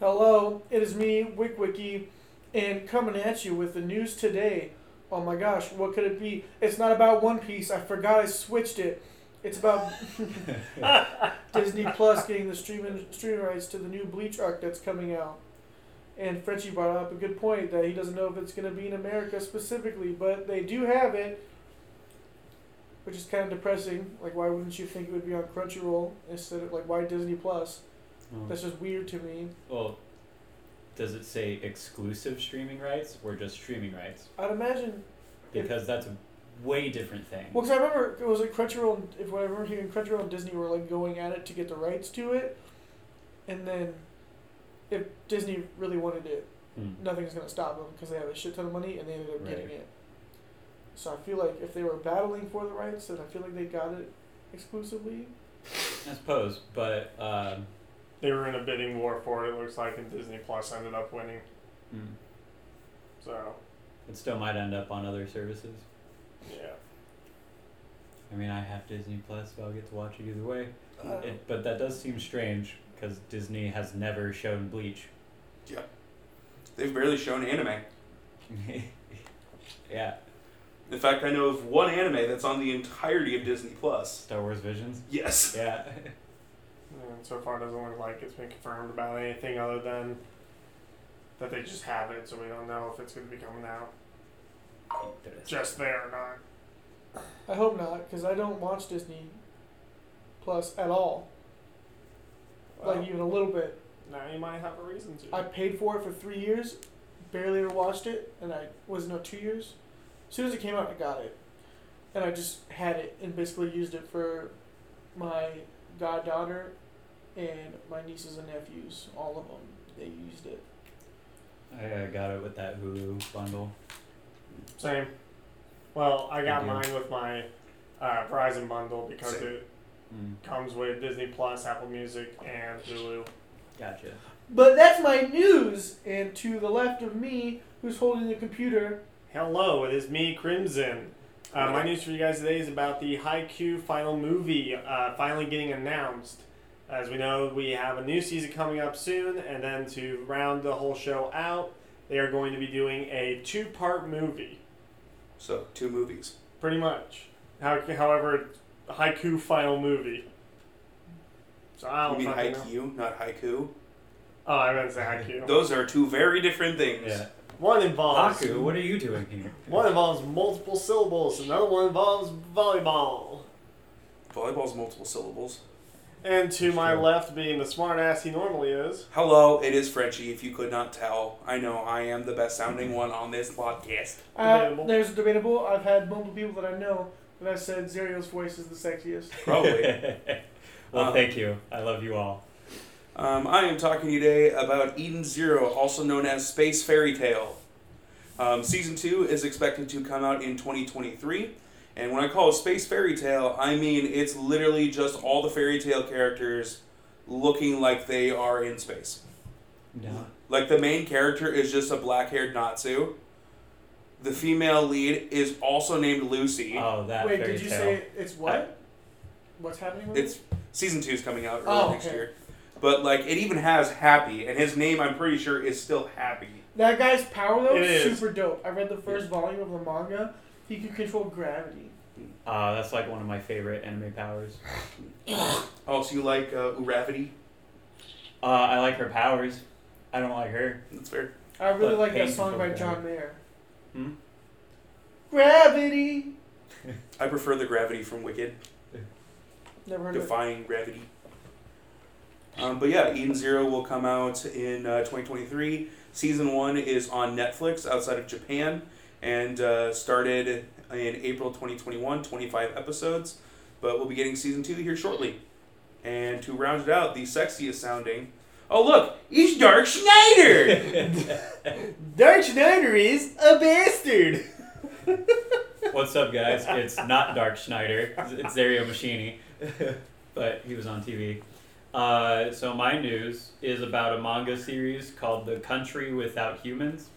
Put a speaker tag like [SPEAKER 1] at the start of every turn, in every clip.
[SPEAKER 1] Hello, it is me, WickWiki, and coming at you with the news today. Oh my gosh, what could it be? It's not about One Piece. I forgot I switched it. It's about Disney Plus getting the streaming streaming rights to the new Bleach arc that's coming out. And Frenchie brought up a good point that he doesn't know if it's going to be in America specifically, but they do have it, which is kind of depressing. Like, why wouldn't you think it would be on Crunchyroll instead of like why Disney Plus? That's just weird to me.
[SPEAKER 2] Well, does it say exclusive streaming rights or just streaming rights?
[SPEAKER 1] I'd imagine.
[SPEAKER 2] Because that's a way different thing.
[SPEAKER 1] Well, 'cause I remember it was like Crunchyroll. and- If I remember hearing Crunchyroll and Disney were like going at it to get the rights to it, and then if Disney really wanted it,
[SPEAKER 2] Hmm.
[SPEAKER 1] nothing's gonna stop them because they have a shit ton of money and they ended up getting
[SPEAKER 2] Right.
[SPEAKER 1] it. So I feel like if they were battling for the rights, then I feel like they got it exclusively.
[SPEAKER 2] I suppose, but um,
[SPEAKER 3] They were in a bidding war for it, it looks like, and Disney Plus ended up winning.
[SPEAKER 2] hmm,
[SPEAKER 3] So,
[SPEAKER 2] it still might end up on other services.
[SPEAKER 3] yeah.
[SPEAKER 2] I mean, I have Disney Plus, so I'll get to watch it either way.
[SPEAKER 1] Uh,
[SPEAKER 2] It, but that does seem strange because Disney has never shown Bleach.
[SPEAKER 4] They've barely shown anime.
[SPEAKER 2] yeah,
[SPEAKER 4] In fact, I know of one anime that's on the entirety of Disney Plus.
[SPEAKER 2] Star Wars Visions.
[SPEAKER 4] Yes.
[SPEAKER 2] Yeah,
[SPEAKER 3] And so far, it doesn't look like it's been confirmed about anything other than that they just have it, so we don't know if it's going to be coming out just there or not.
[SPEAKER 1] I hope not, because I don't watch Disney Plus at all,
[SPEAKER 3] Well,
[SPEAKER 1] like even a little bit.
[SPEAKER 3] now you might have a reason to.
[SPEAKER 1] I paid for it for three years, barely ever watched it, and I was no two years. As soon as it came out, I got it, and I just had it and basically used it for my goddaughter and my nieces and nephews. All of them, they used it.
[SPEAKER 2] I uh, got it with that Hulu bundle.
[SPEAKER 3] Same. Well, I got
[SPEAKER 2] Mhm.
[SPEAKER 3] mine with my uh, Verizon bundle because
[SPEAKER 4] Same.
[SPEAKER 3] it
[SPEAKER 2] Mm,
[SPEAKER 3] comes with Disney Plus, Apple Music, and Hulu.
[SPEAKER 2] gotcha.
[SPEAKER 1] But that's my news. And to the left of me, who's holding the computer,
[SPEAKER 3] Hello, it is me, Crimson. Uh, my news for you guys today is about the Haikyuu final movie uh, finally getting announced. As we know, we have a new season coming up soon, and then to round the whole show out, they are going to be doing a two part movie,
[SPEAKER 4] So, two movies.
[SPEAKER 3] pretty much. How, however, Haikyuu final movie. So I
[SPEAKER 4] You
[SPEAKER 3] don't
[SPEAKER 4] mean
[SPEAKER 3] fucking know.
[SPEAKER 4] haiku, not haiku?
[SPEAKER 3] Oh, I meant to say Haikyuu.
[SPEAKER 4] Those are two very different things.
[SPEAKER 2] Yeah.
[SPEAKER 3] One involves
[SPEAKER 2] Haku, what are you doing here?
[SPEAKER 3] one involves multiple syllables, another one involves volleyball.
[SPEAKER 4] Volleyball's multiple syllables.
[SPEAKER 3] And to
[SPEAKER 2] That's
[SPEAKER 3] my
[SPEAKER 2] true.
[SPEAKER 3] left, being the smartass he normally is,
[SPEAKER 4] Hello, it is Frenchie, if you could not tell. I know I am the best sounding one on this podcast.
[SPEAKER 1] uh,
[SPEAKER 3] Debatable.
[SPEAKER 1] there's debatable. I've had multiple people that I know that I said Zario's voice is the sexiest.
[SPEAKER 4] Probably.
[SPEAKER 2] well,
[SPEAKER 4] Um,
[SPEAKER 2] thank you. I love you all.
[SPEAKER 4] Um, I am talking today about Eden Zero, also known as Space Fairy Tale. Um, season 2 is expected to come out in 2023. And when I call it Space Fairy Tale, I mean it's literally just all the fairy tale characters looking like they are in space.
[SPEAKER 2] No.
[SPEAKER 4] Like the main character is just a black haired Natsu. The female lead is also named Lucy.
[SPEAKER 2] Oh, that
[SPEAKER 1] Wait,
[SPEAKER 2] fairy
[SPEAKER 1] did you
[SPEAKER 2] tale.
[SPEAKER 1] say it's what? What's happening with it?
[SPEAKER 4] It's season two is coming out early
[SPEAKER 1] Oh,
[SPEAKER 4] next
[SPEAKER 1] okay.
[SPEAKER 4] year. But like it even has Happy, and his name I'm pretty sure is still Happy.
[SPEAKER 1] That guy's power though
[SPEAKER 3] It
[SPEAKER 1] is
[SPEAKER 3] is.
[SPEAKER 1] super dope. I read the first volume of the manga. He could control gravity.
[SPEAKER 2] Uh, that's like one of my favorite anime powers.
[SPEAKER 4] Oh, so you like uh, Uravity?
[SPEAKER 2] Uh, I like her powers. I don't like her.
[SPEAKER 4] That's fair.
[SPEAKER 1] I really
[SPEAKER 2] But
[SPEAKER 1] like that
[SPEAKER 2] pain
[SPEAKER 1] song by
[SPEAKER 2] control
[SPEAKER 1] John Mayer.
[SPEAKER 2] Hmm?
[SPEAKER 1] Gravity.
[SPEAKER 4] I prefer the gravity from Wicked,
[SPEAKER 1] Never heard of it.
[SPEAKER 4] defying gravity. Um, but yeah, Eden Zero will come out in uh, 2023. Season one is on Netflix outside of Japan and uh, started in April 2021, 25 episodes. But we'll be getting season two here shortly. And to round it out, the sexiest sounding, Oh look, he's Dark Schneider.
[SPEAKER 3] Dark Schneider is a bastard.
[SPEAKER 2] What's up, guys? It's not Dark Schneider. It's Dario Machini, but he was on TV. Uh, so my news is about a manga series called The Country Without Humans,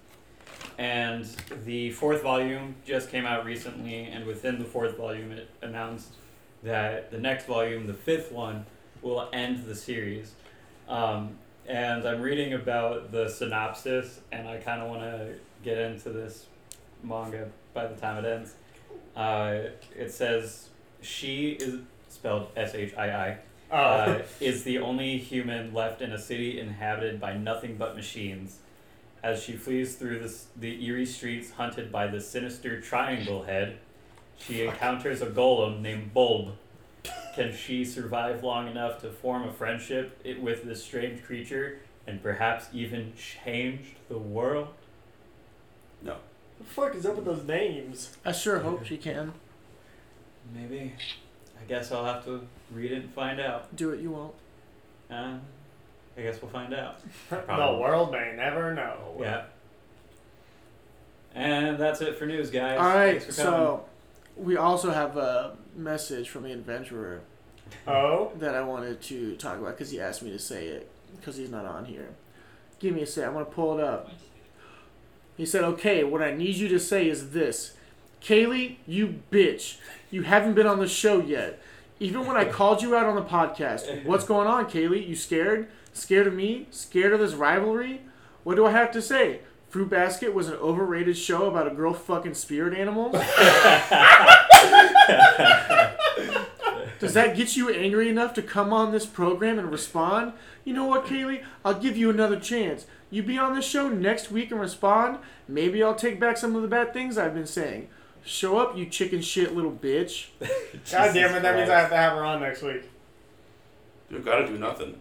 [SPEAKER 2] and the fourth volume just came out recently. And within the fourth volume, it announced that the next volume, the fifth one, will end the series. Um, and I'm reading about the synopsis, and I kind of want to get into this manga by the time it ends. Uh, it says she is spelled S H I I
[SPEAKER 3] Oh,
[SPEAKER 2] uh, is the only human left in a city inhabited by nothing but machines. As she flees through the, s- the eerie streets hunted by the sinister triangle head, she encounters a golem named Bulb. Can she survive long enough to form a friendship i- with this strange creature and perhaps even change the world?
[SPEAKER 3] what the fuck is up with those names?
[SPEAKER 1] I sure hope she can.
[SPEAKER 2] Maybe. I guess I'll have to read it and find out.
[SPEAKER 1] Do it, you won't.
[SPEAKER 2] Uh, I guess we'll find out.
[SPEAKER 3] The world may never know.
[SPEAKER 2] Yeah. And that's it for news, guys.
[SPEAKER 1] All right,
[SPEAKER 2] Thanks for coming.
[SPEAKER 1] so we also have a message from the adventurer
[SPEAKER 3] Oh,
[SPEAKER 1] that I wanted to talk about because he asked me to say it because he's not on here. Give me a sec. I'm going to pull it up. He said, Okay, what I need you to say is this Kaylee, you bitch. You haven't been on the show yet. Even when I called you out on the podcast, what's going on, Kaylee? You scared? Scared of me? Scared of this rivalry? What do I have to say? Fruit Basket was an overrated show about a girl fucking spirit animal? Does that get you angry enough to come on this program and respond? You know what, Kaylee? I'll give you another chance. You be on this show next week and respond. Maybe I'll take back some of the bad things I've been saying. Show up, you chicken shit little bitch.
[SPEAKER 3] god damn it!
[SPEAKER 2] Jesus
[SPEAKER 3] That means
[SPEAKER 2] Christ.
[SPEAKER 3] I have to have her on next week.
[SPEAKER 4] You've got to do nothing.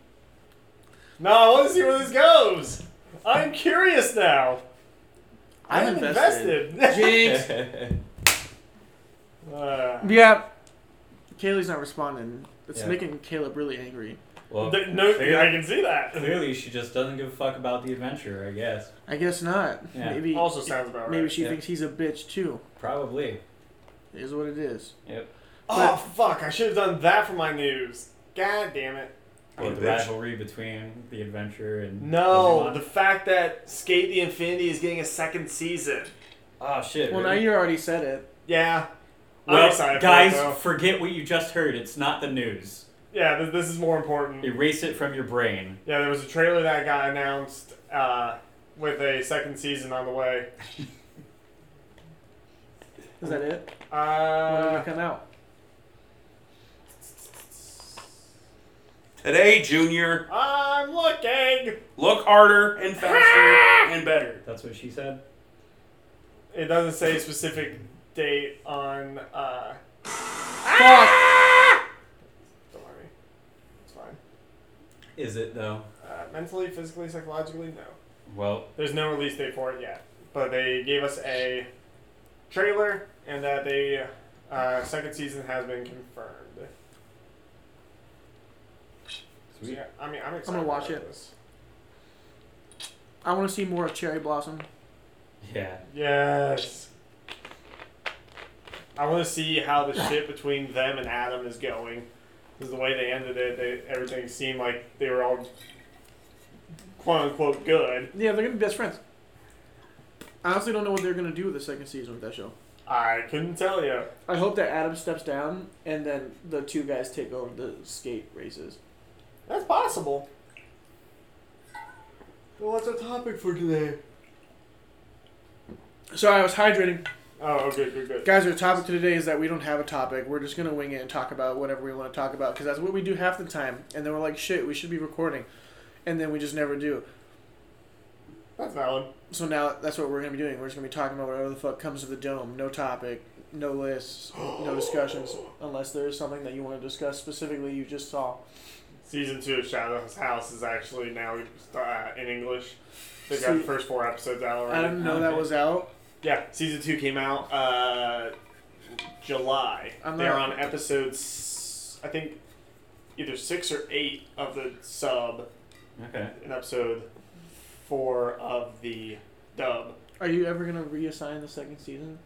[SPEAKER 3] No, I want to see where this goes. I'm curious now.
[SPEAKER 1] I'm
[SPEAKER 3] I'm
[SPEAKER 1] invested.
[SPEAKER 3] invested.
[SPEAKER 1] Jinx.
[SPEAKER 3] Uh,
[SPEAKER 1] yeah. Kaylee's not responding. It's
[SPEAKER 2] Yeah.
[SPEAKER 1] making Caleb really angry.
[SPEAKER 2] well,
[SPEAKER 3] th- no, I
[SPEAKER 2] clearly,
[SPEAKER 3] can see that.
[SPEAKER 2] clearly she just doesn't give a fuck about the adventure, I guess.
[SPEAKER 1] I guess not.
[SPEAKER 2] Yeah.
[SPEAKER 1] Maybe
[SPEAKER 3] Also sounds about right.
[SPEAKER 1] maybe she
[SPEAKER 2] Yeah.
[SPEAKER 1] thinks he's a bitch too.
[SPEAKER 2] Probably.
[SPEAKER 1] Is what it is.
[SPEAKER 2] Yep.
[SPEAKER 3] Oh fuck! I should have done that for my news. God damn it!
[SPEAKER 4] I'm a
[SPEAKER 2] Or the
[SPEAKER 4] bitch.
[SPEAKER 2] rivalry between the adventure and.
[SPEAKER 3] No,
[SPEAKER 2] Pokemon.
[SPEAKER 3] the fact that Skate the Infinity is getting a second season.
[SPEAKER 2] oh, shit.
[SPEAKER 1] Well, now
[SPEAKER 2] really?
[SPEAKER 1] you already said it.
[SPEAKER 3] Yeah. I'm
[SPEAKER 2] Well,
[SPEAKER 3] excited for
[SPEAKER 2] guys,
[SPEAKER 3] it, though.
[SPEAKER 2] forget what you just heard. It's not the news.
[SPEAKER 3] yeah, th- this is more important.
[SPEAKER 2] Erase it from your brain.
[SPEAKER 3] Yeah, there was a trailer that got announced uh, with a second season on the way.
[SPEAKER 1] Is that it? when did
[SPEAKER 3] Uh,
[SPEAKER 1] it come out?
[SPEAKER 4] Today, Junior,
[SPEAKER 3] I'm looking.
[SPEAKER 4] look harder and faster and better.
[SPEAKER 2] That's what she said.
[SPEAKER 3] It doesn't say a specific date on. Uh,
[SPEAKER 1] Fuck.
[SPEAKER 3] don't worry, it's fine.
[SPEAKER 2] Is it, though?
[SPEAKER 3] Uh, mentally, physically, psychologically, no.
[SPEAKER 2] Well,
[SPEAKER 3] There's no release date for it yet, but they gave us a trailer and that the uh, second season has been confirmed. So,
[SPEAKER 2] Sweet.
[SPEAKER 3] yeah, I mean, I'm excited.
[SPEAKER 1] gonna watch
[SPEAKER 3] about
[SPEAKER 1] it.
[SPEAKER 3] This.
[SPEAKER 1] I want to see more of Cherry Blossom.
[SPEAKER 2] yeah.
[SPEAKER 3] Yes. I want to see how the shit between them and Adam is going. Because the way they ended it, they, everything seemed like they were all quote unquote good.
[SPEAKER 1] Yeah, they're gonna be best friends. I honestly don't know what they're gonna do with the second season with that show.
[SPEAKER 3] I couldn't tell you.
[SPEAKER 1] I hope that Adam steps down and then the two guys take over the skate races.
[SPEAKER 3] That's possible. Well, what's our topic for today?
[SPEAKER 1] Sorry, I was hydrating.
[SPEAKER 3] Oh, oh, good, good, good.
[SPEAKER 1] Guys, our topic today is that we don't have a topic. We're just gonna wing it and talk about whatever we want to talk about because that's what we do half the time. And then we're like, shit, we should be recording, and then we just never do.
[SPEAKER 3] That's valid.
[SPEAKER 1] So now that's what we're gonna be doing. We're just gonna be talking about whatever the fuck comes to the dome. No topic, no lists, no discussions, unless there is something that you want to discuss specifically. You just saw.
[SPEAKER 3] Season two of Shadow's House is actually now uh, in English. They got
[SPEAKER 1] See-
[SPEAKER 3] the first four episodes out
[SPEAKER 1] I
[SPEAKER 3] already.
[SPEAKER 1] didn't know that was out.
[SPEAKER 3] Yeah, season two came out uh, July.
[SPEAKER 1] I'm
[SPEAKER 3] They're
[SPEAKER 1] not-
[SPEAKER 3] on episodes, I think, either six or eight of the sub,
[SPEAKER 2] Okay.
[SPEAKER 3] in episode four of the dub
[SPEAKER 1] Are you ever gonna reassign the second season?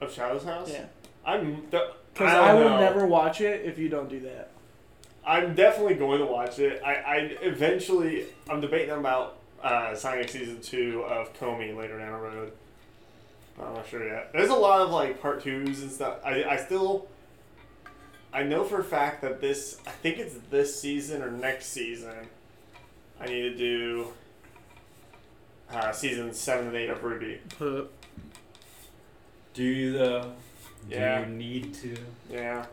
[SPEAKER 3] of Shadow's House.
[SPEAKER 1] Yeah,
[SPEAKER 3] I'm. The,
[SPEAKER 1] because
[SPEAKER 3] don't
[SPEAKER 1] I, will
[SPEAKER 3] know.
[SPEAKER 1] never watch it if you don't do that.
[SPEAKER 3] I'm definitely going to watch it. I, I eventually. I'm debating about uh, signing season two of Comey later down the road. I'm not sure yet. There's a lot of like part twos and stuff. I, I still. I know for a fact that this. I think it's this season or next season. I need to do. Uh, season seven and eight of Ruby.
[SPEAKER 1] But
[SPEAKER 2] Do you though?
[SPEAKER 3] Yeah.
[SPEAKER 2] Do you need to?
[SPEAKER 3] Yeah.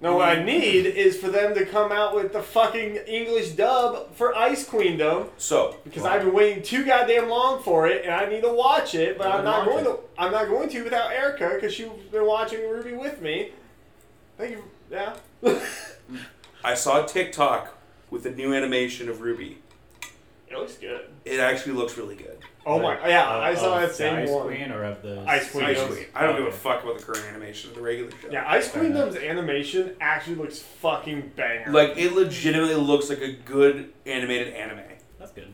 [SPEAKER 3] No, what I need is for them to come out with the fucking English dub for Ice Queendom.
[SPEAKER 4] So
[SPEAKER 3] Because I've been waiting too goddamn long for it, and I need to watch it, but
[SPEAKER 2] Well,
[SPEAKER 3] I'm not
[SPEAKER 2] watch
[SPEAKER 3] going to. I'm not going to without Erica because she's been watching Ruby with me. Thank you. Yeah.
[SPEAKER 4] I saw TikTok with the new animation of Ruby.
[SPEAKER 3] It looks good.
[SPEAKER 4] It actually looks really good.
[SPEAKER 3] Oh
[SPEAKER 2] Like,
[SPEAKER 3] my! Yeah,
[SPEAKER 2] of-
[SPEAKER 3] I saw
[SPEAKER 2] of
[SPEAKER 3] that
[SPEAKER 2] the
[SPEAKER 3] same
[SPEAKER 2] Ice
[SPEAKER 3] one.
[SPEAKER 2] Queen or of the
[SPEAKER 3] Ice Queen.
[SPEAKER 4] I
[SPEAKER 3] Ice
[SPEAKER 4] actually- I don't give a fuck about the current animation of the regular show.
[SPEAKER 3] Yeah, Ice
[SPEAKER 2] Fair enough.
[SPEAKER 3] Queendom's animation actually looks fucking banger.
[SPEAKER 4] Like it legitimately looks like a good animated anime.
[SPEAKER 2] That's good.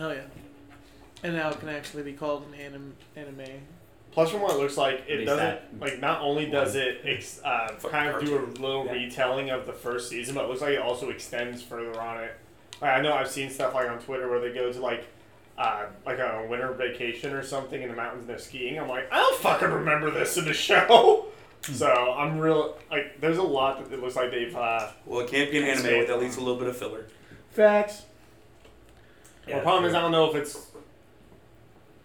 [SPEAKER 1] oh yeah, and now it can actually be called an anim- anime.
[SPEAKER 3] plus from what it looks like,
[SPEAKER 2] At
[SPEAKER 3] it
[SPEAKER 2] least
[SPEAKER 3] doesn't
[SPEAKER 2] that-
[SPEAKER 3] like not only does it ex- uh,
[SPEAKER 4] Fucking
[SPEAKER 3] kind of do a
[SPEAKER 4] cartoon.
[SPEAKER 3] little
[SPEAKER 2] Yeah.
[SPEAKER 3] retelling of the first season, but it looks like it also extends further on it. Like I know I've seen stuff like on Twitter where they go to like uh, like a winter vacation or something in the mountains and they're skiing. I'm like, I don't fucking remember this in the show. So I'm real like there's a lot that it looks like they've uh,
[SPEAKER 4] Well, it can't be an anime without at least a little bit of filler.
[SPEAKER 1] Facts.
[SPEAKER 3] the problem is I don't know if it's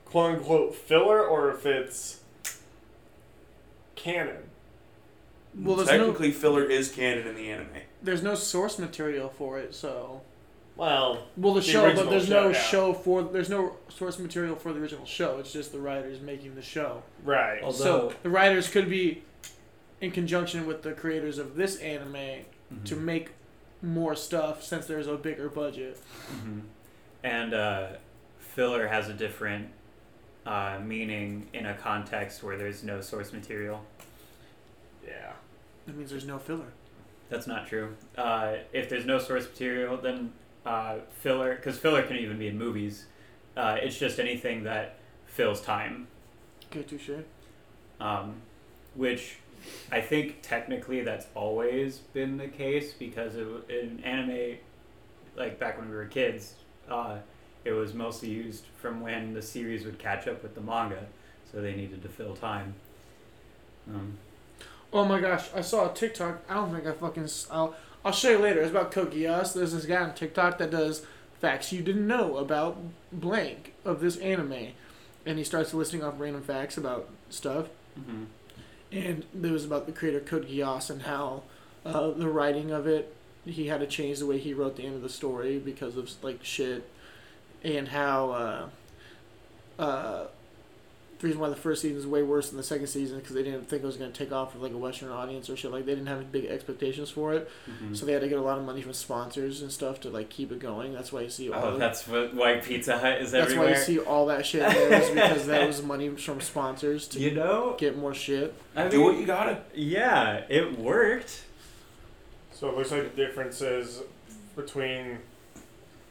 [SPEAKER 3] quote unquote filler or if it's canon.
[SPEAKER 1] Well, there's no
[SPEAKER 4] Technically, filler is canon in the anime.
[SPEAKER 1] there's no source material for it, so
[SPEAKER 3] Well,
[SPEAKER 1] well the,
[SPEAKER 3] The
[SPEAKER 1] show, but
[SPEAKER 3] original
[SPEAKER 1] there's
[SPEAKER 3] show,
[SPEAKER 1] no
[SPEAKER 3] yeah.
[SPEAKER 1] show for there's no source material for the original show. It's just the writers making the show.
[SPEAKER 3] right.
[SPEAKER 2] Although
[SPEAKER 1] so the writers could be in conjunction with the creators of this anime
[SPEAKER 2] Mm-hmm.
[SPEAKER 1] to make more stuff since there's a bigger budget.
[SPEAKER 2] Mhm. and uh, filler has a different uh, meaning in a context where there's no source material.
[SPEAKER 3] Yeah.
[SPEAKER 1] That means there's no filler.
[SPEAKER 2] That's not true. Uh, if there's no source material, then uh, filler, because filler can even be in movies. Uh, it's just anything that fills time,
[SPEAKER 1] Okay, touche.
[SPEAKER 2] um, which I think technically that's always been the case because it, w- in anime, like back when we were kids, uh, it was mostly used from when the series would catch up with the manga, so they needed to fill time. Um,
[SPEAKER 1] Oh my gosh, I saw a TikTok. I don't think I fucking. s- I'll, I'll show you later. It's about Cookie Us. There's this guy on TikTok that does facts you didn't know about blank of this anime. And he starts listing off random facts about stuff. Mm-hmm.
[SPEAKER 2] mhm.
[SPEAKER 1] And there was about the creator Code Geass and how uh, the writing of it, he had to change the way he wrote the end of the story because of like shit, and how uh, uh, the reason why the first season is way worse than the second season because they didn't think it was going to take off with like a Western audience or shit. Like they didn't have big expectations for it,
[SPEAKER 2] Mhm.
[SPEAKER 1] so they had to get a lot of money from sponsors and stuff to like keep it going. That's why you see all.
[SPEAKER 2] Oh,
[SPEAKER 1] the-
[SPEAKER 2] that's what why Pizza Hut is
[SPEAKER 1] that's why
[SPEAKER 2] everywhere.
[SPEAKER 1] you see all that shit there is because that was money from sponsors to
[SPEAKER 2] You know,
[SPEAKER 1] get more shit.
[SPEAKER 2] I
[SPEAKER 4] Do what
[SPEAKER 2] mean,
[SPEAKER 4] you gotta.
[SPEAKER 2] yeah, it worked.
[SPEAKER 3] So it looks like the differences between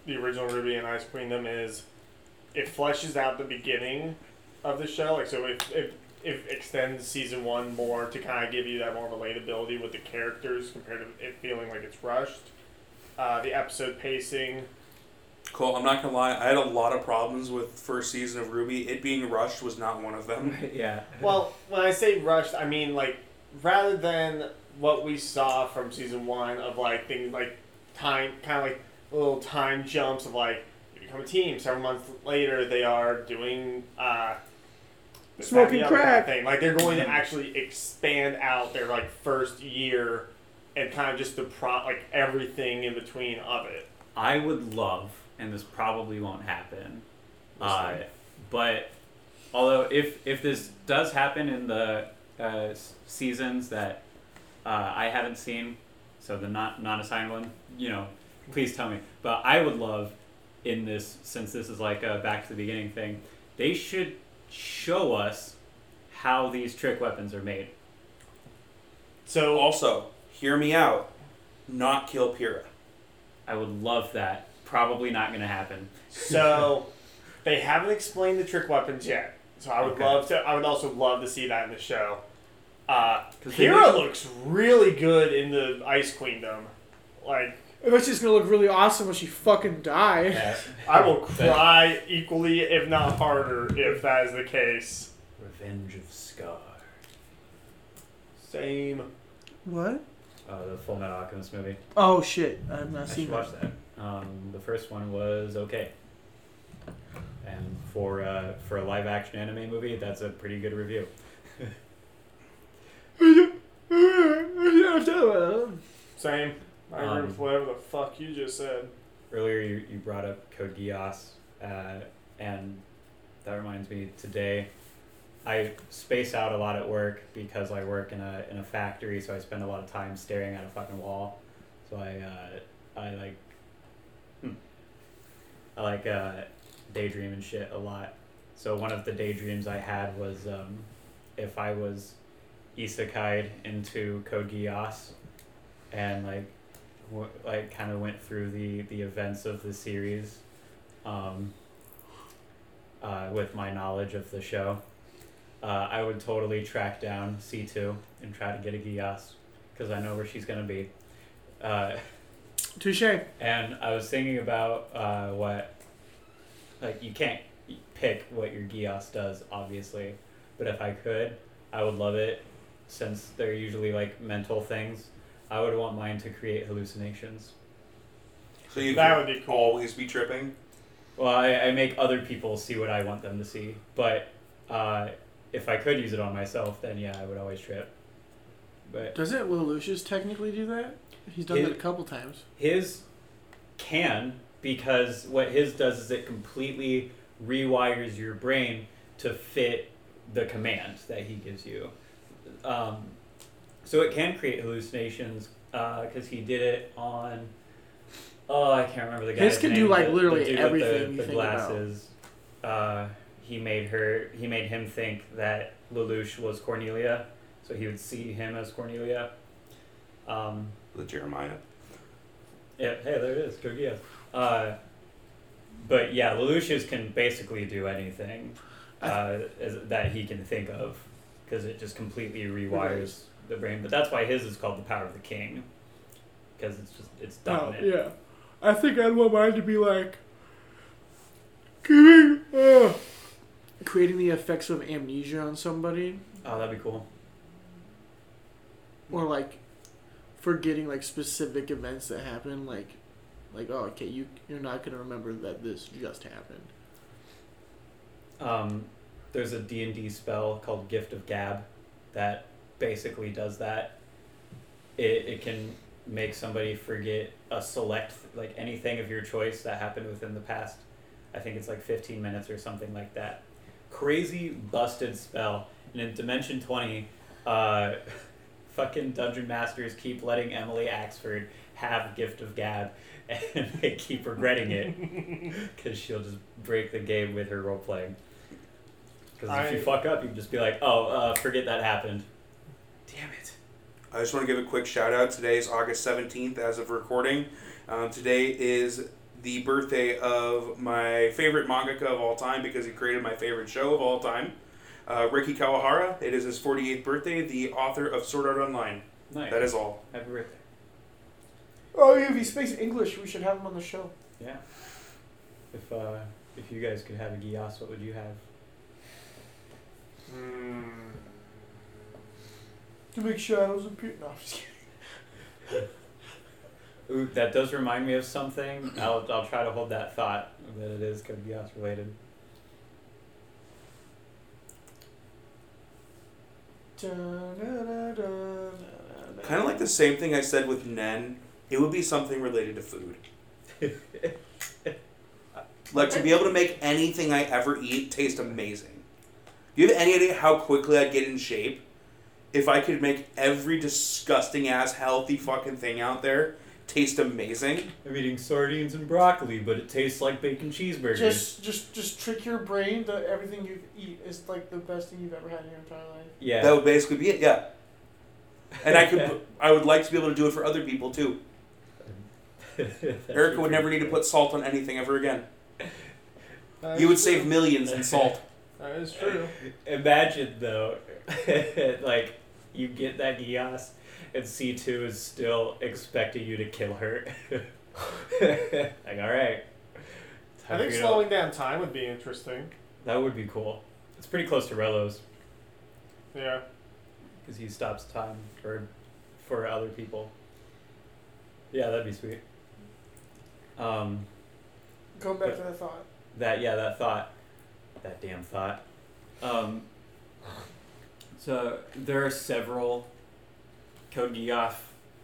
[SPEAKER 3] the original Ruby and Ice Queendom is it fleshes out the beginning of the show, like so it it, it extends season one more to kind of give you that more relatability with the characters compared to it feeling like it's rushed. Uh, the episode pacing,
[SPEAKER 4] Cole, I'm not gonna lie. I had a lot of problems with first season of Ruby. It being rushed was not one of them.
[SPEAKER 2] yeah.
[SPEAKER 3] Well, when I say rushed, I mean like rather than what we saw from season one of like things like time, kind of like little time jumps of like they become a team. Several months later, they are doing uh, this, that, and
[SPEAKER 1] Smoking
[SPEAKER 3] the other kind of
[SPEAKER 1] crack.
[SPEAKER 3] thing. Like they're going to actually expand out their like first year and kind of just the pro like everything in between of it.
[SPEAKER 2] I would love, and this probably won't happen, uh, but although if if this does happen in the uh, s- seasons that uh, I haven't seen, so the not non assigned one, you know, please tell me. But I would love in this since this is like a back to the beginning thing, they should show us how these trick weapons are made.
[SPEAKER 3] So
[SPEAKER 4] Also, hear me out. Not kill Pyrrha.
[SPEAKER 2] I would love that. probably not going to happen.
[SPEAKER 3] So they haven't explained the trick weapons yet. So I would
[SPEAKER 2] Okay.
[SPEAKER 3] love to. I would also love to see that in the show. Uh,
[SPEAKER 2] 'Cause they
[SPEAKER 3] Hera
[SPEAKER 2] make-
[SPEAKER 3] looks really good in the Ice Queendom. Like
[SPEAKER 1] I bet she's gonna look really awesome when she fucking dies.
[SPEAKER 2] That-
[SPEAKER 3] I will
[SPEAKER 2] that-
[SPEAKER 3] cry equally, if not harder, if that is the case.
[SPEAKER 2] Revenge of Scar.
[SPEAKER 3] Same.
[SPEAKER 1] What?
[SPEAKER 2] Uh, the Full Metal Alchemist movie.
[SPEAKER 1] Oh shit! I've
[SPEAKER 2] I
[SPEAKER 1] not
[SPEAKER 2] should
[SPEAKER 1] seen
[SPEAKER 2] watch
[SPEAKER 1] that.
[SPEAKER 2] that. Um, the first one was okay. And for uh, for a live action anime movie, that's a pretty good review.
[SPEAKER 3] Same. I agree
[SPEAKER 2] Um,
[SPEAKER 3] with whatever the fuck you just said.
[SPEAKER 2] Earlier, you, you brought up Code Geass, uh, and that reminds me today. I space out a lot at work because I work in a in a factory, so I spend a lot of time staring at a fucking wall. So I uh, I like hmm. I like uh, daydream and shit a lot. So one of the daydreams I had was um, if I was isekai'd into Code Geass, and like w- like kind of went through the the events of the series, um, uh, with my knowledge of the show, uh, I would totally track down C two and try to get a Geass because I know where she's gonna be. Uh,
[SPEAKER 1] Touche.
[SPEAKER 2] and I was thinking about uh, what, like, you can't pick what your Gios does, obviously. But if I could, I would love it since they're usually, like, mental things. I would want mine to create hallucinations.
[SPEAKER 4] So you
[SPEAKER 3] That
[SPEAKER 4] can
[SPEAKER 3] would be cool.
[SPEAKER 4] always be tripping.
[SPEAKER 2] Well, I, I make other people see what I want them to see. But uh, if I could use it on myself, then yeah, I would always trip. But
[SPEAKER 1] Doesn't Will Lucius technically do that? He's done
[SPEAKER 2] It-
[SPEAKER 1] that a couple times.
[SPEAKER 2] His can because what his does is it completely rewires your brain to fit the command that he gives you. Um, so it can create hallucinations because he did it on. Oh, I can't remember the guy.
[SPEAKER 1] His can do, like, literally everything
[SPEAKER 2] The,
[SPEAKER 1] you
[SPEAKER 2] the
[SPEAKER 1] think about.
[SPEAKER 2] glasses. Uh, he made her. He made him think that Lelouch was Cornelia, so he would see him as Cornelia. Um,
[SPEAKER 4] The Jeremiah.
[SPEAKER 2] yeah, hey, there it is, Kogia. Uh, but yeah, Lelouch's can basically do anything uh, as, that he can think of because it just completely rewires the brain. But that's why his is called the Power of the King because it's just it's dominant.
[SPEAKER 1] Oh, yeah. I think I'd want mine to be like. Creating, uh, creating the effects of amnesia on somebody,
[SPEAKER 2] Oh, that'd be cool.
[SPEAKER 1] or like forgetting like specific events that happen, like, like oh okay, you you're not gonna remember that this just happened.
[SPEAKER 2] Um, there's a D and D spell called Gift of Gab that basically does that. It it can make somebody forget a select like anything of your choice that happened within the past. I think it's like 15 minutes or something like that. Crazy busted spell. And in Dimension 20, uh, fucking dungeon masters keep letting Emily Axford have Gift of Gab, and they keep regretting it because she'll just break the game with her role playing. Because if you
[SPEAKER 3] I-
[SPEAKER 2] fuck up, you can just be like, oh, uh, forget that happened. Damn it.
[SPEAKER 4] I just want to give a quick shout out. Today is August 17th as of recording. Um, today is the birthday of my favorite mangaka of all time because he created my favorite show of all time, uh, Ricky Kawahara. It is his 48th birthday, the author of Sword Art Online.
[SPEAKER 2] Nice.
[SPEAKER 4] That is all.
[SPEAKER 2] Happy birthday.
[SPEAKER 1] Oh, if he speaks English, we should have him on the show.
[SPEAKER 2] Yeah. If uh, if you guys could have a Gias, what would you have?
[SPEAKER 3] Mm.
[SPEAKER 1] To make shadows appear. No, I'm just kidding.
[SPEAKER 2] Ooh, that does remind me of something. I'll, I'll try to hold that thought that it is Code Geass related.
[SPEAKER 4] Kind of like the same thing I said with Nen. It would be something related to food. like to be able to make anything I ever eat taste amazing. Do you have any idea how quickly I'd get in shape if I could make every disgusting ass healthy fucking thing out there taste amazing?
[SPEAKER 2] I'm eating sardines and broccoli, but it tastes like bacon cheeseburgers.
[SPEAKER 1] Just, just, just trick your brain that everything you eat is like the best thing you've ever had in your entire life.
[SPEAKER 2] yeah.
[SPEAKER 4] That would basically be it. Yeah. And I could I would like to be able to do it for other people too. Erica would never need to put salt on anything ever again. You would save millions in salt.
[SPEAKER 3] That is true.
[SPEAKER 2] Imagine though, like you get that Gias, and C two is still expecting you to kill her. like all right.
[SPEAKER 3] I
[SPEAKER 2] Time
[SPEAKER 3] think slowing down time would be interesting.
[SPEAKER 2] That would be cool. It's pretty close to Rello's
[SPEAKER 3] Yeah.
[SPEAKER 2] because he stops time for for other people. Yeah, that'd be sweet. Um,
[SPEAKER 1] Going back to that thought.
[SPEAKER 2] that yeah, that thought, that damn thought. Um, so there are several Code Geass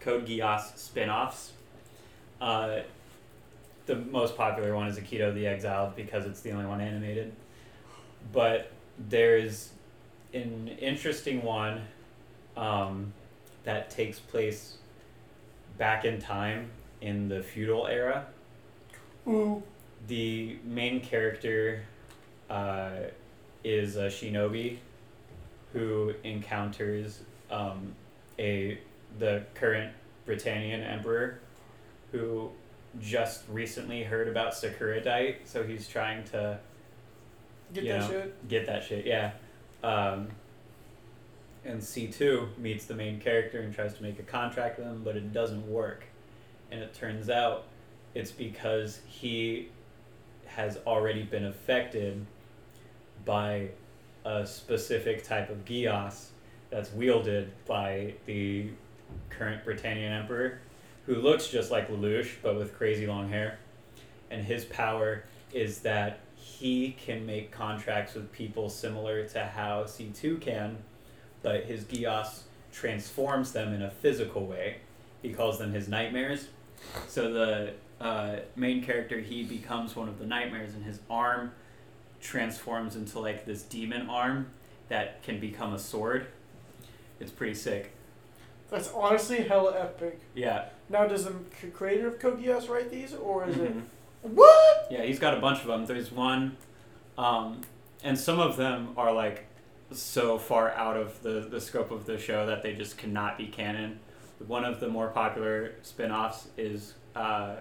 [SPEAKER 2] Code Geass spin-offs. Uh, the most popular one is Akito the Exiled because it's the only one animated. But there's an interesting one um, that takes place back in time in the feudal era.
[SPEAKER 1] Ooh.
[SPEAKER 2] The main character uh, is a shinobi who encounters um, a the current Britannian emperor who just recently heard about Sakuradite, so he's trying to
[SPEAKER 1] Get
[SPEAKER 2] You
[SPEAKER 1] that
[SPEAKER 2] know.
[SPEAKER 1] shit.
[SPEAKER 2] get that shit. Yeah. Um, and C two meets the main character and tries to make a contract with him, but it doesn't work. And it turns out it's because he has already been affected by a specific type of Gios that's wielded by the current Britannian Emperor, who looks just like Lelouch but with crazy long hair. And his power is that he can make contracts with people similar to how C2 can, but his Gios transforms them in a physical way. He calls them his nightmares. So the uh, main character, he becomes one of the nightmares, and his arm transforms into like this demon arm that can become a sword. It's pretty sick.
[SPEAKER 1] That's honestly hella epic.
[SPEAKER 2] Yeah.
[SPEAKER 1] Now, does the c- creator of Kogias write these, or is
[SPEAKER 2] Mm-hmm.
[SPEAKER 1] it what?
[SPEAKER 2] Yeah, he's got a bunch of them. There's one, um, and some of them are like so far out of the, the scope of the show that they just cannot be canon. One of the more popular spin-offs is uh,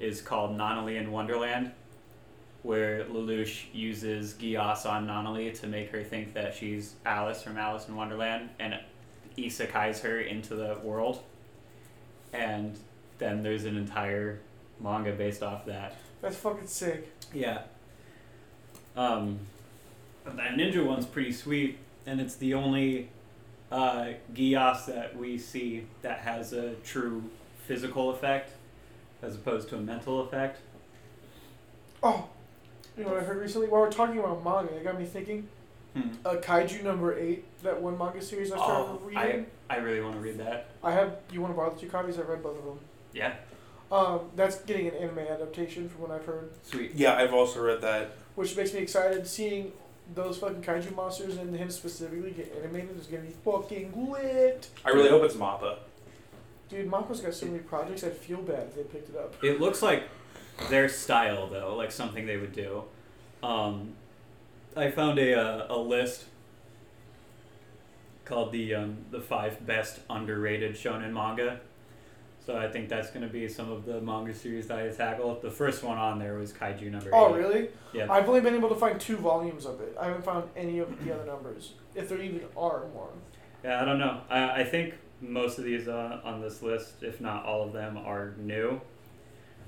[SPEAKER 2] is called Nonnelly in Wonderland, where Lelouch uses Gias on Nonnelly to make her think that she's Alice from Alice in Wonderland and isekais her into the world. And then there's an entire manga based off that.
[SPEAKER 1] That's fucking sick.
[SPEAKER 2] Yeah. Um, that ninja one's pretty sweet, and it's the only uh, Gias that we see that has a true physical effect as opposed to a mental effect.
[SPEAKER 1] Oh, you know what I heard recently? While we're talking about manga, it got me thinking.
[SPEAKER 2] Hmm.
[SPEAKER 1] Uh, Kaiju number eight, that one manga series I started
[SPEAKER 2] Oh,
[SPEAKER 1] reading.
[SPEAKER 2] I really want to read that.
[SPEAKER 1] I, have. You want to borrow the two copies? I read both of them.
[SPEAKER 2] Yeah,
[SPEAKER 1] Um, that's getting an anime adaptation from what I've heard,
[SPEAKER 2] sweet.
[SPEAKER 4] Yeah, I've also read that.
[SPEAKER 1] which makes me excited. Seeing those fucking kaiju monsters and him specifically get animated is gonna be fucking lit.
[SPEAKER 4] I really hope it's Mappa.
[SPEAKER 1] Dude, Mako's got so many projects. I feel bad if they picked it up.
[SPEAKER 2] It looks like their style, though, like something they would do. Um, I found a, uh, a list called the um, the five best underrated shonen manga. So I think that's going to be some of the manga series that I tackle. The first one on there was Kaiju number.
[SPEAKER 1] Oh,
[SPEAKER 2] eight.
[SPEAKER 1] really?
[SPEAKER 2] Yeah.
[SPEAKER 1] I've only been able to find two volumes of it. I haven't found any of the other numbers, if there even are more.
[SPEAKER 2] Yeah, I don't know. I, I think most of these uh, on this list, if not all of them, are new.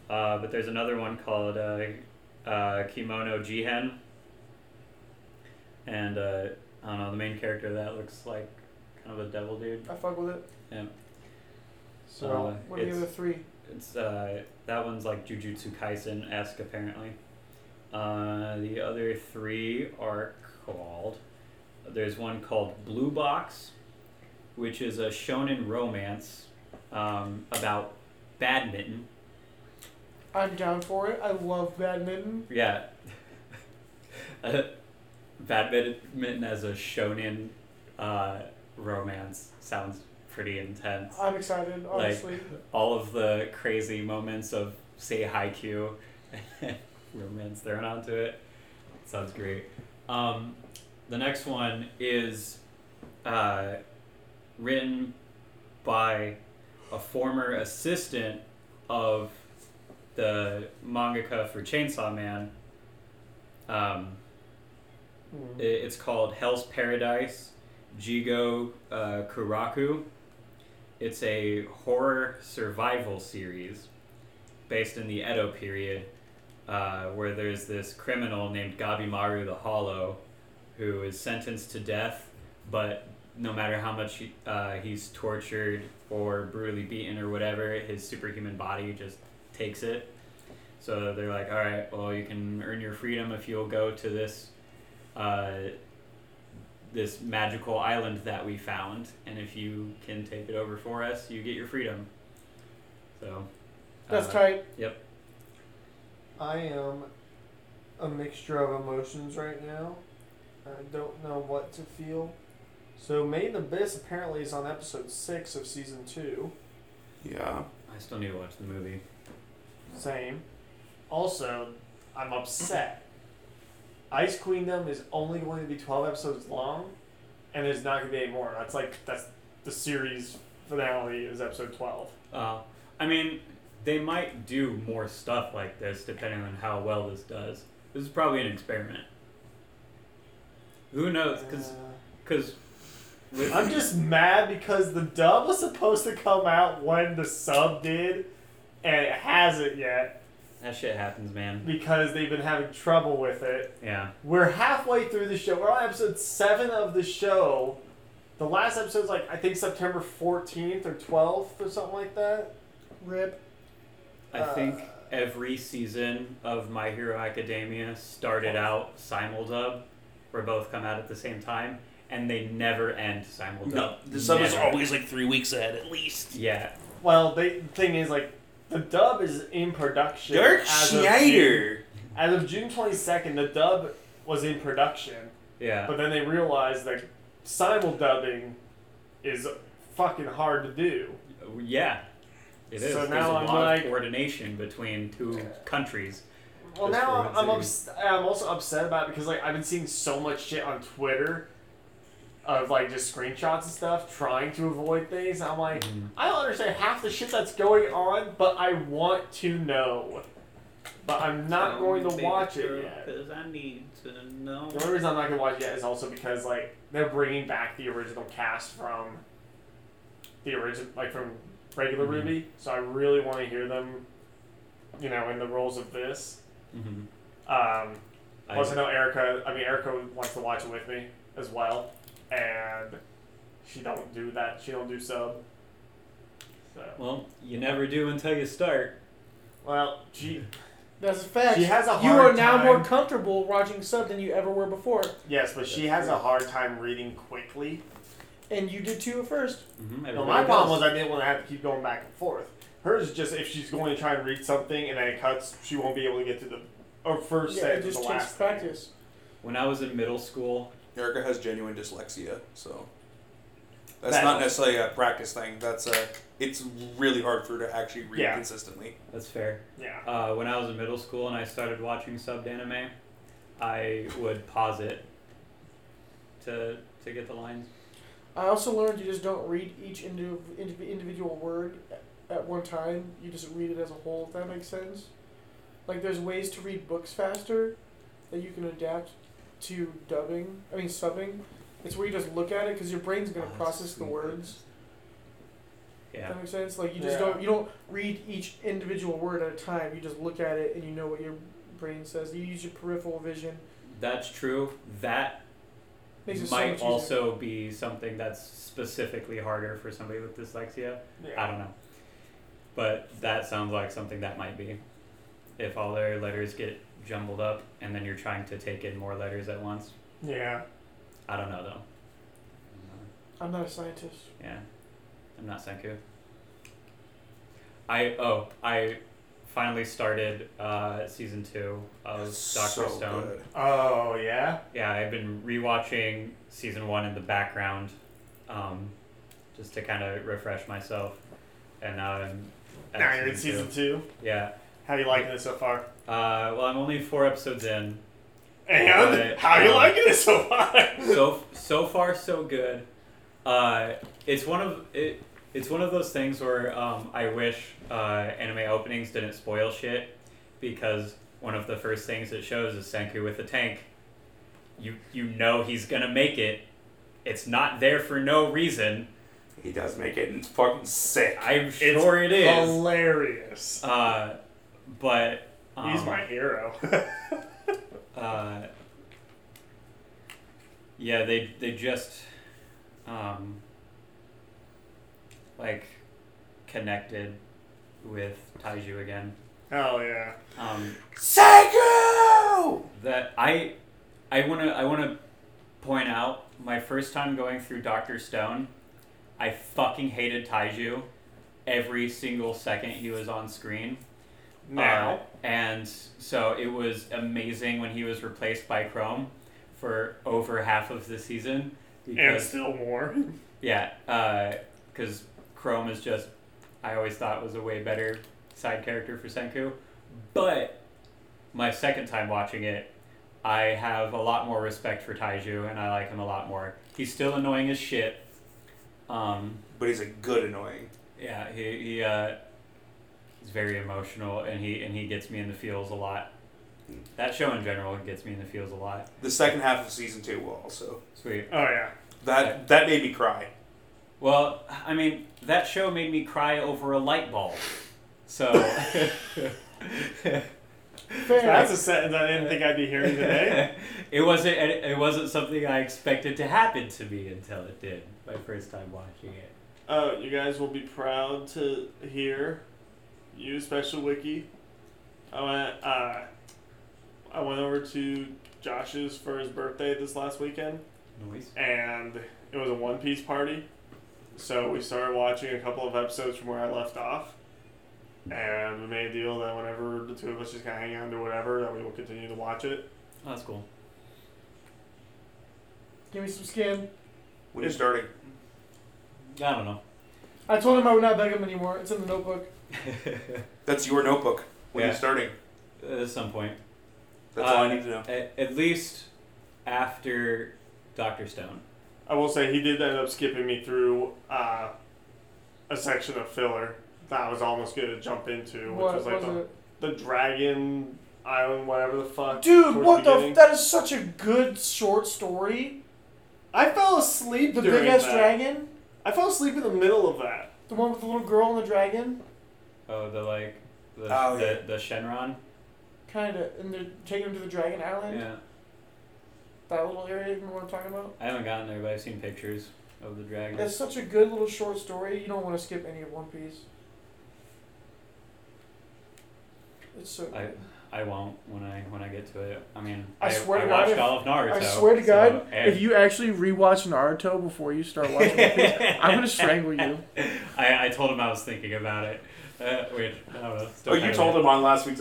[SPEAKER 2] Uh, but there's another one called uh, uh, Kimono Jihen. And uh, I don't know, the main character of that looks like kind of a devil dude.
[SPEAKER 1] I fuck with it.
[SPEAKER 4] Um,
[SPEAKER 3] So
[SPEAKER 2] Uh,
[SPEAKER 1] What are the
[SPEAKER 2] it's
[SPEAKER 1] other three?
[SPEAKER 2] it's uh, that one's like Jujutsu Kaisen esque apparently. Uh, the other three are called. There's one called Blue Box, which is a shonen romance um, about badminton.
[SPEAKER 1] I'm down for it. I love badminton.
[SPEAKER 2] Yeah, Uh, badminton as a shonen uh, romance sounds pretty intense.
[SPEAKER 1] I'm excited, honestly.
[SPEAKER 2] all of the crazy moments of say haiku romance thrown onto it sounds great um, the next one is uh, written by a former assistant of the mangaka for Chainsaw Man. Um, i- it's called Hell's Paradise, Jigo uh, Kuraku. It's a horror survival series based in the Edo period, uh, where there's this criminal named Gabimaru the Hollow who is sentenced to death, but no matter how much he, uh, he's tortured or brutally beaten or whatever, his superhuman body just takes it. So they're like, all right, well, you can earn your freedom if you'll go to this uh, this magical island that we found, and if you can take it over for us, you get your freedom. So
[SPEAKER 1] That's
[SPEAKER 2] uh,
[SPEAKER 1] tight.
[SPEAKER 3] I am a mixture of emotions right now. I don't know what to feel. So, Made in Abyss apparently is on episode 6 of season 2.
[SPEAKER 4] Yeah.
[SPEAKER 2] I still need to watch the movie.
[SPEAKER 3] Same. Also, I'm upset. Ice Queendom is only going to be 12 episodes long, and there's not going to be any more. That's like, that's the series finale is episode 12.
[SPEAKER 2] Uh, I mean, they might do more stuff like this depending on how well this does. This is probably an experiment. Who knows? Because
[SPEAKER 3] Uh,
[SPEAKER 2] because
[SPEAKER 3] I'm just mad because the dub was supposed to come out when the sub did, and it hasn't yet
[SPEAKER 2] that shit happens, man.
[SPEAKER 3] because they've been having trouble with it.
[SPEAKER 2] Yeah.
[SPEAKER 3] We're halfway through the show. We're on episode seven of the show. The last episode's like I think September 14th or 12th or something like that.
[SPEAKER 1] Rip.
[SPEAKER 2] I
[SPEAKER 3] Uh.
[SPEAKER 2] think every season of My Hero Academia started out simuldub, where both come out at the same time, and they never end simuldub.
[SPEAKER 5] No, the sub is
[SPEAKER 2] Never.
[SPEAKER 5] always like three weeks ahead at least.
[SPEAKER 2] Yeah,
[SPEAKER 3] Well, they, the thing is like the dub is in production.
[SPEAKER 4] Dark
[SPEAKER 3] as of June-
[SPEAKER 4] Schneider.
[SPEAKER 3] As of June 22nd, the dub was in production.
[SPEAKER 2] yeah.
[SPEAKER 3] But then they realized that simul dubbing is fucking hard to do.
[SPEAKER 2] Yeah, it is.
[SPEAKER 3] So
[SPEAKER 2] There's a
[SPEAKER 3] now I'm
[SPEAKER 2] lot
[SPEAKER 3] like-
[SPEAKER 2] of coordination between two countries.
[SPEAKER 3] Well,
[SPEAKER 2] Just
[SPEAKER 3] now I'm
[SPEAKER 2] for
[SPEAKER 3] I'm,
[SPEAKER 2] instance.
[SPEAKER 3] ups- I'm also upset about it because like I've been seeing so much shit on Twitter of like just screenshots and stuff trying to avoid things. I'm like, I don't understand half the shit that's going on, but I want to know. But I'm not going to watch it yet.
[SPEAKER 2] because I need to know.
[SPEAKER 3] The only reason I'm not gonna watch it yet is also because like they're bringing back the original cast from the original, like from regular
[SPEAKER 2] Mhm.
[SPEAKER 3] Ruby. So I really want to hear them, you know, in the roles of this.
[SPEAKER 2] Mhm.
[SPEAKER 3] Um,
[SPEAKER 2] I-
[SPEAKER 3] plus, I know Erica. I mean, Erica wants to watch it with me as well, and she don't do that. She don't do sub. So
[SPEAKER 2] Well, you never do until you start.
[SPEAKER 3] well, she
[SPEAKER 1] That's a fact.
[SPEAKER 3] She has a
[SPEAKER 1] You
[SPEAKER 3] hard
[SPEAKER 1] are now
[SPEAKER 3] time.
[SPEAKER 1] more comfortable watching sub than you ever were before,
[SPEAKER 3] yes, but she has a hard time reading quickly.
[SPEAKER 1] and you did too at first.
[SPEAKER 2] Mhm,
[SPEAKER 3] No,
[SPEAKER 2] everybody
[SPEAKER 3] my problem
[SPEAKER 2] does.
[SPEAKER 3] was I didn't want to have to keep going back and forth. Hers is just if she's going to try and read something and then it cuts, she won't be able to get to the or first
[SPEAKER 1] yeah, it
[SPEAKER 3] sentence
[SPEAKER 1] just
[SPEAKER 3] to the
[SPEAKER 1] takes
[SPEAKER 3] last thing.
[SPEAKER 1] practice.
[SPEAKER 2] when I was in middle school.
[SPEAKER 4] Erica has genuine dyslexia, so that's
[SPEAKER 3] That
[SPEAKER 4] not
[SPEAKER 3] helps.
[SPEAKER 4] necessarily a practice thing. That's a. It's really hard for her to actually read
[SPEAKER 3] Yeah.
[SPEAKER 4] consistently.
[SPEAKER 2] That's fair.
[SPEAKER 3] Yeah.
[SPEAKER 2] Uh, when I was in middle school and I started watching subbed anime, I would pause it to to get the lines.
[SPEAKER 1] I also learned you just don't read each indi- indi- individual word at one time. You just read it as a whole. If that makes sense. Like there's ways to read books faster that you can adapt to dubbing. I mean subbing. It's where you just look at it because your brain's gonna
[SPEAKER 2] Oh,
[SPEAKER 1] process the
[SPEAKER 2] sweet.
[SPEAKER 1] words. If
[SPEAKER 2] Yeah.
[SPEAKER 1] That makes sense. Like you just
[SPEAKER 3] Yeah.
[SPEAKER 1] don't you don't read each individual word at a time. You just look at it and you know what your brain says. You use your peripheral vision.
[SPEAKER 2] That's true. That
[SPEAKER 1] Makes it so much
[SPEAKER 2] might
[SPEAKER 1] easier.
[SPEAKER 2] also be something that's specifically harder for somebody with dyslexia. I
[SPEAKER 3] yeah.
[SPEAKER 2] don't know. But that sounds like something that might be. If all their letters get jumbled up and then you're trying to take in more letters at once.
[SPEAKER 3] Yeah.
[SPEAKER 2] I don't know though.
[SPEAKER 1] I'm not a scientist.
[SPEAKER 2] Yeah. I'm not Senku. I oh, I finally started uh, season two of Doctor
[SPEAKER 4] so
[SPEAKER 2] Stone.
[SPEAKER 4] good.
[SPEAKER 3] Oh yeah.
[SPEAKER 2] Yeah, I've been rewatching season one in the background, um, just to kind of refresh myself. And now I'm at
[SPEAKER 3] now you're in season two.
[SPEAKER 2] two. Yeah.
[SPEAKER 3] How you liking it so far?
[SPEAKER 2] Uh, well, I'm only four episodes in.
[SPEAKER 3] And
[SPEAKER 2] Right.
[SPEAKER 3] how you
[SPEAKER 2] Um,
[SPEAKER 3] liking it so far?
[SPEAKER 2] So so far so good. Uh, it's one of it. It's one of those things where um, I wish uh, anime openings didn't spoil shit because one of the first things it shows is Senku with a tank. You you know he's gonna make it. It's not there for no reason.
[SPEAKER 4] He does make it, and it's fucking sick.
[SPEAKER 2] I'm sure it is.
[SPEAKER 3] Hilarious.
[SPEAKER 2] Uh, but um,
[SPEAKER 3] He's my hero.
[SPEAKER 2] uh, yeah, they they just um, like connected with Taiju again.
[SPEAKER 3] Hell yeah.
[SPEAKER 2] Um,
[SPEAKER 4] Psycho!
[SPEAKER 2] that I I want to I want to point out my first time going through Doctor Stone, I fucking hated Taiju every single second he was on screen.
[SPEAKER 3] Now.
[SPEAKER 2] Uh, and so it was amazing when he was replaced by Chrome for over half of the season.
[SPEAKER 3] and
[SPEAKER 2] Because,
[SPEAKER 3] still more. Oh,
[SPEAKER 2] yeah, because Chrome is just, I always thought was a way better side character for Senku. But my second time watching it, I have a lot more respect for Taiju and I like him a lot more. He's still annoying as shit. Um,
[SPEAKER 4] But he's a good annoying.
[SPEAKER 2] yeah, he he uh, he's very emotional, and he and he gets me in the feels a lot. That show in general gets me in the feels a lot.
[SPEAKER 4] The second half of season two will also.
[SPEAKER 2] Sweet.
[SPEAKER 3] Oh yeah.
[SPEAKER 4] That that made me cry.
[SPEAKER 2] Well, I mean, that show made me cry over a light bulb. So
[SPEAKER 1] Fair.
[SPEAKER 3] That's a sentence I didn't think I'd be hearing today.
[SPEAKER 2] it wasn't it wasn't something I expected to happen to me until it did. My first time watching it.
[SPEAKER 3] Oh, you guys will be proud to hear you, Special Wiki. I went, uh, I went over to Josh's for his birthday this last weekend,
[SPEAKER 2] Noise.
[SPEAKER 3] and it was a One Piece party. So we started watching a couple of episodes from where I left off, and we made a deal that whenever the two of us just kind of hang out and do whatever, that we will continue to watch it.
[SPEAKER 2] Oh, that's cool.
[SPEAKER 1] Give me some skin.
[SPEAKER 4] When you're starting.
[SPEAKER 2] I don't know.
[SPEAKER 1] I told him I would not beg him anymore. It's in the notebook.
[SPEAKER 4] That's your notebook. When
[SPEAKER 2] Yeah.
[SPEAKER 4] you're starting.
[SPEAKER 2] At some point.
[SPEAKER 4] That's all
[SPEAKER 2] Uh,
[SPEAKER 4] I need to know.
[SPEAKER 2] At, at least after Doctor Stone.
[SPEAKER 3] I will say he did end up skipping me through uh, a section of filler that I was almost going to jump into, which
[SPEAKER 1] What
[SPEAKER 3] was
[SPEAKER 1] was
[SPEAKER 3] like the,
[SPEAKER 1] it?
[SPEAKER 3] the Dragon Island, whatever the fuck.
[SPEAKER 1] Dude,
[SPEAKER 3] towards
[SPEAKER 1] what the?
[SPEAKER 3] beginning.
[SPEAKER 1] F- that is such a good short story.
[SPEAKER 3] I fell asleep
[SPEAKER 1] The
[SPEAKER 3] during
[SPEAKER 1] big ass
[SPEAKER 3] that.
[SPEAKER 1] dragon,
[SPEAKER 3] I fell asleep in the middle of that.
[SPEAKER 1] the one with the little girl and the dragon,
[SPEAKER 2] Oh, the like the
[SPEAKER 4] Oh,
[SPEAKER 2] the,
[SPEAKER 4] yeah.
[SPEAKER 2] the Shenron.
[SPEAKER 1] kind of, and they're taking him to the dragon island.
[SPEAKER 2] Yeah,
[SPEAKER 1] That little area. Remember what I'm talking about?
[SPEAKER 2] I haven't gotten there, but I've seen pictures of the dragon.
[SPEAKER 1] That's such a good little short story. You don't want to skip any of One Piece. It's so.
[SPEAKER 2] I I won't when I when I get to it. I mean,
[SPEAKER 1] I
[SPEAKER 2] I,
[SPEAKER 1] swear
[SPEAKER 2] I
[SPEAKER 1] to God,
[SPEAKER 2] watched
[SPEAKER 1] if-
[SPEAKER 2] all of Naruto.
[SPEAKER 1] I swear to God,
[SPEAKER 2] so,
[SPEAKER 1] if you actually rewatch Naruto before you start watching One Piece, I'm gonna strangle you.
[SPEAKER 2] I, I told him I was thinking about it. Uh, which I don't know.
[SPEAKER 4] Oh, you told him on last week's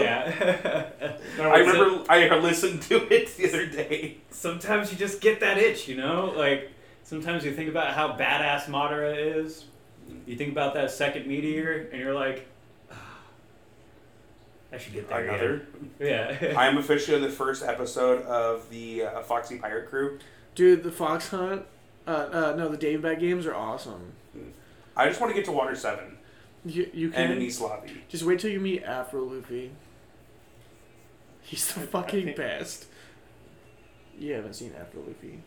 [SPEAKER 2] Yeah.
[SPEAKER 3] That
[SPEAKER 4] I
[SPEAKER 3] was it.
[SPEAKER 4] remember I listened to it the other day.
[SPEAKER 2] sometimes you just get that itch, you know? Like, sometimes you think about how badass Madara is. You think about that second meteor, and you're like, "Ah, I should
[SPEAKER 1] Oh,
[SPEAKER 2] get there.
[SPEAKER 4] Another.
[SPEAKER 2] again." Yeah.
[SPEAKER 4] I am officially the first episode of the uh, Foxy Pirate Crew.
[SPEAKER 1] Dude, the Fox Hunt, uh, uh, no, the Dave Back games are awesome.
[SPEAKER 4] I just want to get to Water 7
[SPEAKER 1] You, you
[SPEAKER 4] and an
[SPEAKER 1] can
[SPEAKER 4] East Lobby.
[SPEAKER 1] just wait till you meet Afro Luffy. He's the fucking
[SPEAKER 3] think-
[SPEAKER 1] best. You haven't seen Afro Luffy.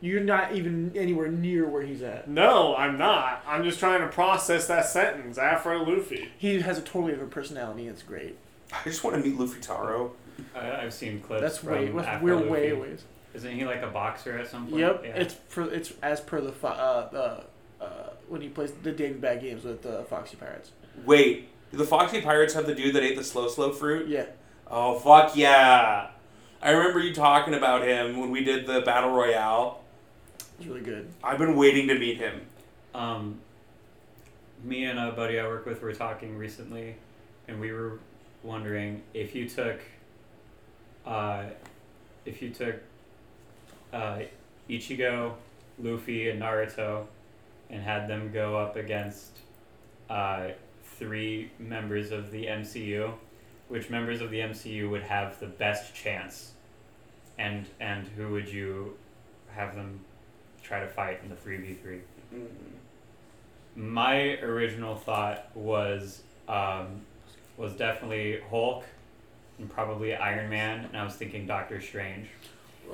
[SPEAKER 1] You're not even anywhere near where he's at.
[SPEAKER 3] No, I'm not. I'm just trying to process that sentence. Afro Luffy.
[SPEAKER 1] He has a totally different personality. and It's great.
[SPEAKER 4] I just want to meet Luffy Taro.
[SPEAKER 2] I, I've seen clips.
[SPEAKER 1] That's
[SPEAKER 2] from
[SPEAKER 1] way. That's,
[SPEAKER 2] Afro
[SPEAKER 1] we're
[SPEAKER 2] Luffy.
[SPEAKER 1] way away.
[SPEAKER 2] Isn't he like a boxer at some point?
[SPEAKER 1] Yep.
[SPEAKER 2] Yeah.
[SPEAKER 1] It's for, it's as per the fo- uh, uh, uh, when he plays the Dave Back games with the Foxy Pirates.
[SPEAKER 4] Wait, do the Foxy Pirates have the dude that ate the slow slow fruit?
[SPEAKER 1] Yeah.
[SPEAKER 4] Oh fuck yeah! I remember you talking about him when we did the battle royale.
[SPEAKER 1] It's really good.
[SPEAKER 4] I've been waiting to meet him.
[SPEAKER 2] um, me and a buddy I work with were talking recently, and we were wondering if you took, uh, if you took uh, Ichigo, Luffy, and Naruto, and had them go up against uh, three members of the MCU, which members of the MCU would have the best chance, and and who would you have them try to fight in the three v three?
[SPEAKER 4] Mm.
[SPEAKER 2] my original thought was um, was definitely Hulk and probably Iron Man, and I was thinking Doctor Strange.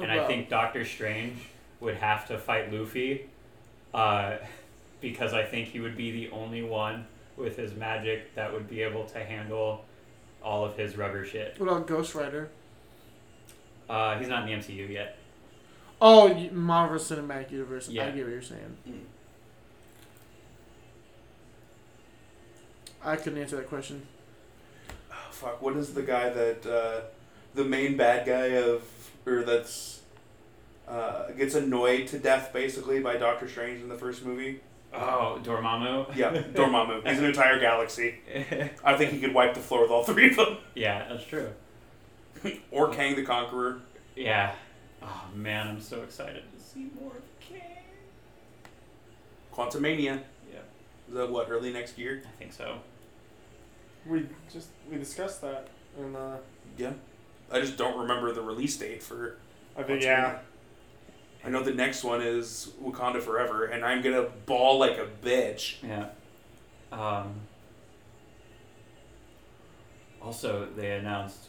[SPEAKER 2] And I
[SPEAKER 1] Well,
[SPEAKER 2] think Doctor Strange would have to fight Luffy uh, because I think he would be the only one with his magic that would be able to handle all of his rubber shit.
[SPEAKER 1] What about Ghost Rider?
[SPEAKER 2] Uh, he's not in the MCU yet.
[SPEAKER 1] Oh, y- Marvel Cinematic Universe. I
[SPEAKER 2] Yeah.
[SPEAKER 1] get what you're saying.
[SPEAKER 4] Mm.
[SPEAKER 1] I couldn't answer that question.
[SPEAKER 4] Oh, fuck, what is the guy that uh, the main bad guy of or that's uh, gets annoyed to death basically by Doctor Strange in the first movie?
[SPEAKER 2] Oh, Dormammu.
[SPEAKER 4] Yeah, Dormammu. He's an entire galaxy. I think he could wipe the floor with all three of them.
[SPEAKER 2] yeah, that's true.
[SPEAKER 4] Or Kang the Conqueror.
[SPEAKER 2] Yeah. Oh man, I'm so excited to see more of Kang.
[SPEAKER 4] Quantumania.
[SPEAKER 2] Yeah,
[SPEAKER 4] Is that what, early next year?
[SPEAKER 2] I think so.
[SPEAKER 3] We just we discussed that, and uh,
[SPEAKER 4] Yeah. Uh, I just don't remember the release date for
[SPEAKER 3] I think yeah.
[SPEAKER 4] I know the next one is Wakanda Forever, and I'm gonna ball like a bitch.
[SPEAKER 2] Yeah. Um, also, they announced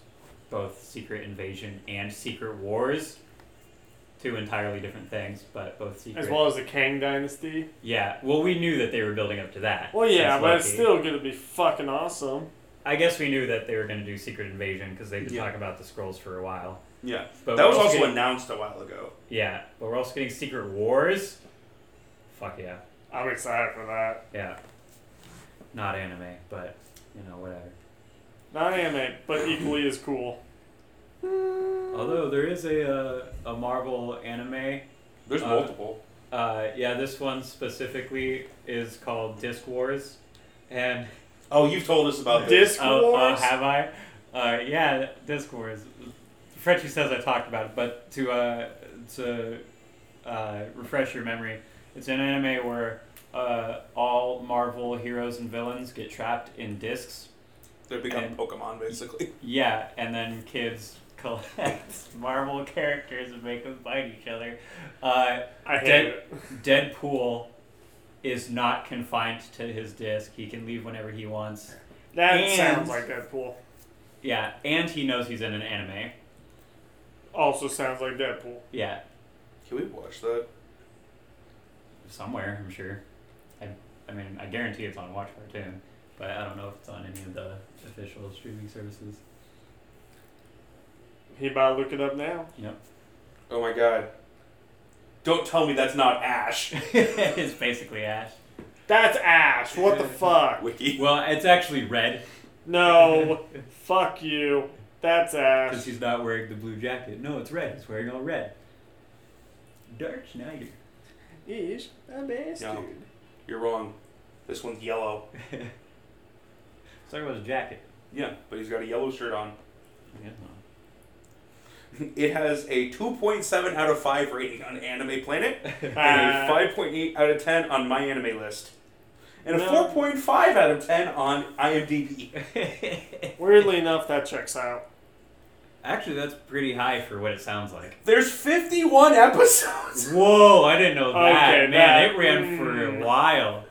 [SPEAKER 2] both Secret Invasion and Secret Wars, two entirely different things, but both secret.
[SPEAKER 3] As well as the Kang Dynasty.
[SPEAKER 2] Yeah. Well, we knew that they were building up to that.
[SPEAKER 3] Well, yeah,
[SPEAKER 2] since
[SPEAKER 3] but it's
[SPEAKER 2] Loki.
[SPEAKER 3] still gonna be fucking awesome.
[SPEAKER 2] I guess we knew that they were going to do Secret Invasion because they did
[SPEAKER 4] Yeah.
[SPEAKER 2] talk about the scrolls for a while.
[SPEAKER 4] Yeah.
[SPEAKER 2] But
[SPEAKER 4] that
[SPEAKER 2] we're
[SPEAKER 4] was also
[SPEAKER 2] getting,
[SPEAKER 4] announced a while ago.
[SPEAKER 2] yeah, but we're also getting Secret Wars. Fuck yeah.
[SPEAKER 3] I'm excited for that.
[SPEAKER 2] Yeah. Not anime, but you know, whatever.
[SPEAKER 3] Not anime, but equally as cool.
[SPEAKER 2] Although there is a uh, a Marvel anime.
[SPEAKER 4] There's
[SPEAKER 2] Uh,
[SPEAKER 4] multiple.
[SPEAKER 2] Uh, yeah, this one specifically is called Disc Wars, and
[SPEAKER 4] Oh, you've told us about this.
[SPEAKER 3] Disc
[SPEAKER 2] oh,
[SPEAKER 3] Wars.
[SPEAKER 2] oh, have I? Uh, yeah, Disc Wars. Frenchie says I talked about it, but to uh, to uh, refresh your memory, it's an anime where uh, all Marvel heroes and villains get trapped in discs
[SPEAKER 4] They become
[SPEAKER 2] and-
[SPEAKER 4] Pokemon, basically.
[SPEAKER 2] Yeah, and then kids collect Marvel characters and make them fight each other. Uh,
[SPEAKER 3] I hate
[SPEAKER 2] Dead-
[SPEAKER 3] it.
[SPEAKER 2] Deadpool is not confined to his disc. He can leave whenever he wants.
[SPEAKER 3] That
[SPEAKER 2] And-
[SPEAKER 3] sounds like Deadpool.
[SPEAKER 2] Yeah, and he knows he's in an anime.
[SPEAKER 3] Also sounds like Deadpool.
[SPEAKER 2] Yeah,
[SPEAKER 4] Can we watch that?
[SPEAKER 2] somewhere, I'm sure. I, I mean, I guarantee it's on Watch Cartoon, but I don't know if it's on any of the official streaming services.
[SPEAKER 3] He about to look it up now.
[SPEAKER 2] Yep.
[SPEAKER 4] Oh my god. Don't tell me that's not Ash.
[SPEAKER 2] it's basically Ash.
[SPEAKER 3] That's Ash. What the fuck?
[SPEAKER 4] Wiki.
[SPEAKER 2] Well, it's actually red
[SPEAKER 3] No. fuck you. That's Ash.
[SPEAKER 2] because he's not wearing the blue jacket. No, it's red. He's wearing all red. Dark Schneider.
[SPEAKER 3] Ish, a bastard.
[SPEAKER 4] You're wrong. This one's yellow.
[SPEAKER 2] Sorry about his jacket.
[SPEAKER 4] Yeah, but he's got a yellow shirt on.
[SPEAKER 2] Yeah.
[SPEAKER 4] It has a 2.7 out of 5 rating on Anime Planet and a
[SPEAKER 3] Ah,
[SPEAKER 4] 5.8 out of 10 on My Anime List. And a
[SPEAKER 3] No.
[SPEAKER 4] 4.5 out of 10 on IMDb.
[SPEAKER 3] weirdly enough, that checks out.
[SPEAKER 2] Actually, that's pretty high for what it sounds like.
[SPEAKER 4] There's 51 episodes.
[SPEAKER 2] Whoa, I didn't know that.
[SPEAKER 3] Okay,
[SPEAKER 2] Man,
[SPEAKER 3] that-
[SPEAKER 2] it ran for
[SPEAKER 3] mm.
[SPEAKER 2] a while.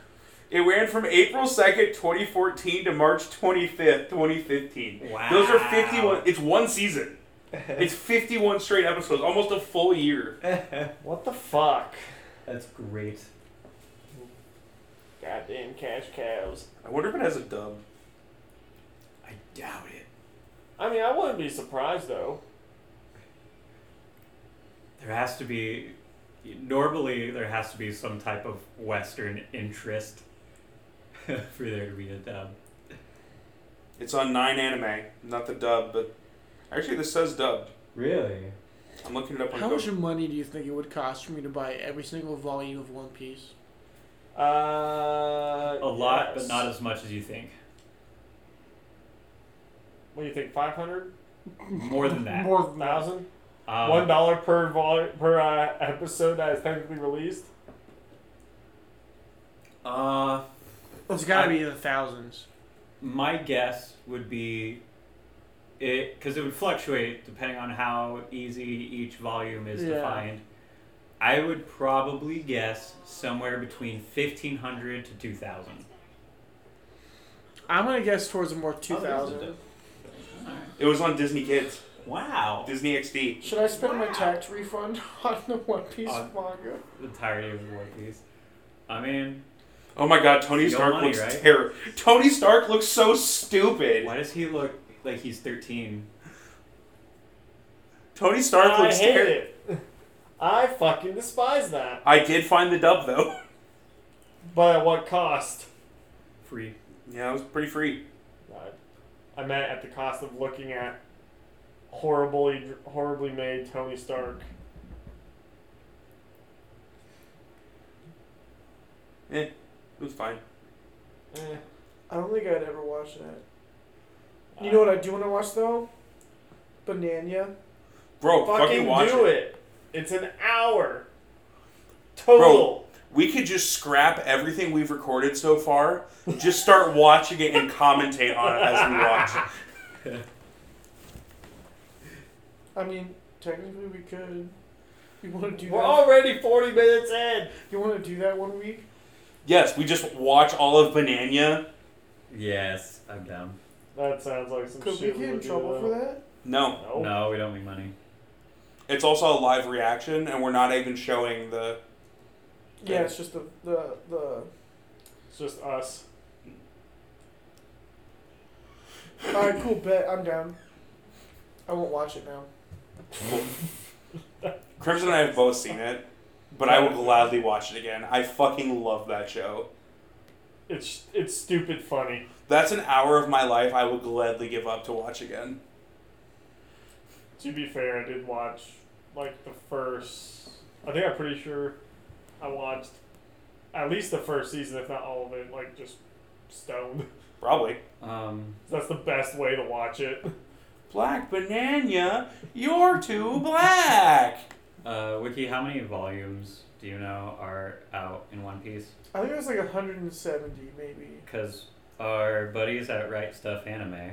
[SPEAKER 4] It ran from April 2nd, 2014 to March 25th, 2015.
[SPEAKER 2] Wow.
[SPEAKER 4] Those are 51. It's one season. It's 51 straight episodes, almost a full year.
[SPEAKER 3] What the fuck?
[SPEAKER 2] That's great.
[SPEAKER 3] Goddamn cash cows.
[SPEAKER 4] I wonder if it has a dub.
[SPEAKER 2] I doubt it.
[SPEAKER 3] I mean, I wouldn't be surprised though.
[SPEAKER 2] There has to be. Normally, there has to be some type of Western interest for there to be a dub.
[SPEAKER 4] It's on 9 anime. Not the dub, but. Actually, this says dubbed.
[SPEAKER 2] Really?
[SPEAKER 4] I'm looking it up on
[SPEAKER 1] How
[SPEAKER 4] Google.
[SPEAKER 1] much money do you think it would cost for me to buy every single volume of One Piece?
[SPEAKER 3] Uh,
[SPEAKER 2] A lot,
[SPEAKER 3] yes.
[SPEAKER 2] but not as much as you think.
[SPEAKER 3] What do you think? Five hundred
[SPEAKER 2] More than that.
[SPEAKER 1] More than that.
[SPEAKER 3] thousand?
[SPEAKER 2] Um,
[SPEAKER 3] One dollar per vol- per uh, episode that is technically released.
[SPEAKER 2] Uh,
[SPEAKER 1] It's got to be in the thousands.
[SPEAKER 2] My guess would be it because it would fluctuate depending on how easy each volume is
[SPEAKER 1] Yeah.
[SPEAKER 2] defined. I would probably guess somewhere between 1500 to 2000.
[SPEAKER 1] I'm gonna guess towards the more 2000.
[SPEAKER 4] It was on Disney Kids,
[SPEAKER 2] Wow.
[SPEAKER 4] Disney XD.
[SPEAKER 1] Should I spend my tax refund on the One Piece
[SPEAKER 2] On-
[SPEAKER 1] manga?
[SPEAKER 2] The entirety of War Piece. I mean,
[SPEAKER 4] Oh my God, Tony
[SPEAKER 2] Yo
[SPEAKER 4] Stark
[SPEAKER 2] money,
[SPEAKER 4] looks
[SPEAKER 2] right?
[SPEAKER 4] terrible. Tony Stark looks so stupid.
[SPEAKER 2] why does he look like he's 13?
[SPEAKER 4] Tony Stark
[SPEAKER 3] I
[SPEAKER 4] looks
[SPEAKER 3] hate
[SPEAKER 4] terrible.
[SPEAKER 3] it. I fucking despise that.
[SPEAKER 4] I did find the dub though.
[SPEAKER 3] But at what cost?
[SPEAKER 2] Free.
[SPEAKER 4] Yeah, it was pretty free.
[SPEAKER 3] I- I meant at the cost of looking at horribly, horribly made Tony Stark.
[SPEAKER 4] It was fine.
[SPEAKER 3] Eh,
[SPEAKER 1] I don't think I'd ever watch that. You know what
[SPEAKER 3] Uh,
[SPEAKER 1] I do want to watch though? Banania.
[SPEAKER 4] Bro, fucking,
[SPEAKER 3] Fucking,
[SPEAKER 4] watch
[SPEAKER 3] do
[SPEAKER 4] it.
[SPEAKER 3] it. It's an hour total.
[SPEAKER 4] We could just scrap everything we've recorded so far, just start watching it and commentate on it as we watch.
[SPEAKER 1] I mean, technically we could. You want to do
[SPEAKER 3] We're
[SPEAKER 1] that?
[SPEAKER 3] already forty minutes in.
[SPEAKER 1] You want to do that one week?
[SPEAKER 4] Yes, we just watch all of Banania.
[SPEAKER 2] Yes, I'm down.
[SPEAKER 3] That sounds like some
[SPEAKER 1] Could we
[SPEAKER 3] shit.
[SPEAKER 1] get in
[SPEAKER 3] would do,
[SPEAKER 1] trouble for
[SPEAKER 3] though.
[SPEAKER 1] that?
[SPEAKER 4] No,
[SPEAKER 3] No.
[SPEAKER 2] No, we don't make money.
[SPEAKER 4] it's also a live reaction, and we're not even showing the.
[SPEAKER 1] Yeah, it's just the the the.
[SPEAKER 3] It's just us.
[SPEAKER 1] All right, cool bet. I'm down. I won't watch it now.
[SPEAKER 4] Crimson and I have both seen it, but I will gladly watch it again. I fucking love that show.
[SPEAKER 3] It's it's stupid funny.
[SPEAKER 4] That's an hour of my life I will gladly give up to watch again.
[SPEAKER 3] To be fair, I did watch like the first. I think I'm pretty sure I watched at least the first season, if not all of it, like just stoned.
[SPEAKER 4] Probably.
[SPEAKER 2] Um,
[SPEAKER 3] That's the best way to watch it.
[SPEAKER 4] Black Banania, you're too black.
[SPEAKER 2] uh, Wiki, how many volumes do you know are out in One Piece?
[SPEAKER 1] I think it was like 170 maybe.
[SPEAKER 2] Because our buddies at Right Stuff Anime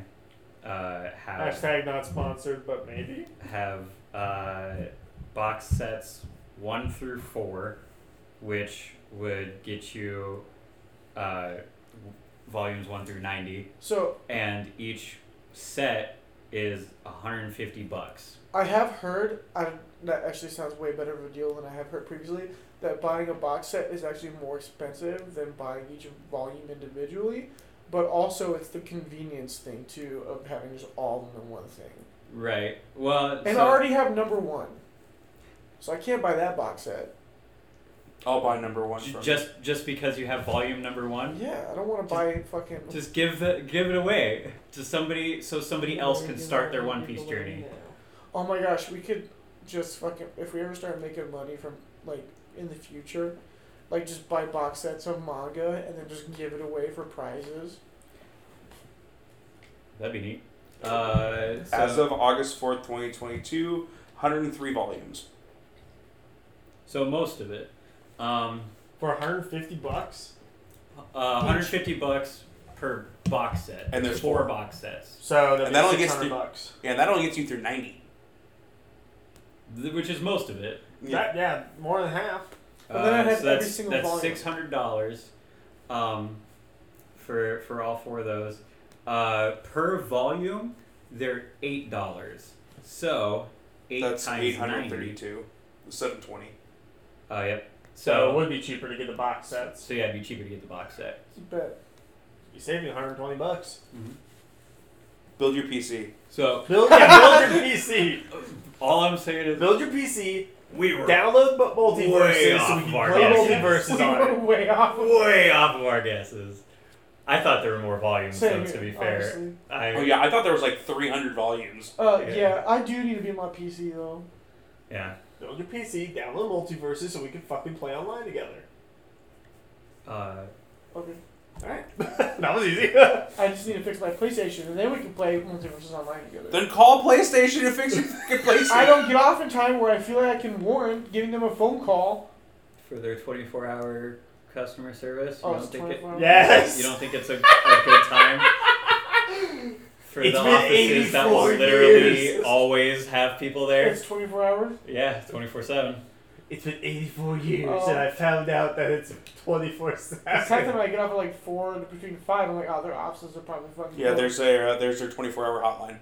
[SPEAKER 2] uh, have
[SPEAKER 3] Hashtag not sponsored, but maybe.
[SPEAKER 2] have uh, box sets one through four, which would get you uh, w- volumes one through ninety,
[SPEAKER 1] So
[SPEAKER 2] and each set is hundred and fifty bucks.
[SPEAKER 1] I have heard. I that actually sounds way better of a deal than I have heard previously. That buying a box set is actually more expensive than buying each volume individually, but also it's the convenience thing too of having just all of them in one thing.
[SPEAKER 2] Right. Well,
[SPEAKER 1] And I already have number one, so I can't buy that box set.
[SPEAKER 4] I'll buy number one. From
[SPEAKER 2] just just because you have volume number one.
[SPEAKER 1] Yeah, I don't want to buy fucking.
[SPEAKER 2] Just give the, give it away to somebody so somebody else can start their One Piece journey.
[SPEAKER 1] Oh my gosh, we could just fucking if we ever start making money from like in the future, like just buy box sets of manga and then just give it away for prizes.
[SPEAKER 2] That'd be neat. Uh, so,
[SPEAKER 4] As of August 4th, 2022, 103 volumes.
[SPEAKER 2] so most of it. Um,
[SPEAKER 3] For 150 bucks?
[SPEAKER 2] Uh, 150 bucks per box set.
[SPEAKER 4] And there's
[SPEAKER 2] four
[SPEAKER 4] four.
[SPEAKER 2] box sets,
[SPEAKER 3] So that'd
[SPEAKER 4] And
[SPEAKER 3] be
[SPEAKER 4] that only gets
[SPEAKER 3] 600
[SPEAKER 4] the-
[SPEAKER 3] bucks.
[SPEAKER 4] Yeah, that only gets you through 90.
[SPEAKER 2] th- which is most of it.
[SPEAKER 4] Yeah.
[SPEAKER 3] That, yeah, more than half.
[SPEAKER 1] But then I'd
[SPEAKER 2] Uh,
[SPEAKER 1] have
[SPEAKER 2] so
[SPEAKER 1] every
[SPEAKER 2] that's,
[SPEAKER 1] single
[SPEAKER 2] that's
[SPEAKER 1] volume.
[SPEAKER 2] six hundred dollars, um, for for all four of those. Uh, per volume, they're eight dollars. So eight
[SPEAKER 4] That's
[SPEAKER 2] times ninety.
[SPEAKER 4] 832. 720.
[SPEAKER 2] Uh, yep.
[SPEAKER 3] So, it
[SPEAKER 2] So
[SPEAKER 3] would be cheaper to get the box sets.
[SPEAKER 2] so yeah, it'd be cheaper to get the box set.
[SPEAKER 1] But
[SPEAKER 3] You save me 120 bucks.
[SPEAKER 4] Build your PC.
[SPEAKER 2] So
[SPEAKER 3] Build, yeah, build your PC.
[SPEAKER 2] all I'm saying is
[SPEAKER 3] Build your PC.
[SPEAKER 2] we were
[SPEAKER 3] Download bu-
[SPEAKER 2] Way
[SPEAKER 3] multiverses so
[SPEAKER 2] off
[SPEAKER 3] we can
[SPEAKER 2] our
[SPEAKER 3] play
[SPEAKER 2] guess.
[SPEAKER 3] multiverses
[SPEAKER 1] we
[SPEAKER 3] on
[SPEAKER 1] were
[SPEAKER 3] it.
[SPEAKER 1] way off.
[SPEAKER 2] way off of our guesses. I thought there were more volumes,
[SPEAKER 1] Same
[SPEAKER 2] though, to be
[SPEAKER 1] here,
[SPEAKER 2] fair.
[SPEAKER 1] honestly.
[SPEAKER 2] I,
[SPEAKER 4] Oh, yeah, I thought there was like 300 volumes.
[SPEAKER 1] Uh,
[SPEAKER 2] Yeah.
[SPEAKER 1] yeah. I do need to be on my PC though.
[SPEAKER 2] yeah.
[SPEAKER 3] Build your PC. Download multiverses so we can fucking play online together.
[SPEAKER 2] Uh,
[SPEAKER 1] Okay,
[SPEAKER 3] All right, that was easy.
[SPEAKER 1] I just need to fix my PlayStation and then we can play multiverses online together.
[SPEAKER 4] Then call PlayStation and fix your fucking PlayStation.
[SPEAKER 1] I don't get off in time where I feel like I can warrant giving them a phone call.
[SPEAKER 2] for their 24 hour customer service. You
[SPEAKER 1] Oh,
[SPEAKER 2] don't
[SPEAKER 1] it's
[SPEAKER 2] think it,
[SPEAKER 1] 24
[SPEAKER 3] yes.
[SPEAKER 2] you don't think it's a, a good time for
[SPEAKER 3] It's
[SPEAKER 2] the
[SPEAKER 3] been
[SPEAKER 2] offices that
[SPEAKER 3] 84
[SPEAKER 2] literally
[SPEAKER 3] years.
[SPEAKER 2] always have people there?
[SPEAKER 1] It's 24 hours.
[SPEAKER 2] Yeah, 24 7.
[SPEAKER 3] It's been 84 years,
[SPEAKER 1] Oh.
[SPEAKER 3] and I found out that it's 24
[SPEAKER 1] It's not that
[SPEAKER 3] 7.
[SPEAKER 1] I get off at like four and between five. I'm like, oh, their offices are probably fucking.
[SPEAKER 4] Yeah,
[SPEAKER 1] closed."
[SPEAKER 4] there's their uh, there's their 24 hour hotline.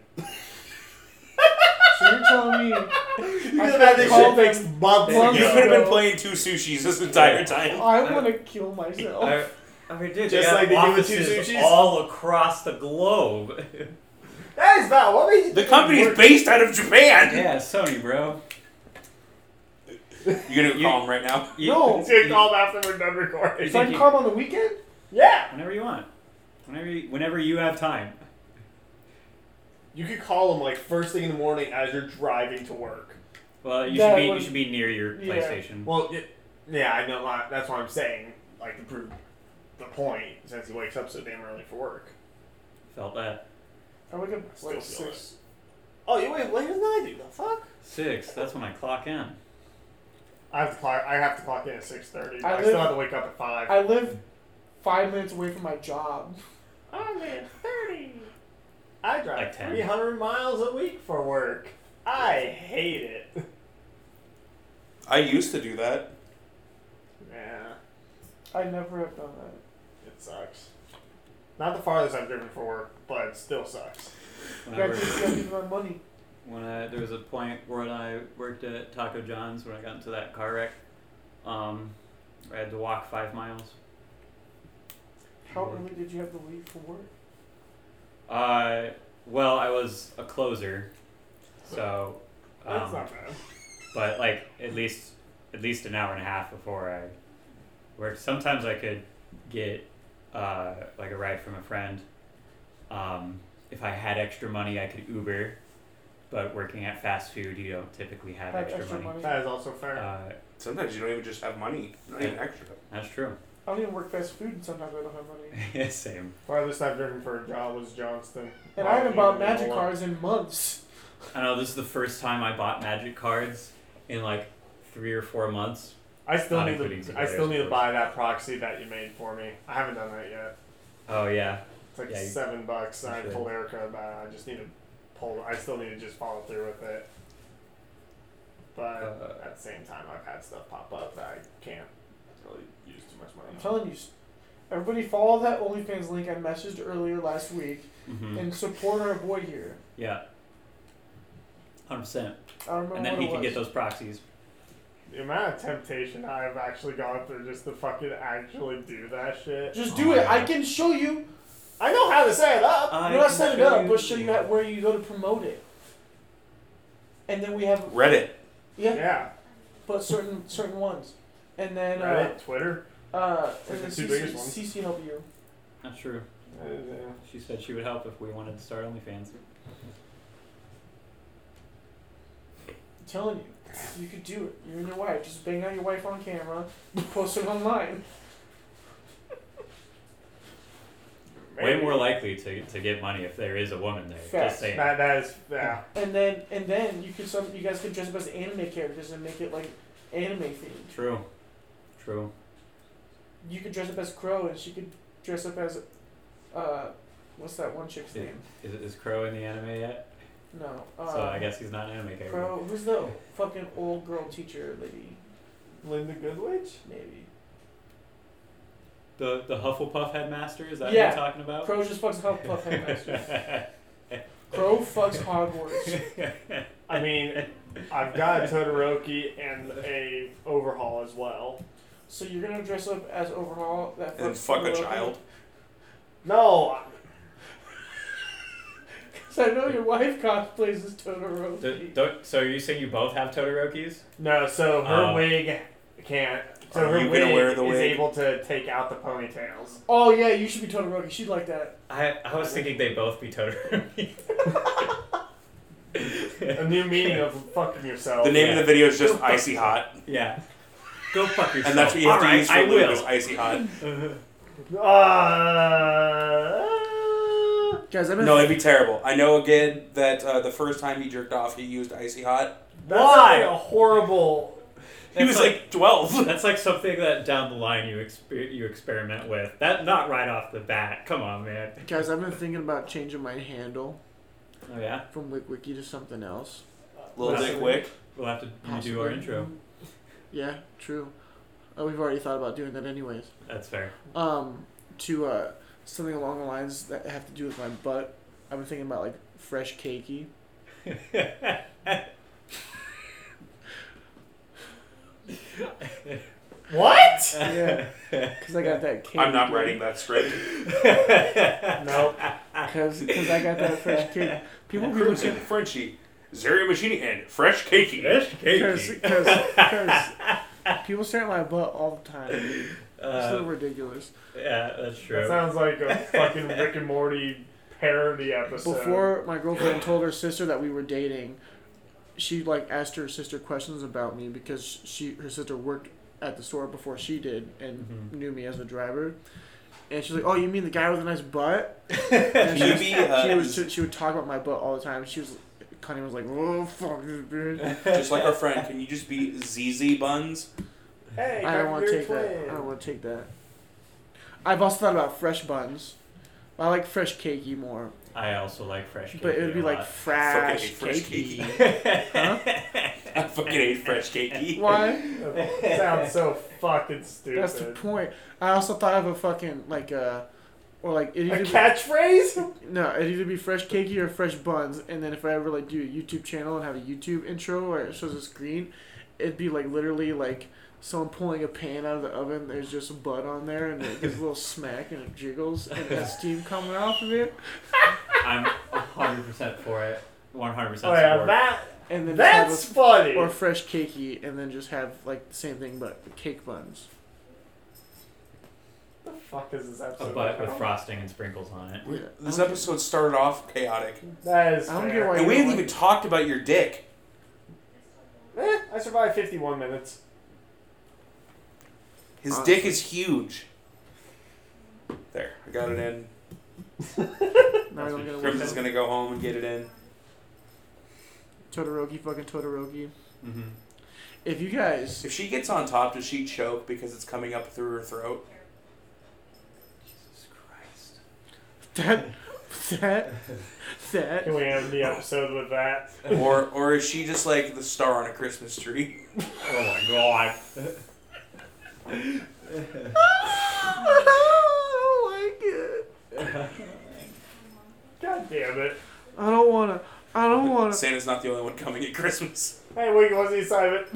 [SPEAKER 1] So you're telling me
[SPEAKER 3] You
[SPEAKER 1] I
[SPEAKER 3] could have had this shit
[SPEAKER 1] called
[SPEAKER 3] fixed months
[SPEAKER 1] Months
[SPEAKER 4] You
[SPEAKER 3] ago.
[SPEAKER 4] could have been
[SPEAKER 1] So-
[SPEAKER 4] playing two sushis this entire time.
[SPEAKER 1] I want to kill myself?
[SPEAKER 2] I, Oh. I mean, dude,
[SPEAKER 3] Just
[SPEAKER 2] they like
[SPEAKER 3] like they do with two
[SPEAKER 2] offices
[SPEAKER 3] sushis?
[SPEAKER 2] all across the globe.
[SPEAKER 3] That is not what we
[SPEAKER 4] The company's based out of Japan.
[SPEAKER 2] yeah, Sony, bro.
[SPEAKER 4] You're gonna
[SPEAKER 2] You-
[SPEAKER 4] call them right now.
[SPEAKER 2] You,
[SPEAKER 1] No.
[SPEAKER 3] It's gonna
[SPEAKER 2] you-
[SPEAKER 3] call after we're done recording.
[SPEAKER 2] You
[SPEAKER 1] so I
[SPEAKER 2] think
[SPEAKER 1] can
[SPEAKER 2] you-
[SPEAKER 1] call them on the weekend?
[SPEAKER 3] Yeah!
[SPEAKER 2] whenever you want, whenever you, whenever you have time.
[SPEAKER 3] You could call them like first thing in the morning as you're driving to work.
[SPEAKER 2] Well, you
[SPEAKER 1] That
[SPEAKER 2] should be
[SPEAKER 1] would-
[SPEAKER 2] you should be near your
[SPEAKER 1] Yeah.
[SPEAKER 2] PlayStation.
[SPEAKER 3] Well, y yeah, I know. I- That's what I'm saying. Like to prove the point, since he wakes up so damn early for work.
[SPEAKER 2] Felt that
[SPEAKER 1] I wake up
[SPEAKER 3] Still
[SPEAKER 1] like
[SPEAKER 3] feel
[SPEAKER 1] six.
[SPEAKER 3] Oh, you wait later than I do. The fuck?
[SPEAKER 2] six. That's when I clock in.
[SPEAKER 3] I have to clock. I have to clock in at six thirty.
[SPEAKER 1] I
[SPEAKER 3] I, still
[SPEAKER 1] live-
[SPEAKER 3] have to wake up at five.
[SPEAKER 1] I live five minutes away from my job.
[SPEAKER 3] I'm at thirty. I drive
[SPEAKER 2] Like 10.
[SPEAKER 3] three hundred miles a week for work. I hate it.
[SPEAKER 4] I used to do that.
[SPEAKER 3] yeah,
[SPEAKER 1] I never have done that.
[SPEAKER 3] it sucks. Not the farthest I've driven for work, but it still sucks.
[SPEAKER 1] Gotta
[SPEAKER 2] Whenever,
[SPEAKER 1] keep- gotta keep my money.
[SPEAKER 2] when I, there was a point where I worked at Taco John's when I got into that car wreck, um, I had to walk five miles.
[SPEAKER 1] How early did you have to leave for work?
[SPEAKER 2] Uh, well, I was a closer, so. Um,
[SPEAKER 3] That's not bad.
[SPEAKER 2] but like at least at least an hour and a half before I worked. Sometimes I could get uh, like a ride from a friend. Um, if I had extra money, I could Uber. But working at fast food, you don't typically have,
[SPEAKER 1] Have
[SPEAKER 2] extra,
[SPEAKER 1] extra
[SPEAKER 2] money.
[SPEAKER 1] money.
[SPEAKER 3] That is also fair.
[SPEAKER 2] Uh,
[SPEAKER 4] Sometimes you don't even just have money, not even extra.
[SPEAKER 2] that's true.
[SPEAKER 1] I don't even work fast food, and sometimes I don't have money.
[SPEAKER 2] Same.
[SPEAKER 3] Farthest I've driven for a job was Johnston.
[SPEAKER 1] And I haven't bought
[SPEAKER 3] Even
[SPEAKER 1] magic
[SPEAKER 3] more.
[SPEAKER 1] cards in months.
[SPEAKER 2] I know this is the first time I bought magic cards in like three or four months.
[SPEAKER 3] I still
[SPEAKER 2] Not
[SPEAKER 3] need
[SPEAKER 2] including
[SPEAKER 3] to. I
[SPEAKER 2] Ziggler,
[SPEAKER 3] still
[SPEAKER 2] of
[SPEAKER 3] need to
[SPEAKER 2] course.
[SPEAKER 3] buy that proxy that you made for me. I haven't done that yet.
[SPEAKER 2] Oh yeah,
[SPEAKER 3] It's like
[SPEAKER 2] Yeah, you-
[SPEAKER 3] seven bucks.
[SPEAKER 2] you
[SPEAKER 3] I
[SPEAKER 2] should.
[SPEAKER 3] told Erica about. It. I just need to pull. I still need to just follow through with it. But
[SPEAKER 2] Uh,
[SPEAKER 3] at the same time, I've had stuff pop up that I can't really use too much
[SPEAKER 1] I'm
[SPEAKER 3] money. on.
[SPEAKER 1] telling you. s- Everybody follow that OnlyFans link I messaged earlier last week
[SPEAKER 2] hmm
[SPEAKER 1] and support our boy here.
[SPEAKER 2] yeah, hundred percent.
[SPEAKER 1] I don't remember
[SPEAKER 2] And then
[SPEAKER 1] what
[SPEAKER 2] he
[SPEAKER 1] it
[SPEAKER 2] can
[SPEAKER 1] was.
[SPEAKER 2] get those proxies.
[SPEAKER 3] The amount of temptation I've actually gone through just to fucking actually do that shit.
[SPEAKER 1] Just
[SPEAKER 2] Oh
[SPEAKER 1] do
[SPEAKER 2] my
[SPEAKER 1] it. I
[SPEAKER 2] God.
[SPEAKER 1] can show you.
[SPEAKER 3] I know how to set it up.
[SPEAKER 2] I
[SPEAKER 1] We're not setting it
[SPEAKER 2] can
[SPEAKER 1] up, but show you how, where you go to promote it. And then we have
[SPEAKER 4] Reddit.
[SPEAKER 1] yeah,
[SPEAKER 3] yeah.
[SPEAKER 1] but certain certain ones, and
[SPEAKER 2] uh,
[SPEAKER 1] then
[SPEAKER 3] Reddit, Twitter.
[SPEAKER 1] uh, uh and
[SPEAKER 3] Like the
[SPEAKER 1] then CC,
[SPEAKER 3] two biggest ones.
[SPEAKER 1] CC help you.
[SPEAKER 2] That's true. She said she would help if we wanted to start OnlyFans.
[SPEAKER 1] I'm telling you, you could do it. You and your wife just bang out your wife on camera, post it online.
[SPEAKER 2] Way more likely to, to get money if there is a woman there.
[SPEAKER 1] Facts.
[SPEAKER 2] Just saying.
[SPEAKER 3] That, that is yeah.
[SPEAKER 1] And then and then you could some you guys could dress up as anime characters and make it like anime themed.
[SPEAKER 2] True. True.
[SPEAKER 1] You could dress up as Crow and she could dress up as uh what's that one chick's
[SPEAKER 2] Yeah.
[SPEAKER 1] name?
[SPEAKER 2] Is, is Crow in the anime yet?
[SPEAKER 1] No. Uh,
[SPEAKER 2] so I guess he's not an anime character.
[SPEAKER 1] Crow who's the fucking old girl teacher lady,
[SPEAKER 3] Linda Goodwitch.
[SPEAKER 1] maybe.
[SPEAKER 2] The the Hufflepuff headmaster, is that
[SPEAKER 1] Yeah.
[SPEAKER 2] what you're talking about?
[SPEAKER 1] Crow just fucks Hufflepuff Headmaster. Crow fucks Hogwarts.
[SPEAKER 3] I mean, I've got a Todoroki and a overhaul as well.
[SPEAKER 1] So you're gonna dress up as overhaul that
[SPEAKER 4] And
[SPEAKER 1] fucks
[SPEAKER 4] fuck a
[SPEAKER 1] Todoroki?
[SPEAKER 4] child.
[SPEAKER 3] No,
[SPEAKER 1] So I know your wife cosplays as Todoroki.
[SPEAKER 2] Do- don't- so are you saying you both have Todorokis?
[SPEAKER 3] no. So her
[SPEAKER 2] Oh.
[SPEAKER 3] wig can't. So
[SPEAKER 4] Are
[SPEAKER 3] her
[SPEAKER 4] Oh, you
[SPEAKER 3] wig
[SPEAKER 4] gonna wear the
[SPEAKER 3] is
[SPEAKER 4] wig?
[SPEAKER 3] able to take out the ponytails.
[SPEAKER 1] oh yeah, you should be Todoroki. She'd like that.
[SPEAKER 2] I, I was thinking they both be Todoroki.
[SPEAKER 3] A new meaning of fucking yourself.
[SPEAKER 4] The name of
[SPEAKER 2] yeah.
[SPEAKER 4] the video is just
[SPEAKER 2] Go fuck
[SPEAKER 4] Icy Hot,
[SPEAKER 2] yeah. Go fuck yourself.
[SPEAKER 4] and that's what you have
[SPEAKER 2] All
[SPEAKER 4] to
[SPEAKER 2] right,
[SPEAKER 4] use for
[SPEAKER 2] I
[SPEAKER 4] lube
[SPEAKER 2] will.
[SPEAKER 4] is Icy Hot.
[SPEAKER 3] Uh,
[SPEAKER 1] Guys, I've
[SPEAKER 4] No, it'd be terrible. I know again that uh, the first time he jerked off, he used Icy Hot.
[SPEAKER 3] that's
[SPEAKER 2] Why?
[SPEAKER 3] like a horrible.
[SPEAKER 4] He was like, 12.
[SPEAKER 2] That's like something that down the line you exper- you experiment with. That not right off the bat. Come on, man.
[SPEAKER 1] guys, I've been thinking about changing my handle
[SPEAKER 2] Oh yeah,
[SPEAKER 1] from WickWiki to something else.
[SPEAKER 4] Little
[SPEAKER 3] That's-
[SPEAKER 4] Dick Wick.
[SPEAKER 2] we'll have to redo our intro.
[SPEAKER 1] Yeah, true. Uh, we've already thought about doing that anyways.
[SPEAKER 2] That's fair.
[SPEAKER 1] Um, to uh, something along the lines that have to do with my butt. I've been thinking about like fresh cakey.
[SPEAKER 3] What?
[SPEAKER 1] Yeah, because I got that cake.
[SPEAKER 4] I'm not writing that script.
[SPEAKER 3] Nope.
[SPEAKER 1] Because I got that fresh cake. People be
[SPEAKER 4] Crimson,
[SPEAKER 1] looking.
[SPEAKER 4] Frenchie, Zaria Machini, and Fresh Cakey.
[SPEAKER 1] Because because people stare at my butt all the time. It's so
[SPEAKER 2] Uh,
[SPEAKER 1] ridiculous.
[SPEAKER 2] yeah, that's true.
[SPEAKER 3] That sounds like a fucking Rick and Morty parody episode.
[SPEAKER 1] Before my girlfriend told her sister that we were dating, she like asked her sister questions about me because she her sister worked at the store before she did and knew me as a driver. And she's like, "Oh, you mean the guy with a nice butt?" And she,
[SPEAKER 4] You
[SPEAKER 1] was,
[SPEAKER 4] be,
[SPEAKER 1] she,
[SPEAKER 4] uh,
[SPEAKER 1] was, she, would talk about my butt all the time. She was, Connie was like, "Oh fuck this bitch."
[SPEAKER 4] Just like our friend, can you just be ZZ Buns?
[SPEAKER 3] Hey,
[SPEAKER 1] I don't want to
[SPEAKER 3] Carpenter
[SPEAKER 1] take that.
[SPEAKER 3] Twin.
[SPEAKER 1] I don't want to take that. I've also thought about fresh buns. I like fresh cakey more,
[SPEAKER 2] I also like fresh cake.
[SPEAKER 1] but it would be
[SPEAKER 2] a
[SPEAKER 1] like
[SPEAKER 2] lot.
[SPEAKER 4] Fucking
[SPEAKER 1] fresh
[SPEAKER 4] hate Fresh
[SPEAKER 1] cakey.
[SPEAKER 4] I fucking hate Fresh Cakey.
[SPEAKER 1] Why?
[SPEAKER 3] sounds so fucking stupid.
[SPEAKER 1] That's the point. I also thought of a fucking like uh, or like it
[SPEAKER 3] a
[SPEAKER 1] either
[SPEAKER 3] catchphrase?
[SPEAKER 1] be, no, it either be fresh cakey or fresh buns. And then if I ever like do a YouTube channel and have a YouTube intro where it shows a screen, it'd be like literally like someone pulling a pan out of the oven. There's just a butt on there and it gives a little smack and it jiggles and it has steam coming off of it.
[SPEAKER 2] I'm 100% for it. 100%
[SPEAKER 3] Oh yeah,
[SPEAKER 2] support.
[SPEAKER 3] that
[SPEAKER 1] And then just have a
[SPEAKER 3] that's funny.
[SPEAKER 1] or fresh cakey, and then just have like the same thing but cake buns.
[SPEAKER 3] the fuck is this
[SPEAKER 2] a
[SPEAKER 3] episode?
[SPEAKER 2] butt with
[SPEAKER 3] about?
[SPEAKER 2] frosting and sprinkles on it.
[SPEAKER 1] Yeah.
[SPEAKER 4] This episode started off chaotic.
[SPEAKER 3] That is.
[SPEAKER 1] I don't
[SPEAKER 3] fair.
[SPEAKER 1] get why
[SPEAKER 4] And we
[SPEAKER 1] you
[SPEAKER 4] haven't
[SPEAKER 1] don't
[SPEAKER 4] even
[SPEAKER 1] like
[SPEAKER 4] talked about your dick.
[SPEAKER 3] Eh, I survived 51 minutes.
[SPEAKER 4] His
[SPEAKER 1] Honestly.
[SPEAKER 4] dick is huge. There, I got it
[SPEAKER 1] it.
[SPEAKER 4] in.
[SPEAKER 1] Now we don't get to
[SPEAKER 4] Crimson's
[SPEAKER 1] look
[SPEAKER 4] gonna go home and get it in.
[SPEAKER 1] at Todoroki, fucking Todoroki.
[SPEAKER 2] Mm-hmm.
[SPEAKER 1] If you guys,
[SPEAKER 4] If she gets on top, does she choke because it's coming up through her throat?
[SPEAKER 2] Jesus Christ.
[SPEAKER 1] that, that, that,
[SPEAKER 3] Can we end the episode with that?
[SPEAKER 4] Or or is she just like the star on a Christmas tree?
[SPEAKER 2] Oh my god.
[SPEAKER 1] I don't like it.
[SPEAKER 3] God damn it.
[SPEAKER 1] I don't wanna. I don't wanna.
[SPEAKER 4] Santa's not the only one coming at Christmas.
[SPEAKER 3] Hey, Wiggy, what's the assignment?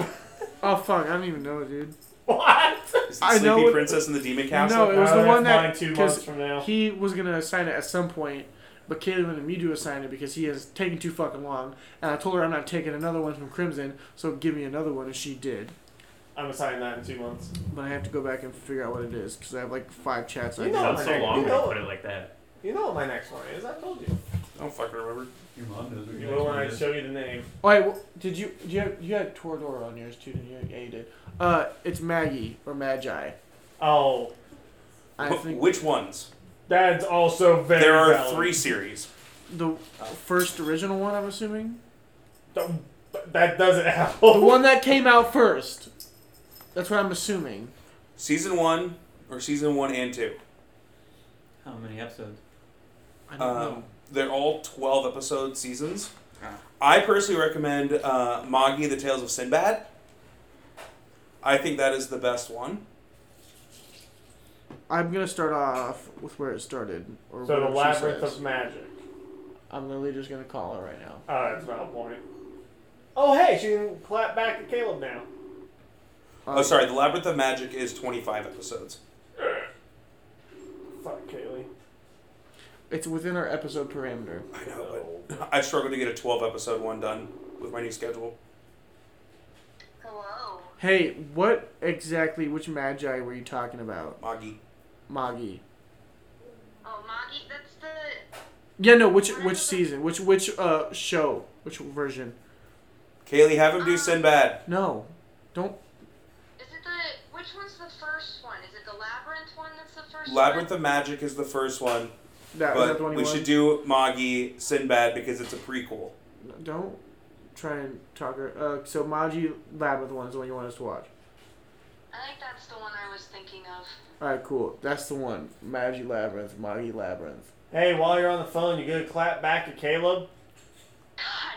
[SPEAKER 1] Oh fuck! I don't even know, dude.
[SPEAKER 3] what?
[SPEAKER 4] Is the
[SPEAKER 1] I
[SPEAKER 4] Sleepy
[SPEAKER 1] know it-
[SPEAKER 4] Princess and the Demon
[SPEAKER 1] No,
[SPEAKER 4] Castle?
[SPEAKER 1] it was
[SPEAKER 3] Uh,
[SPEAKER 1] the one
[SPEAKER 3] that's
[SPEAKER 1] that
[SPEAKER 3] mine two
[SPEAKER 1] because
[SPEAKER 3] months from now.
[SPEAKER 1] he was gonna assign it at some point, but Caitlin wanted me to assign it because he has taken too fucking long. And I told her I'm not taking another one from Crimson, so give me another one, and she did.
[SPEAKER 3] I'm assigning that in two months.
[SPEAKER 1] But I have to go back and figure out what it is because I have like five chats.
[SPEAKER 3] You
[SPEAKER 1] I
[SPEAKER 3] know
[SPEAKER 1] did.
[SPEAKER 2] Sounds
[SPEAKER 3] what my
[SPEAKER 2] so
[SPEAKER 3] name-
[SPEAKER 2] long
[SPEAKER 3] you
[SPEAKER 2] when you
[SPEAKER 3] know-
[SPEAKER 2] put it like that.
[SPEAKER 3] You know what my next one is. I told you.
[SPEAKER 4] I don't fucking remember.
[SPEAKER 2] Your mom knows what
[SPEAKER 3] You know when I show you the name.
[SPEAKER 1] Oh, wait, well, did you do you have, you had Toradora on yours too? Didn't you? Yeah, you did. Uh, it's Maggie or Magi.
[SPEAKER 3] Oh,
[SPEAKER 1] I
[SPEAKER 4] Wh-
[SPEAKER 1] think
[SPEAKER 4] Which ones?
[SPEAKER 3] that's also very.
[SPEAKER 4] There are
[SPEAKER 3] valid.
[SPEAKER 4] three series.
[SPEAKER 1] the first original one. I'm assuming
[SPEAKER 3] Th- That doesn't help.
[SPEAKER 4] Oh.
[SPEAKER 1] the one that came out first. That's what I'm assuming.
[SPEAKER 4] Season one or season one and two.
[SPEAKER 2] How many episodes?
[SPEAKER 1] I don't
[SPEAKER 4] Um,
[SPEAKER 1] know.
[SPEAKER 4] they're all twelve episode seasons. I personally recommend uh, Magi: The Tales of Sinbad. I think that is the best one.
[SPEAKER 1] I'm gonna start off with where it started. Or
[SPEAKER 3] So the
[SPEAKER 1] what she
[SPEAKER 3] labyrinth
[SPEAKER 1] says.
[SPEAKER 3] of magic.
[SPEAKER 1] I'm literally just gonna call it right now.
[SPEAKER 3] Oh, that's not a point. Oh, hey, she can clap back at Caleb now.
[SPEAKER 1] Uh,
[SPEAKER 4] Oh, sorry, The Labyrinth of Magic is twenty five episodes.
[SPEAKER 3] Fuck Kaylee.
[SPEAKER 1] It's within our episode parameter.
[SPEAKER 4] I know, but I struggled to get a twelve episode one done with my new schedule.
[SPEAKER 6] Hello.
[SPEAKER 1] Hey, what exactly? Which Magi were you talking about,
[SPEAKER 4] Magi.
[SPEAKER 1] Magi?
[SPEAKER 6] Oh, Maggie, that's the.
[SPEAKER 1] Yeah, no. Which which season? Which which uh show? Which version?
[SPEAKER 4] Kaylee, have him do Sinbad.
[SPEAKER 1] No, don't.
[SPEAKER 6] Is it the. Which one's the first one? Is it the Labyrinth one that's the first
[SPEAKER 4] Labyrinth
[SPEAKER 6] one?
[SPEAKER 4] of Magic is the first one,
[SPEAKER 1] That was that
[SPEAKER 4] but
[SPEAKER 1] the one you
[SPEAKER 4] we should do Magi Sinbad because it's a prequel.
[SPEAKER 1] do- Don't try and talk her. Uh, so Magi Labyrinth one is the one you want us to watch.
[SPEAKER 6] I think that's the one I was thinking of.
[SPEAKER 1] All right, cool. That's the one. Magi Labyrinth. Magi Labyrinth.
[SPEAKER 3] Hey, while you're on the phone, you gonna clap back at Caleb?
[SPEAKER 6] God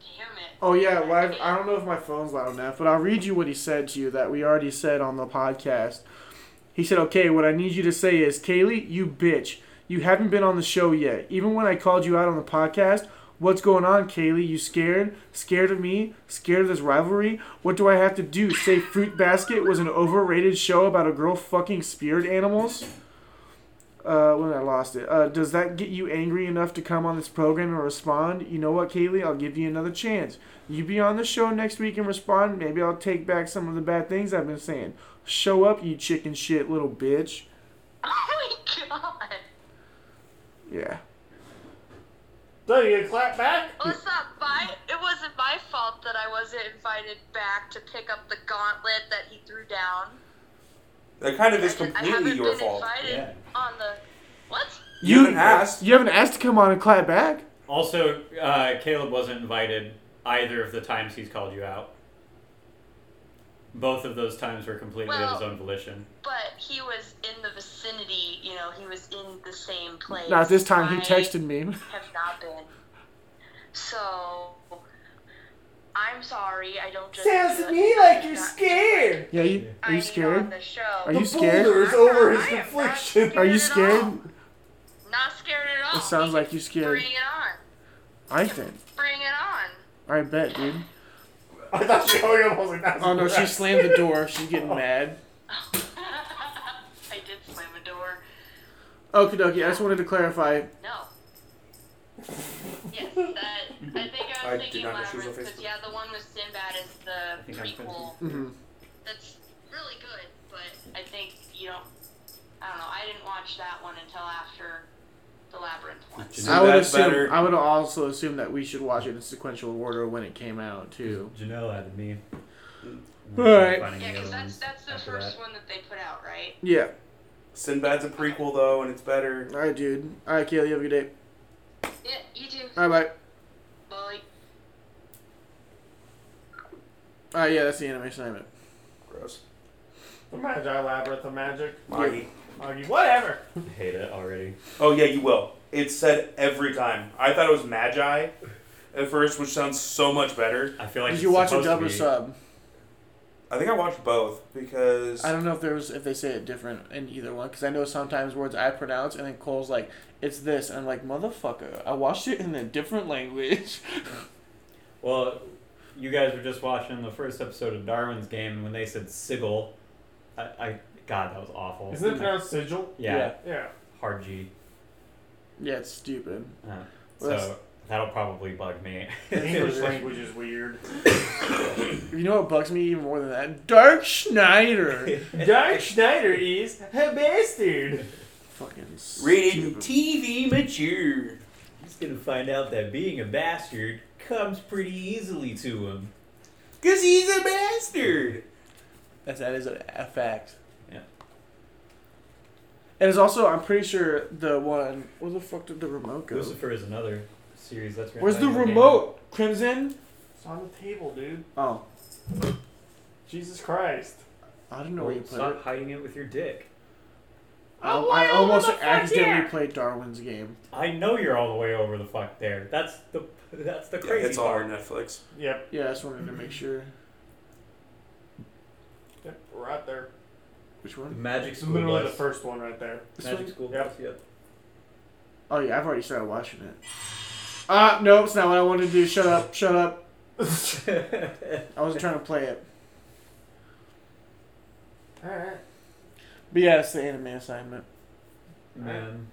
[SPEAKER 6] damn it.
[SPEAKER 1] Oh yeah, live. I don't know if my phone's loud enough, but I'll read you what he said to you that we already said on the podcast. He said, "Okay, what I need you to say is, Kaylee, you bitch, you haven't been on the show yet. Even when I called you out on the podcast, what's going on, Kaylee? You scared? Scared of me? Scared of this rivalry? What do I have to do? Say Fruit Basket was an overrated show about a girl fucking spirit animals." Uh, when I lost it. Uh, does that get you angry enough to come on this program and respond? You know what, Kaylee? I'll give you another chance. You be on the show next week and respond. Maybe I'll take back some of the bad things I've been saying. Show up, you chicken shit little bitch.
[SPEAKER 6] Oh my god.
[SPEAKER 1] Yeah.
[SPEAKER 3] So you get clapped back?
[SPEAKER 6] Well, it's not my. It wasn't my fault that I wasn't invited back to pick up the gauntlet that he threw down.
[SPEAKER 4] That kind of is
[SPEAKER 6] I haven't
[SPEAKER 4] completely your
[SPEAKER 6] been
[SPEAKER 4] fault.
[SPEAKER 6] invited
[SPEAKER 2] Yeah.
[SPEAKER 6] on the what?
[SPEAKER 4] You haven't asked.
[SPEAKER 1] You haven't asked to come on and clap back.
[SPEAKER 2] Also, uh, Caleb wasn't invited either of the times he's called you out. Both of those times were completely of his
[SPEAKER 6] Well-
[SPEAKER 2] own volition.
[SPEAKER 6] But he was in the vicinity. You know, he was in the same place.
[SPEAKER 1] Not this time. He
[SPEAKER 6] I
[SPEAKER 1] texted me.
[SPEAKER 6] Have not been. So. I'm sorry. I don't just.
[SPEAKER 3] Sounds
[SPEAKER 6] do
[SPEAKER 3] to
[SPEAKER 6] it.
[SPEAKER 3] me like
[SPEAKER 6] I'm
[SPEAKER 3] you're
[SPEAKER 6] not-
[SPEAKER 3] scared.
[SPEAKER 1] Yeah. You,
[SPEAKER 6] I
[SPEAKER 1] are you
[SPEAKER 6] need On
[SPEAKER 1] scared?
[SPEAKER 6] the show.
[SPEAKER 1] Are you
[SPEAKER 3] The
[SPEAKER 1] scared?
[SPEAKER 3] boulder is over his
[SPEAKER 6] I am not
[SPEAKER 3] affliction.
[SPEAKER 1] Are you
[SPEAKER 6] scared at all.
[SPEAKER 1] scared?
[SPEAKER 6] Not scared at all.
[SPEAKER 1] It sounds like you're scared.
[SPEAKER 6] Bring it on.
[SPEAKER 1] I think.
[SPEAKER 6] Bring it on.
[SPEAKER 1] I bet, dude.
[SPEAKER 3] I thought she told you I was like, that's
[SPEAKER 1] Oh no, she
[SPEAKER 3] correct.
[SPEAKER 1] slammed the door. She's getting mad.
[SPEAKER 6] I did slam a door.
[SPEAKER 1] Okie dokie. I just wanted to clarify.
[SPEAKER 6] No. yes, that. I think I
[SPEAKER 4] I
[SPEAKER 6] was
[SPEAKER 4] did
[SPEAKER 6] thinking
[SPEAKER 4] not know she was on
[SPEAKER 6] Labyrinth because
[SPEAKER 4] Facebook.
[SPEAKER 6] yeah, the one with Sinbad is the
[SPEAKER 2] think I'm
[SPEAKER 6] prequel. That's really good, but I think you don't. I don't know. I didn't watch that one until after the Labyrinth one.
[SPEAKER 4] So
[SPEAKER 1] I would
[SPEAKER 4] that's
[SPEAKER 1] assume.
[SPEAKER 4] better.
[SPEAKER 1] I would also assume that we should watch it in sequential order when it came out too.
[SPEAKER 2] Janelle added me.
[SPEAKER 1] Mm. Alright.
[SPEAKER 2] Finding
[SPEAKER 6] Yeah,
[SPEAKER 2] the
[SPEAKER 6] because
[SPEAKER 2] other
[SPEAKER 6] that's
[SPEAKER 2] ones
[SPEAKER 6] that's the
[SPEAKER 2] after
[SPEAKER 6] first
[SPEAKER 2] that.
[SPEAKER 6] one that they put out, right?
[SPEAKER 2] Mm-hmm.
[SPEAKER 1] Yeah.
[SPEAKER 4] Sinbad's a prequel though, and it's better.
[SPEAKER 1] All right, dude. All right, Kaylee. Have a good day.
[SPEAKER 6] Yeah, you do.
[SPEAKER 1] All right, bye.
[SPEAKER 6] Bully.
[SPEAKER 1] All right, yeah, that's the animation I meant.
[SPEAKER 4] Gross.
[SPEAKER 3] The Magi Labyrinth of Magic.
[SPEAKER 4] Maggie.
[SPEAKER 3] Augie, whatever.
[SPEAKER 2] Hate it already.
[SPEAKER 4] Oh yeah, you will. It's said every time. I thought it was Magi at first, which sounds so much better.
[SPEAKER 2] I feel like
[SPEAKER 1] Did
[SPEAKER 2] it's
[SPEAKER 1] you watch a
[SPEAKER 2] supposed to
[SPEAKER 1] dub or
[SPEAKER 2] be-
[SPEAKER 1] sub?
[SPEAKER 4] I think I watched both because
[SPEAKER 1] I don't know if there was if they say it different in either one because I know sometimes words I pronounce and then Cole's like it's this and I'm like motherfucker I watched it in a different language.
[SPEAKER 2] Well, you guys were just watching the first episode of Darwin's Game when they said sigil. I, I God, that was awful.
[SPEAKER 3] Isn't it pronounced sigil?
[SPEAKER 2] yeah,
[SPEAKER 1] Yeah.
[SPEAKER 3] Yeah.
[SPEAKER 2] hard G.
[SPEAKER 1] yeah, it's stupid.
[SPEAKER 2] Uh,
[SPEAKER 1] Well, that's-
[SPEAKER 2] so that'll probably bug me.
[SPEAKER 3] The English language is weird.
[SPEAKER 1] You know what bugs me even more than that? Dark Schneider.
[SPEAKER 3] Dark Schneider is a bastard.
[SPEAKER 1] Fucking.
[SPEAKER 4] rated
[SPEAKER 1] Stupid.
[SPEAKER 4] TV mature.
[SPEAKER 2] He's gonna find out that being a bastard comes pretty easily to him.
[SPEAKER 4] Cause he's a bastard.
[SPEAKER 1] That's that is a, a fact.
[SPEAKER 2] Yeah.
[SPEAKER 1] And it's also I'm pretty sure the one where the fuck did the remote go?
[SPEAKER 2] Lucifer is another series that's
[SPEAKER 1] Where's the
[SPEAKER 2] written by your
[SPEAKER 1] remote? Crimson.
[SPEAKER 3] It's on the table, dude.
[SPEAKER 1] Oh,
[SPEAKER 3] Jesus Christ.
[SPEAKER 1] I don't
[SPEAKER 2] name.
[SPEAKER 1] know where you put
[SPEAKER 2] Stop
[SPEAKER 1] it.
[SPEAKER 2] hiding it with your dick.
[SPEAKER 1] I,
[SPEAKER 3] Oh,
[SPEAKER 1] I
[SPEAKER 3] wow,
[SPEAKER 1] almost
[SPEAKER 3] motherfucker.
[SPEAKER 1] accidentally played Darwin's game.
[SPEAKER 2] I know you're all the way over the fuck there. That's the that's the
[SPEAKER 4] Yeah,
[SPEAKER 2] crazy
[SPEAKER 4] it's all
[SPEAKER 2] part.
[SPEAKER 4] on Netflix.
[SPEAKER 3] Yep.
[SPEAKER 1] Yeah, I just wanted to make sure.
[SPEAKER 3] Yep. Right there.
[SPEAKER 1] Which
[SPEAKER 2] The
[SPEAKER 1] one?
[SPEAKER 2] magic
[SPEAKER 3] It's
[SPEAKER 2] school
[SPEAKER 3] literally the
[SPEAKER 2] bus.
[SPEAKER 3] first one right there.
[SPEAKER 1] This
[SPEAKER 2] Magic
[SPEAKER 1] one?
[SPEAKER 2] school
[SPEAKER 3] Yep.
[SPEAKER 2] bus, yep.
[SPEAKER 1] Oh yeah, I've already started watching it. Ah, no, it's not what I wanted to do. Shut up, shut up. I wasn't trying to play it.
[SPEAKER 3] Alright.
[SPEAKER 1] But yeah, it's the anime assignment.
[SPEAKER 2] Man,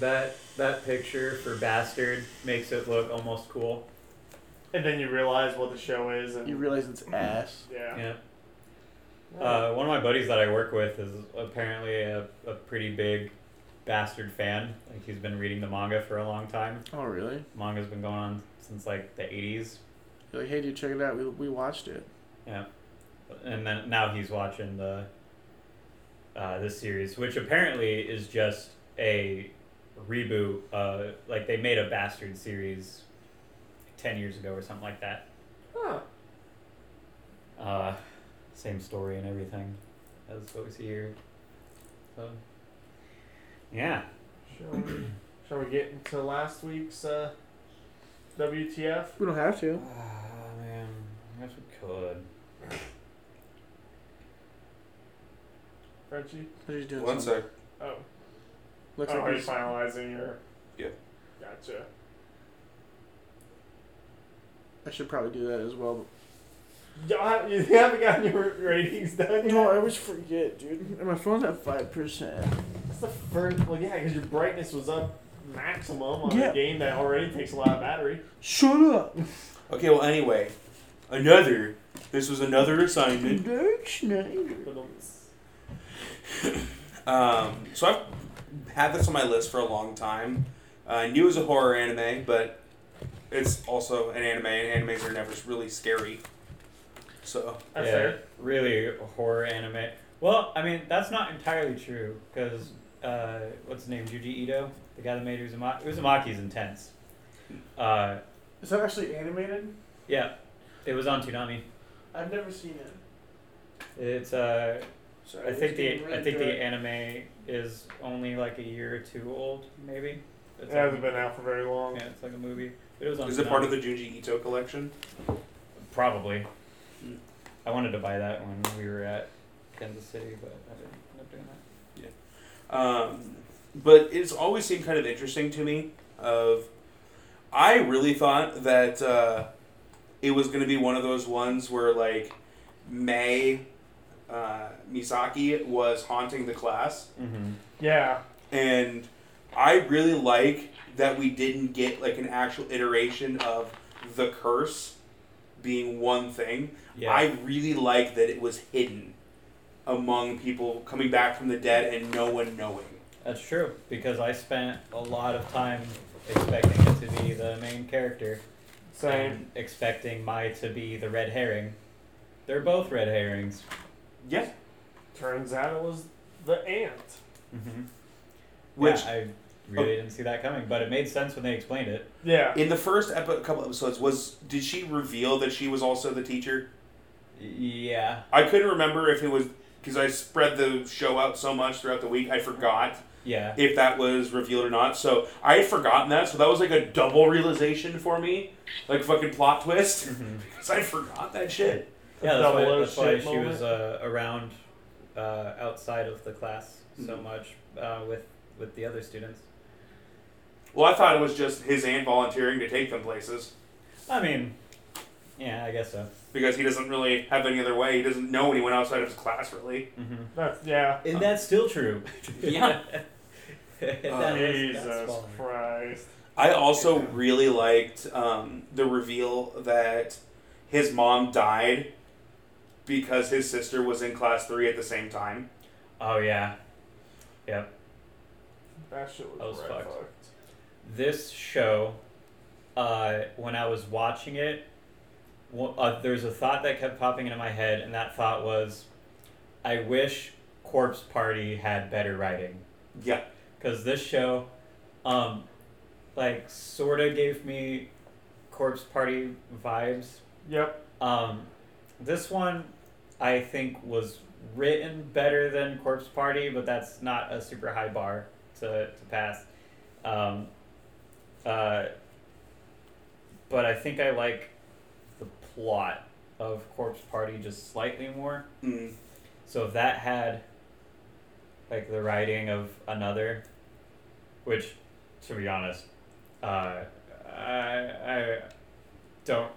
[SPEAKER 2] that that picture for bastard makes it look almost cool.
[SPEAKER 3] And then you realize what the show is. and
[SPEAKER 1] You realize it's ass.
[SPEAKER 3] Yeah.
[SPEAKER 2] Yeah. Uh, one of my buddies that I work with is apparently a, a pretty big bastard fan. Like he's been reading the manga for a long time.
[SPEAKER 1] Oh really?
[SPEAKER 2] Manga's been going on since like the 80s,
[SPEAKER 1] You're like, hey dude, check it out. We, we watched it.
[SPEAKER 2] and then now he's watching the uh, this series, which apparently is just a reboot. Uh, like they made a bastard series ten years ago or something like that.
[SPEAKER 3] Huh.
[SPEAKER 2] Uh, same story and everything as what we see here. So, yeah.
[SPEAKER 3] Shall we, shall we get into last week's uh, WTF?
[SPEAKER 1] We don't have to.
[SPEAKER 2] Ah, if we could.
[SPEAKER 3] Frenchie?
[SPEAKER 7] What are you doing?
[SPEAKER 4] One
[SPEAKER 7] something?
[SPEAKER 4] sec.
[SPEAKER 3] Oh.
[SPEAKER 7] Looks
[SPEAKER 3] oh,
[SPEAKER 7] like
[SPEAKER 3] are you
[SPEAKER 7] he's-
[SPEAKER 3] finalizing your.
[SPEAKER 4] Yeah.
[SPEAKER 3] Gotcha.
[SPEAKER 7] I should probably do that as well.
[SPEAKER 3] Y'all have, you haven't gotten your ratings done yet?
[SPEAKER 7] No, I always forget, dude. And my phone's at five percent.
[SPEAKER 3] It's the first. Well, yeah, because your brightness was up maximum on
[SPEAKER 7] Yeah.
[SPEAKER 3] a game that already takes a lot of battery.
[SPEAKER 7] Shut up,
[SPEAKER 4] Okay, well, anyway. Another. This was another assignment.
[SPEAKER 7] Derek Schneider.
[SPEAKER 3] But, um,
[SPEAKER 4] Um, so I've had this on my list for a long time. Uh, I knew it was a horror anime, but it's also an anime, and animes are never really scary. So,
[SPEAKER 3] That's
[SPEAKER 2] yeah,
[SPEAKER 3] fair.
[SPEAKER 2] really horror anime. Well, I mean, that's not entirely true because uh, what's his name, Juji Ito, the guy that made Uzumaki. Uzumaki's intense. Uh,
[SPEAKER 1] Is that actually animated?
[SPEAKER 2] yeah, it was on Toonami.
[SPEAKER 1] I've never seen it.
[SPEAKER 2] It's uh,
[SPEAKER 1] Sorry,
[SPEAKER 2] I
[SPEAKER 1] it's
[SPEAKER 2] think
[SPEAKER 1] getting
[SPEAKER 2] the
[SPEAKER 1] really
[SPEAKER 2] I think the
[SPEAKER 1] dark.
[SPEAKER 2] anime is only like a year or two old, maybe.
[SPEAKER 3] It
[SPEAKER 2] It's
[SPEAKER 3] hasn't
[SPEAKER 2] like,
[SPEAKER 3] been out for very long.
[SPEAKER 2] yeah, it's like a movie. But it was on.
[SPEAKER 4] is it part
[SPEAKER 2] Toonami.
[SPEAKER 4] of the Junji Ito collection?
[SPEAKER 2] Probably.
[SPEAKER 4] Mm.
[SPEAKER 2] I wanted to buy that when we were at Kansas City, but I didn't end up doing that.
[SPEAKER 4] Um, but it's always seemed kind of interesting to me. Of, I really thought that uh, it was going to be one of those ones where like May uh, Misaki was haunting the class,
[SPEAKER 2] Mm-hmm.
[SPEAKER 3] Yeah.
[SPEAKER 4] and I really like that we didn't get like an actual iteration of the curse being one thing.
[SPEAKER 2] Yeah.
[SPEAKER 4] I really like that it was hidden among people coming back from the dead and no one knowing.
[SPEAKER 2] That's true because I spent a lot of time expecting it to be the main character,
[SPEAKER 3] Same.
[SPEAKER 2] and expecting Mai to be the red herring. They're both red herrings.
[SPEAKER 4] Yeah.
[SPEAKER 3] Turns out it was the ant.
[SPEAKER 2] Mm-hmm.
[SPEAKER 4] Which
[SPEAKER 2] yeah, I really didn't see that coming, but it made sense when they explained it.
[SPEAKER 3] Yeah.
[SPEAKER 4] in the first epi- couple episodes was did she reveal that she was also the teacher?
[SPEAKER 2] Yeah,
[SPEAKER 4] I couldn't remember if it was because I spread the show out so much throughout the week. I forgot
[SPEAKER 2] yeah.
[SPEAKER 4] if that was revealed or not. So I had forgotten that. So that was like a double realization for me, like fucking plot twist.
[SPEAKER 2] Mhm.
[SPEAKER 4] Because I forgot that shit.
[SPEAKER 2] Yeah, that's
[SPEAKER 3] Mm-hmm. Double
[SPEAKER 2] why,
[SPEAKER 3] O
[SPEAKER 2] that's why
[SPEAKER 3] shit
[SPEAKER 2] she was uh, around uh, outside of the class so
[SPEAKER 3] Mm-hmm.
[SPEAKER 2] much uh, with with the other students.
[SPEAKER 4] Well, I thought it was just his aunt volunteering to take them places
[SPEAKER 2] I mean, yeah, I guess so.
[SPEAKER 4] because he doesn't really have any other way. He doesn't know anyone outside of his class really.
[SPEAKER 2] Mm-hmm.
[SPEAKER 3] That's yeah.
[SPEAKER 2] And that's still true.
[SPEAKER 4] Yeah.
[SPEAKER 2] That
[SPEAKER 4] Uh,
[SPEAKER 2] is- that's
[SPEAKER 3] Oh, Jesus
[SPEAKER 2] falling.
[SPEAKER 3] Christ.
[SPEAKER 4] I also really liked um, the reveal that his mom died because his sister was in class three at the same time.
[SPEAKER 2] Oh yeah. Yep.
[SPEAKER 3] That shit was,
[SPEAKER 2] I was
[SPEAKER 3] right
[SPEAKER 2] fucked.
[SPEAKER 3] fucked.
[SPEAKER 2] this show, uh, when I was watching it, wh- uh, there was a thought that kept popping into my head, and that thought was, I wish Corpse Party had better writing.
[SPEAKER 4] Yeah.
[SPEAKER 2] Because this show, um, like, sort of gave me Corpse Party vibes.
[SPEAKER 3] Yep.
[SPEAKER 2] Um, this one, I think, was written better than Corpse Party, but that's not a super high bar to, to pass. Um, uh, but I think I like the plot of Corpse Party just slightly more.
[SPEAKER 4] Mm.
[SPEAKER 2] So if that had, like, the writing of another, which, to be honest, uh, I, I don't.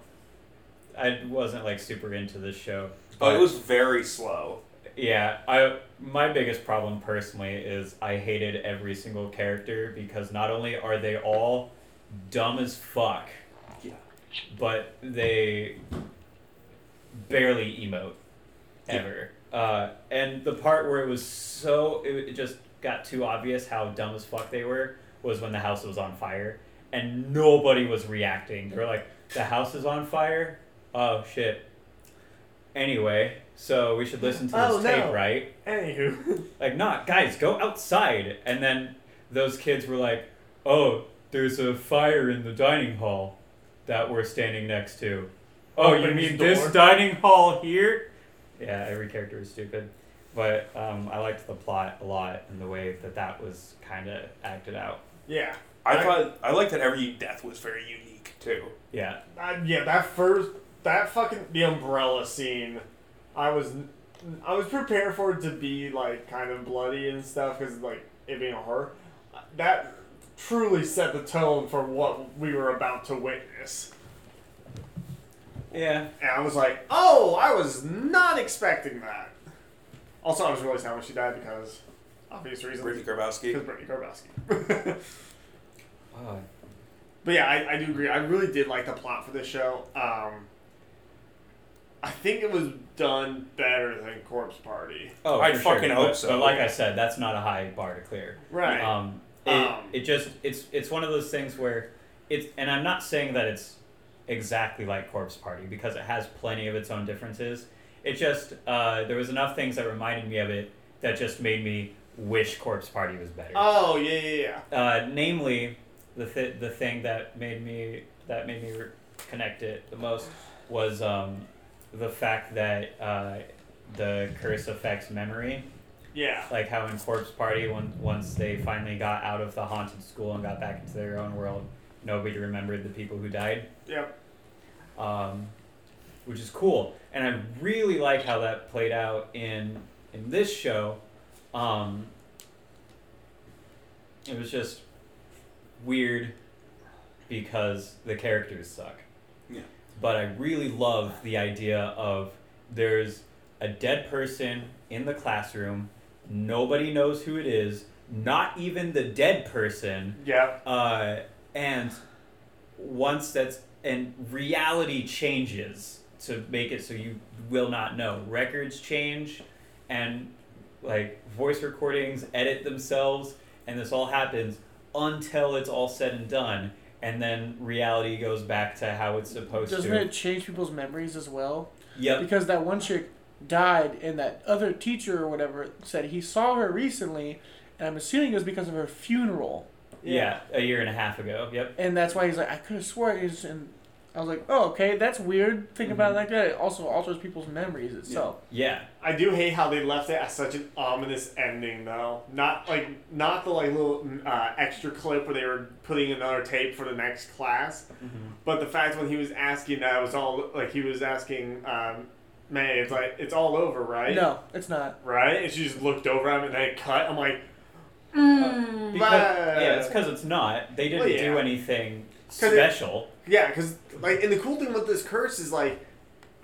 [SPEAKER 2] I wasn't like super into this show.
[SPEAKER 4] Oh,
[SPEAKER 2] but-
[SPEAKER 4] it was very slow.
[SPEAKER 2] yeah, I my biggest problem personally is I hated every single character because not only are they all dumb as fuck,
[SPEAKER 4] Yeah.
[SPEAKER 2] but they barely emote ever. Uh, and the part where it was so it, it just got too obvious how dumb as fuck they were was when the house was on fire and nobody was reacting. They were like, "The house is on fire." Oh shit. Anyway, so we should listen to this
[SPEAKER 3] Oh,
[SPEAKER 2] tape,
[SPEAKER 3] no.
[SPEAKER 2] right?
[SPEAKER 3] Anywho.
[SPEAKER 2] Like, nah, guys, go outside. And then those kids were like, "Oh, there's a fire in the dining hall that we're standing next to." Oh, you
[SPEAKER 3] Open
[SPEAKER 2] mean
[SPEAKER 3] the
[SPEAKER 2] this
[SPEAKER 3] door.
[SPEAKER 2] dining hall here? Yeah, every character is stupid, but um, I liked the plot a lot and the way that that was kind of acted out.
[SPEAKER 3] Yeah.
[SPEAKER 4] I
[SPEAKER 3] I-
[SPEAKER 4] thought I liked that every death was very unique too.
[SPEAKER 2] Yeah,
[SPEAKER 3] I, yeah, that first that fucking the umbrella scene. I was I was prepared for it to be like kind of bloody and stuff because like it being a horror. That truly set the tone for what we were about to witness.
[SPEAKER 2] Yeah.
[SPEAKER 3] And I was like, oh, I was not expecting that. Also, I was really sad when she died because obvious
[SPEAKER 4] Brittany
[SPEAKER 3] reasons. Because
[SPEAKER 4] Grabowski.
[SPEAKER 3] Brittany Grabowski.
[SPEAKER 2] Wow.
[SPEAKER 3] But yeah, I, I do agree. I really did like the plot for this show. Um, I think it was done better than Corpse Party.
[SPEAKER 2] Oh,
[SPEAKER 4] I'd
[SPEAKER 2] for sure.
[SPEAKER 4] fucking hope
[SPEAKER 2] But-
[SPEAKER 4] so.
[SPEAKER 2] But like I said, that's not a high bar to clear.
[SPEAKER 3] Right.
[SPEAKER 2] Um, it,
[SPEAKER 3] Um,
[SPEAKER 2] it just it's it's one of those things where it's and I'm not saying that it's exactly like Corpse Party because it has plenty of its own differences. It just uh, there was enough things that reminded me of it that just made me wish Corpse Party was better.
[SPEAKER 3] Oh yeah, yeah, yeah.
[SPEAKER 2] Uh, namely, the th- the thing that made me that made me re- connect it the most was um, the fact that uh, the curse affects memory
[SPEAKER 3] Yeah.
[SPEAKER 2] like how in Corpse Party, when, once they finally got out of the haunted school and got back into their own world, nobody remembered the people who died,
[SPEAKER 3] Yep.
[SPEAKER 2] um, which is cool. And I really like how that played out in in this show. Um, it was just weird because the characters suck.
[SPEAKER 4] Yeah.
[SPEAKER 2] But I really love the idea of there's a dead person in the classroom. Nobody knows who it is, not even the dead person.
[SPEAKER 3] Yep.
[SPEAKER 2] Uh, and once that's and reality changes to make it so you will not know. Records change, and like voice recordings edit themselves, and this all happens until it's all said and done, and then reality goes back to how it's supposed
[SPEAKER 7] Doesn't
[SPEAKER 2] to.
[SPEAKER 7] it change people's memories as well?
[SPEAKER 2] Yep.
[SPEAKER 7] Because that one chick died, and that other teacher or whatever said he saw her recently, and I'm assuming it was because of her funeral.
[SPEAKER 2] Yeah. A year and a half ago. Yep.
[SPEAKER 7] And that's why he's like, I could have sworn it was. And I was like, oh, okay, that's weird. Think about
[SPEAKER 2] Mm-hmm.
[SPEAKER 7] it like that. It also alters people's memories itself.
[SPEAKER 2] Yeah.
[SPEAKER 3] I do hate how they left it as such an ominous ending, though. Not like not the like little uh, extra clip where they were putting another tape for the next class, but the fact when he was asking that it was all like he was asking um, May, it's like it's all over, right?
[SPEAKER 7] No, it's not.
[SPEAKER 3] Right? And she just looked over at him and then it cut. I'm like,
[SPEAKER 2] Because,
[SPEAKER 3] Mm. But-
[SPEAKER 2] yeah, it's because it's not. They didn't
[SPEAKER 3] Well, yeah.
[SPEAKER 2] do anything
[SPEAKER 3] 'Cause it-
[SPEAKER 2] special.
[SPEAKER 3] Yeah, because like, and the cool thing with this curse is like,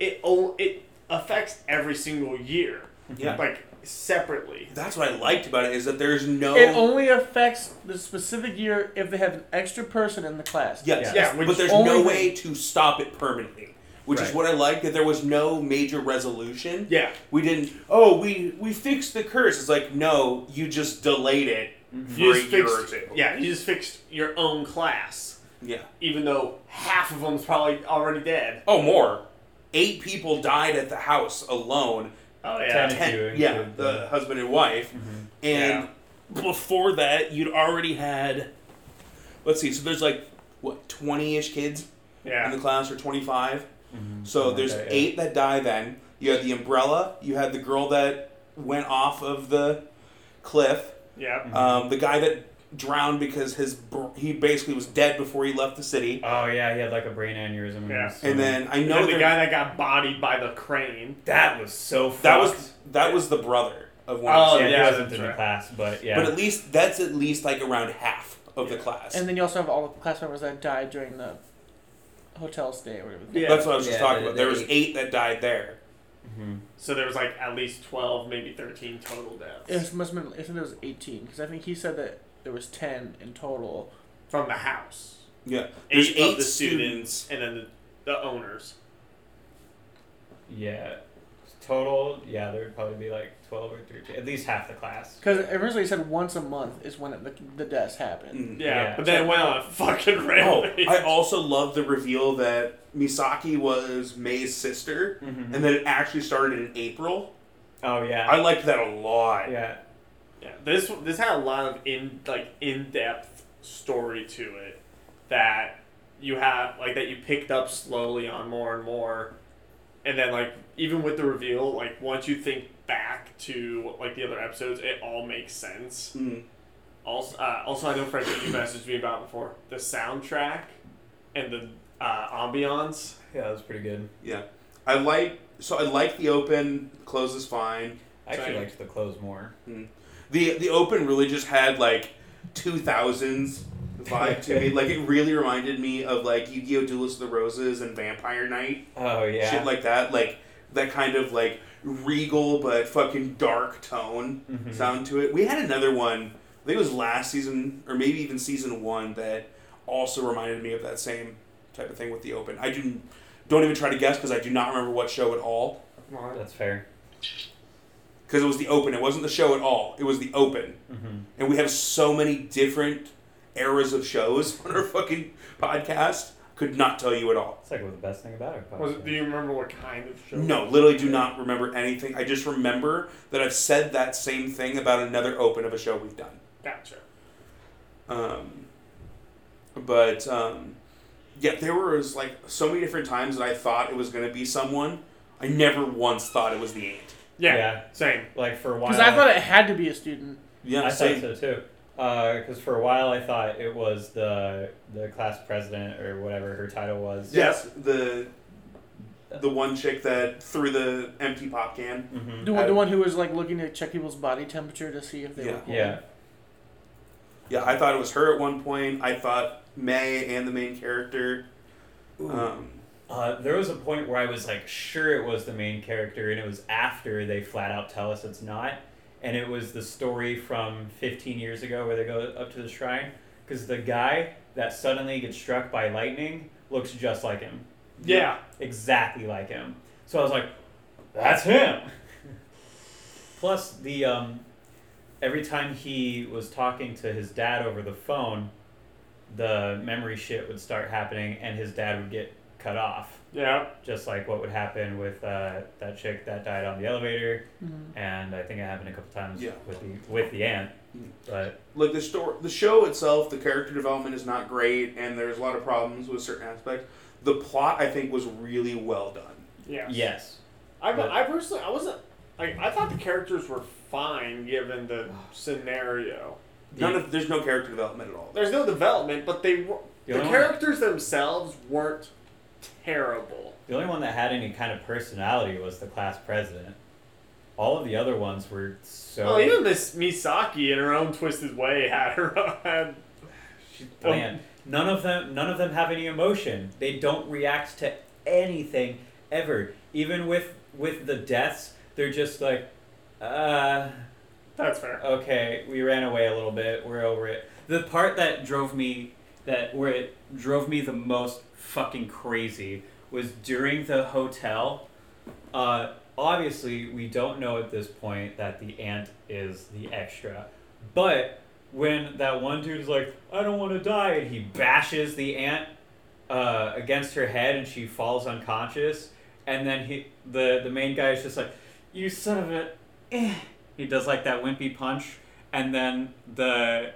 [SPEAKER 3] it o- it affects every single year.
[SPEAKER 4] Yeah.
[SPEAKER 3] Like separately.
[SPEAKER 4] That's what I liked about it is that there's no.
[SPEAKER 7] It only affects the specific year if they have an extra person in the class.
[SPEAKER 4] Yes,
[SPEAKER 2] Yeah.
[SPEAKER 3] Yeah, which
[SPEAKER 4] but there's
[SPEAKER 7] only
[SPEAKER 4] no
[SPEAKER 7] thing-
[SPEAKER 4] way to stop it permanently, which is
[SPEAKER 2] Right.
[SPEAKER 4] what I like that there was no major resolution.
[SPEAKER 3] Yeah.
[SPEAKER 4] We didn't. Oh, we we fixed the curse. It's like no, you just delayed it
[SPEAKER 2] Mm-hmm.
[SPEAKER 4] for
[SPEAKER 3] You
[SPEAKER 4] a
[SPEAKER 3] just
[SPEAKER 4] year
[SPEAKER 3] fixed-
[SPEAKER 4] or two.
[SPEAKER 3] Yeah, you just fixed your own class,
[SPEAKER 4] yeah.
[SPEAKER 3] even though half of them's probably already dead.
[SPEAKER 4] Oh, more. Eight people died at the house alone.
[SPEAKER 3] Oh
[SPEAKER 2] Ten.
[SPEAKER 4] Ten-
[SPEAKER 2] You Mm-hmm. include
[SPEAKER 4] yeah, the
[SPEAKER 2] the-
[SPEAKER 4] husband and wife, and before that, you'd already had. Let's see. So there's like what twenty ish kids in the
[SPEAKER 3] Yeah.
[SPEAKER 4] class or 25. So
[SPEAKER 2] Mm-hmm. Something
[SPEAKER 4] there's
[SPEAKER 2] like that, yeah.
[SPEAKER 4] eight that die then. You had the umbrella, you had the girl that went off of the cliff,
[SPEAKER 3] Yeah.
[SPEAKER 2] Mm-hmm.
[SPEAKER 4] um, the guy that drowned because his br- he basically was dead before he left the city.
[SPEAKER 2] Oh yeah, he had like a brain aneurysm. when he
[SPEAKER 3] Yeah.
[SPEAKER 2] was
[SPEAKER 4] And
[SPEAKER 2] swimming.
[SPEAKER 4] then I
[SPEAKER 3] You
[SPEAKER 4] know
[SPEAKER 3] the
[SPEAKER 4] there-
[SPEAKER 3] guy that got bodied by the crane.
[SPEAKER 2] that was so. Fucked.
[SPEAKER 4] that was that was the brother of one. of
[SPEAKER 3] Oh,
[SPEAKER 4] the
[SPEAKER 2] yeah,
[SPEAKER 4] kids.
[SPEAKER 3] yeah,
[SPEAKER 2] he wasn't
[SPEAKER 3] that's
[SPEAKER 2] in the
[SPEAKER 3] right.
[SPEAKER 2] class, but yeah.
[SPEAKER 4] But at least that's at least like around half of the class.
[SPEAKER 7] And then you also have all the class members that died during the hotel stay or whatever.
[SPEAKER 3] Yeah.
[SPEAKER 4] that's what I was just
[SPEAKER 5] Yeah,
[SPEAKER 4] talking
[SPEAKER 5] the-
[SPEAKER 4] about. There
[SPEAKER 5] the
[SPEAKER 4] was
[SPEAKER 5] eight.
[SPEAKER 4] eight that died there.
[SPEAKER 3] So there was like at least twelve, maybe thirteen total deaths
[SPEAKER 7] It must have been. I think it was eighteen because I think he said that there was ten in total.
[SPEAKER 3] from the house.
[SPEAKER 4] Yeah, there's eight,
[SPEAKER 3] of the
[SPEAKER 4] students.
[SPEAKER 3] students and then the, the owners.
[SPEAKER 2] yeah, total. Yeah, there'd probably be like twelve or thirteen, at least half the class.
[SPEAKER 7] Because originally he said once a month is when it, the, the deaths happen.
[SPEAKER 4] Mm.
[SPEAKER 3] Yeah,
[SPEAKER 2] Yeah.
[SPEAKER 3] but then it went on a fucking
[SPEAKER 4] Oh,
[SPEAKER 3] rampage.
[SPEAKER 4] I also love the reveal that Misaki was May's sister,
[SPEAKER 2] Mhm.
[SPEAKER 4] and that it actually started in April.
[SPEAKER 2] Oh yeah.
[SPEAKER 4] I liked that a lot.
[SPEAKER 2] yeah.
[SPEAKER 3] Yeah, this this had a lot of in like in depth story to it that you have like that you picked up slowly on more and more, and then like even with the reveal, like once you think back to like the other episodes, it all makes sense.
[SPEAKER 4] Mm.
[SPEAKER 3] Also, uh, also I know Frank that you messaged me about before the soundtrack and the uh, ambiance.
[SPEAKER 2] Yeah, that was pretty good.
[SPEAKER 4] Yeah, I like so I like the open. Close is fine.
[SPEAKER 2] I actually
[SPEAKER 4] Sorry.
[SPEAKER 2] liked the clothes more.
[SPEAKER 4] The the open really just had like two thousands vibe to it. Like it really reminded me of like Yu Gi Oh! Duelist of the Roses and Vampire Knight,
[SPEAKER 2] Oh yeah.
[SPEAKER 4] shit like that. Like that kind of like regal but fucking dark tone
[SPEAKER 2] Mhm.
[SPEAKER 4] sound to it. We had another one. I think it was last season or maybe even season one that also reminded me of that same type of thing with the open. I do don't even try to guess because I do not remember what show at all.
[SPEAKER 2] That's fair.
[SPEAKER 4] because it was the open. It wasn't the show at all. It was the open,
[SPEAKER 2] Mm-hmm.
[SPEAKER 4] and we have so many different eras of shows on our fucking podcast. Could not tell you at all.
[SPEAKER 2] It's like the best thing about it.
[SPEAKER 3] Was
[SPEAKER 2] probably.
[SPEAKER 3] it, do you remember what kind of show?
[SPEAKER 4] No, literally do not remember anything. I just remember that I've said that same thing about another open of a show we've done.
[SPEAKER 3] Gotcha.
[SPEAKER 4] Um, but um, yeah, there was like so many different times that I thought it was gonna be someone. I never once thought it was the ant.
[SPEAKER 3] Yeah,
[SPEAKER 2] Yeah.
[SPEAKER 3] same.
[SPEAKER 2] Like for a while.
[SPEAKER 7] Because I thought it had to be a student.
[SPEAKER 4] Yeah,
[SPEAKER 2] I
[SPEAKER 4] same.
[SPEAKER 2] thought so too. Because for a while, I thought it was the the class president or whatever her title was.
[SPEAKER 4] Yes, the the one chick that threw the empty pop can.
[SPEAKER 2] hmm
[SPEAKER 7] The one, the
[SPEAKER 4] I-
[SPEAKER 7] one who was like looking to check people's body temperature to see if they
[SPEAKER 4] Yeah.
[SPEAKER 7] were cold.
[SPEAKER 2] Yeah.
[SPEAKER 4] Yeah, I thought it was her at one point. I thought May and the main character. Um,
[SPEAKER 2] Uh, there was a point where I was like sure it was the main character, and it was after they flat out tell us it's not. And it was the story from 15 years ago where they go up to the shrine because the guy that suddenly gets struck by lightning looks just like him,
[SPEAKER 3] Yeah.
[SPEAKER 2] exactly like him. So I was like, that's him. Plus the um, every time he was talking to his dad over the phone, the memory shit would start happening, and his dad would get cut off
[SPEAKER 3] Yeah.
[SPEAKER 2] just like what would happen with uh, that chick that died on the elevator, and I think it happened a couple times
[SPEAKER 4] Yeah.
[SPEAKER 2] with the with the ant. But
[SPEAKER 4] like the story, the show itself, the character development is not great, and there's a lot of problems with certain aspects. The plot, I think, was really well done.
[SPEAKER 3] Yeah.
[SPEAKER 2] yes,
[SPEAKER 3] I, but I personally, I wasn't. Like, I thought the characters were fine given the scenario.
[SPEAKER 4] None of there's no character development at all.
[SPEAKER 3] There's no development, but they were
[SPEAKER 2] The
[SPEAKER 3] the
[SPEAKER 2] only-
[SPEAKER 3] characters themselves weren't terrible.
[SPEAKER 2] the only one that had any kind of personality was the class president. All of the other ones were so
[SPEAKER 3] Well, even Miss Misaki, in her own twisted way, had her own- had
[SPEAKER 2] she- bland. None of them none of them have any emotion. They don't react to anything ever. Even with with the deaths, they're just like, uh.
[SPEAKER 3] That's fair.
[SPEAKER 2] okay, we ran away a little bit. We're over it. The part that drove me that where it drove me the most fucking crazy was during the hotel. Uh, obviously, we don't know at this point that the ant is the extra, but when that one dude is like, "I don't want to die," and he bashes the ant uh, against her head and she falls unconscious, and then he the the main guy is just like, "You son of a," eh." he does like that wimpy punch, and then the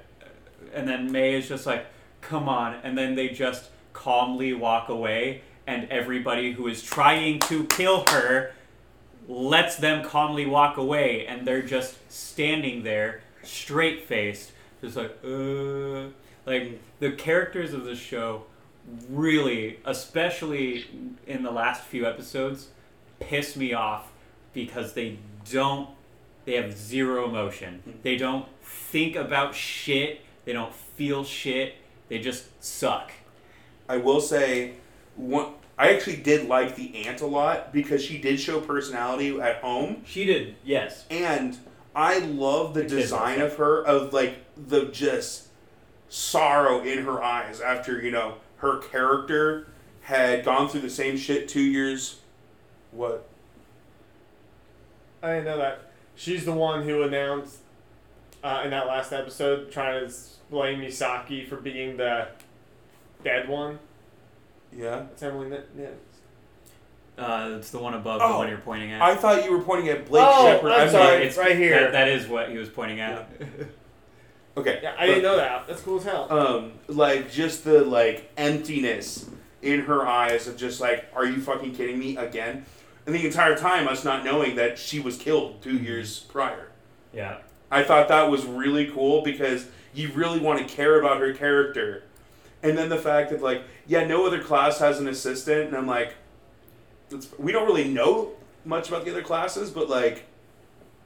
[SPEAKER 2] and then May is just like, "Come on," and then they just calmly walk away, and everybody who is trying to kill her lets them calmly walk away, and they're just standing there, straight faced, just like, uh. Like, the characters of the show really, especially in the last few episodes, piss me off because they don't, they have zero emotion. They don't think about shit, they don't feel shit, they just suck.
[SPEAKER 4] I will say, one, I actually did like the ant a lot because she did show personality at home.
[SPEAKER 2] She did, yes.
[SPEAKER 4] and I love the
[SPEAKER 2] It is
[SPEAKER 4] design of her of like the just sorrow in her eyes after you know her character had gone through the same shit two years. What?
[SPEAKER 3] I didn't know that. She's the one who announced uh, in that last episode trying to s- blame Misaki for being the dead one.
[SPEAKER 4] Yeah.
[SPEAKER 3] That's Emily N- Nibs.
[SPEAKER 2] Uh, it's the one above
[SPEAKER 4] Oh,
[SPEAKER 2] the one you're pointing at.
[SPEAKER 4] I thought you were pointing at Blake
[SPEAKER 3] Oh,
[SPEAKER 4] Shepherd.
[SPEAKER 3] I'm
[SPEAKER 4] not-
[SPEAKER 3] sorry.
[SPEAKER 2] It's
[SPEAKER 3] right here.
[SPEAKER 2] That, that is what he was pointing at.
[SPEAKER 4] Okay.
[SPEAKER 3] Yeah, I didn't know that. That's cool as hell.
[SPEAKER 2] Uh,
[SPEAKER 4] Um, like just the like emptiness in her eyes of just like, are you fucking kidding me again? And the entire time, us not knowing that she was killed
[SPEAKER 3] Mm-hmm.
[SPEAKER 4] two years prior.
[SPEAKER 2] Yeah.
[SPEAKER 4] I thought that was really cool because you really want to care about her character. And then the fact that like, yeah, no other class has an assistant, and I'm like, it's, we don't really know much about the other classes, but like,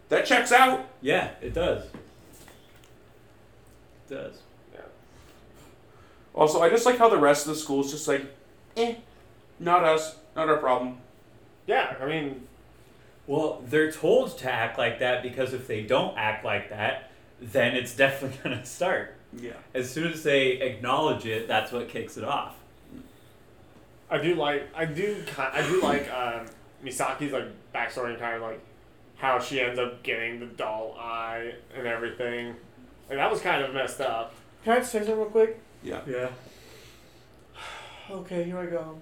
[SPEAKER 4] that checks out.
[SPEAKER 2] Yeah, it does. It does.
[SPEAKER 4] Also, I just like how the rest of the school is just like, eh, not us, not our problem.
[SPEAKER 3] Yeah, I mean,
[SPEAKER 2] Well, they're told to act like that because if they don't act like that, then it's definitely going to start.
[SPEAKER 4] Yeah.
[SPEAKER 2] As soon as they acknowledge it, that's what kicks it off.
[SPEAKER 3] I do like I do ki- I do like um, Misaki's like backstory and kind of like how she ends up getting the doll eye and everything. Like that was kind of messed up.
[SPEAKER 1] Can I just say something real quick?
[SPEAKER 4] Yeah.
[SPEAKER 3] Yeah.
[SPEAKER 1] Okay, here I go.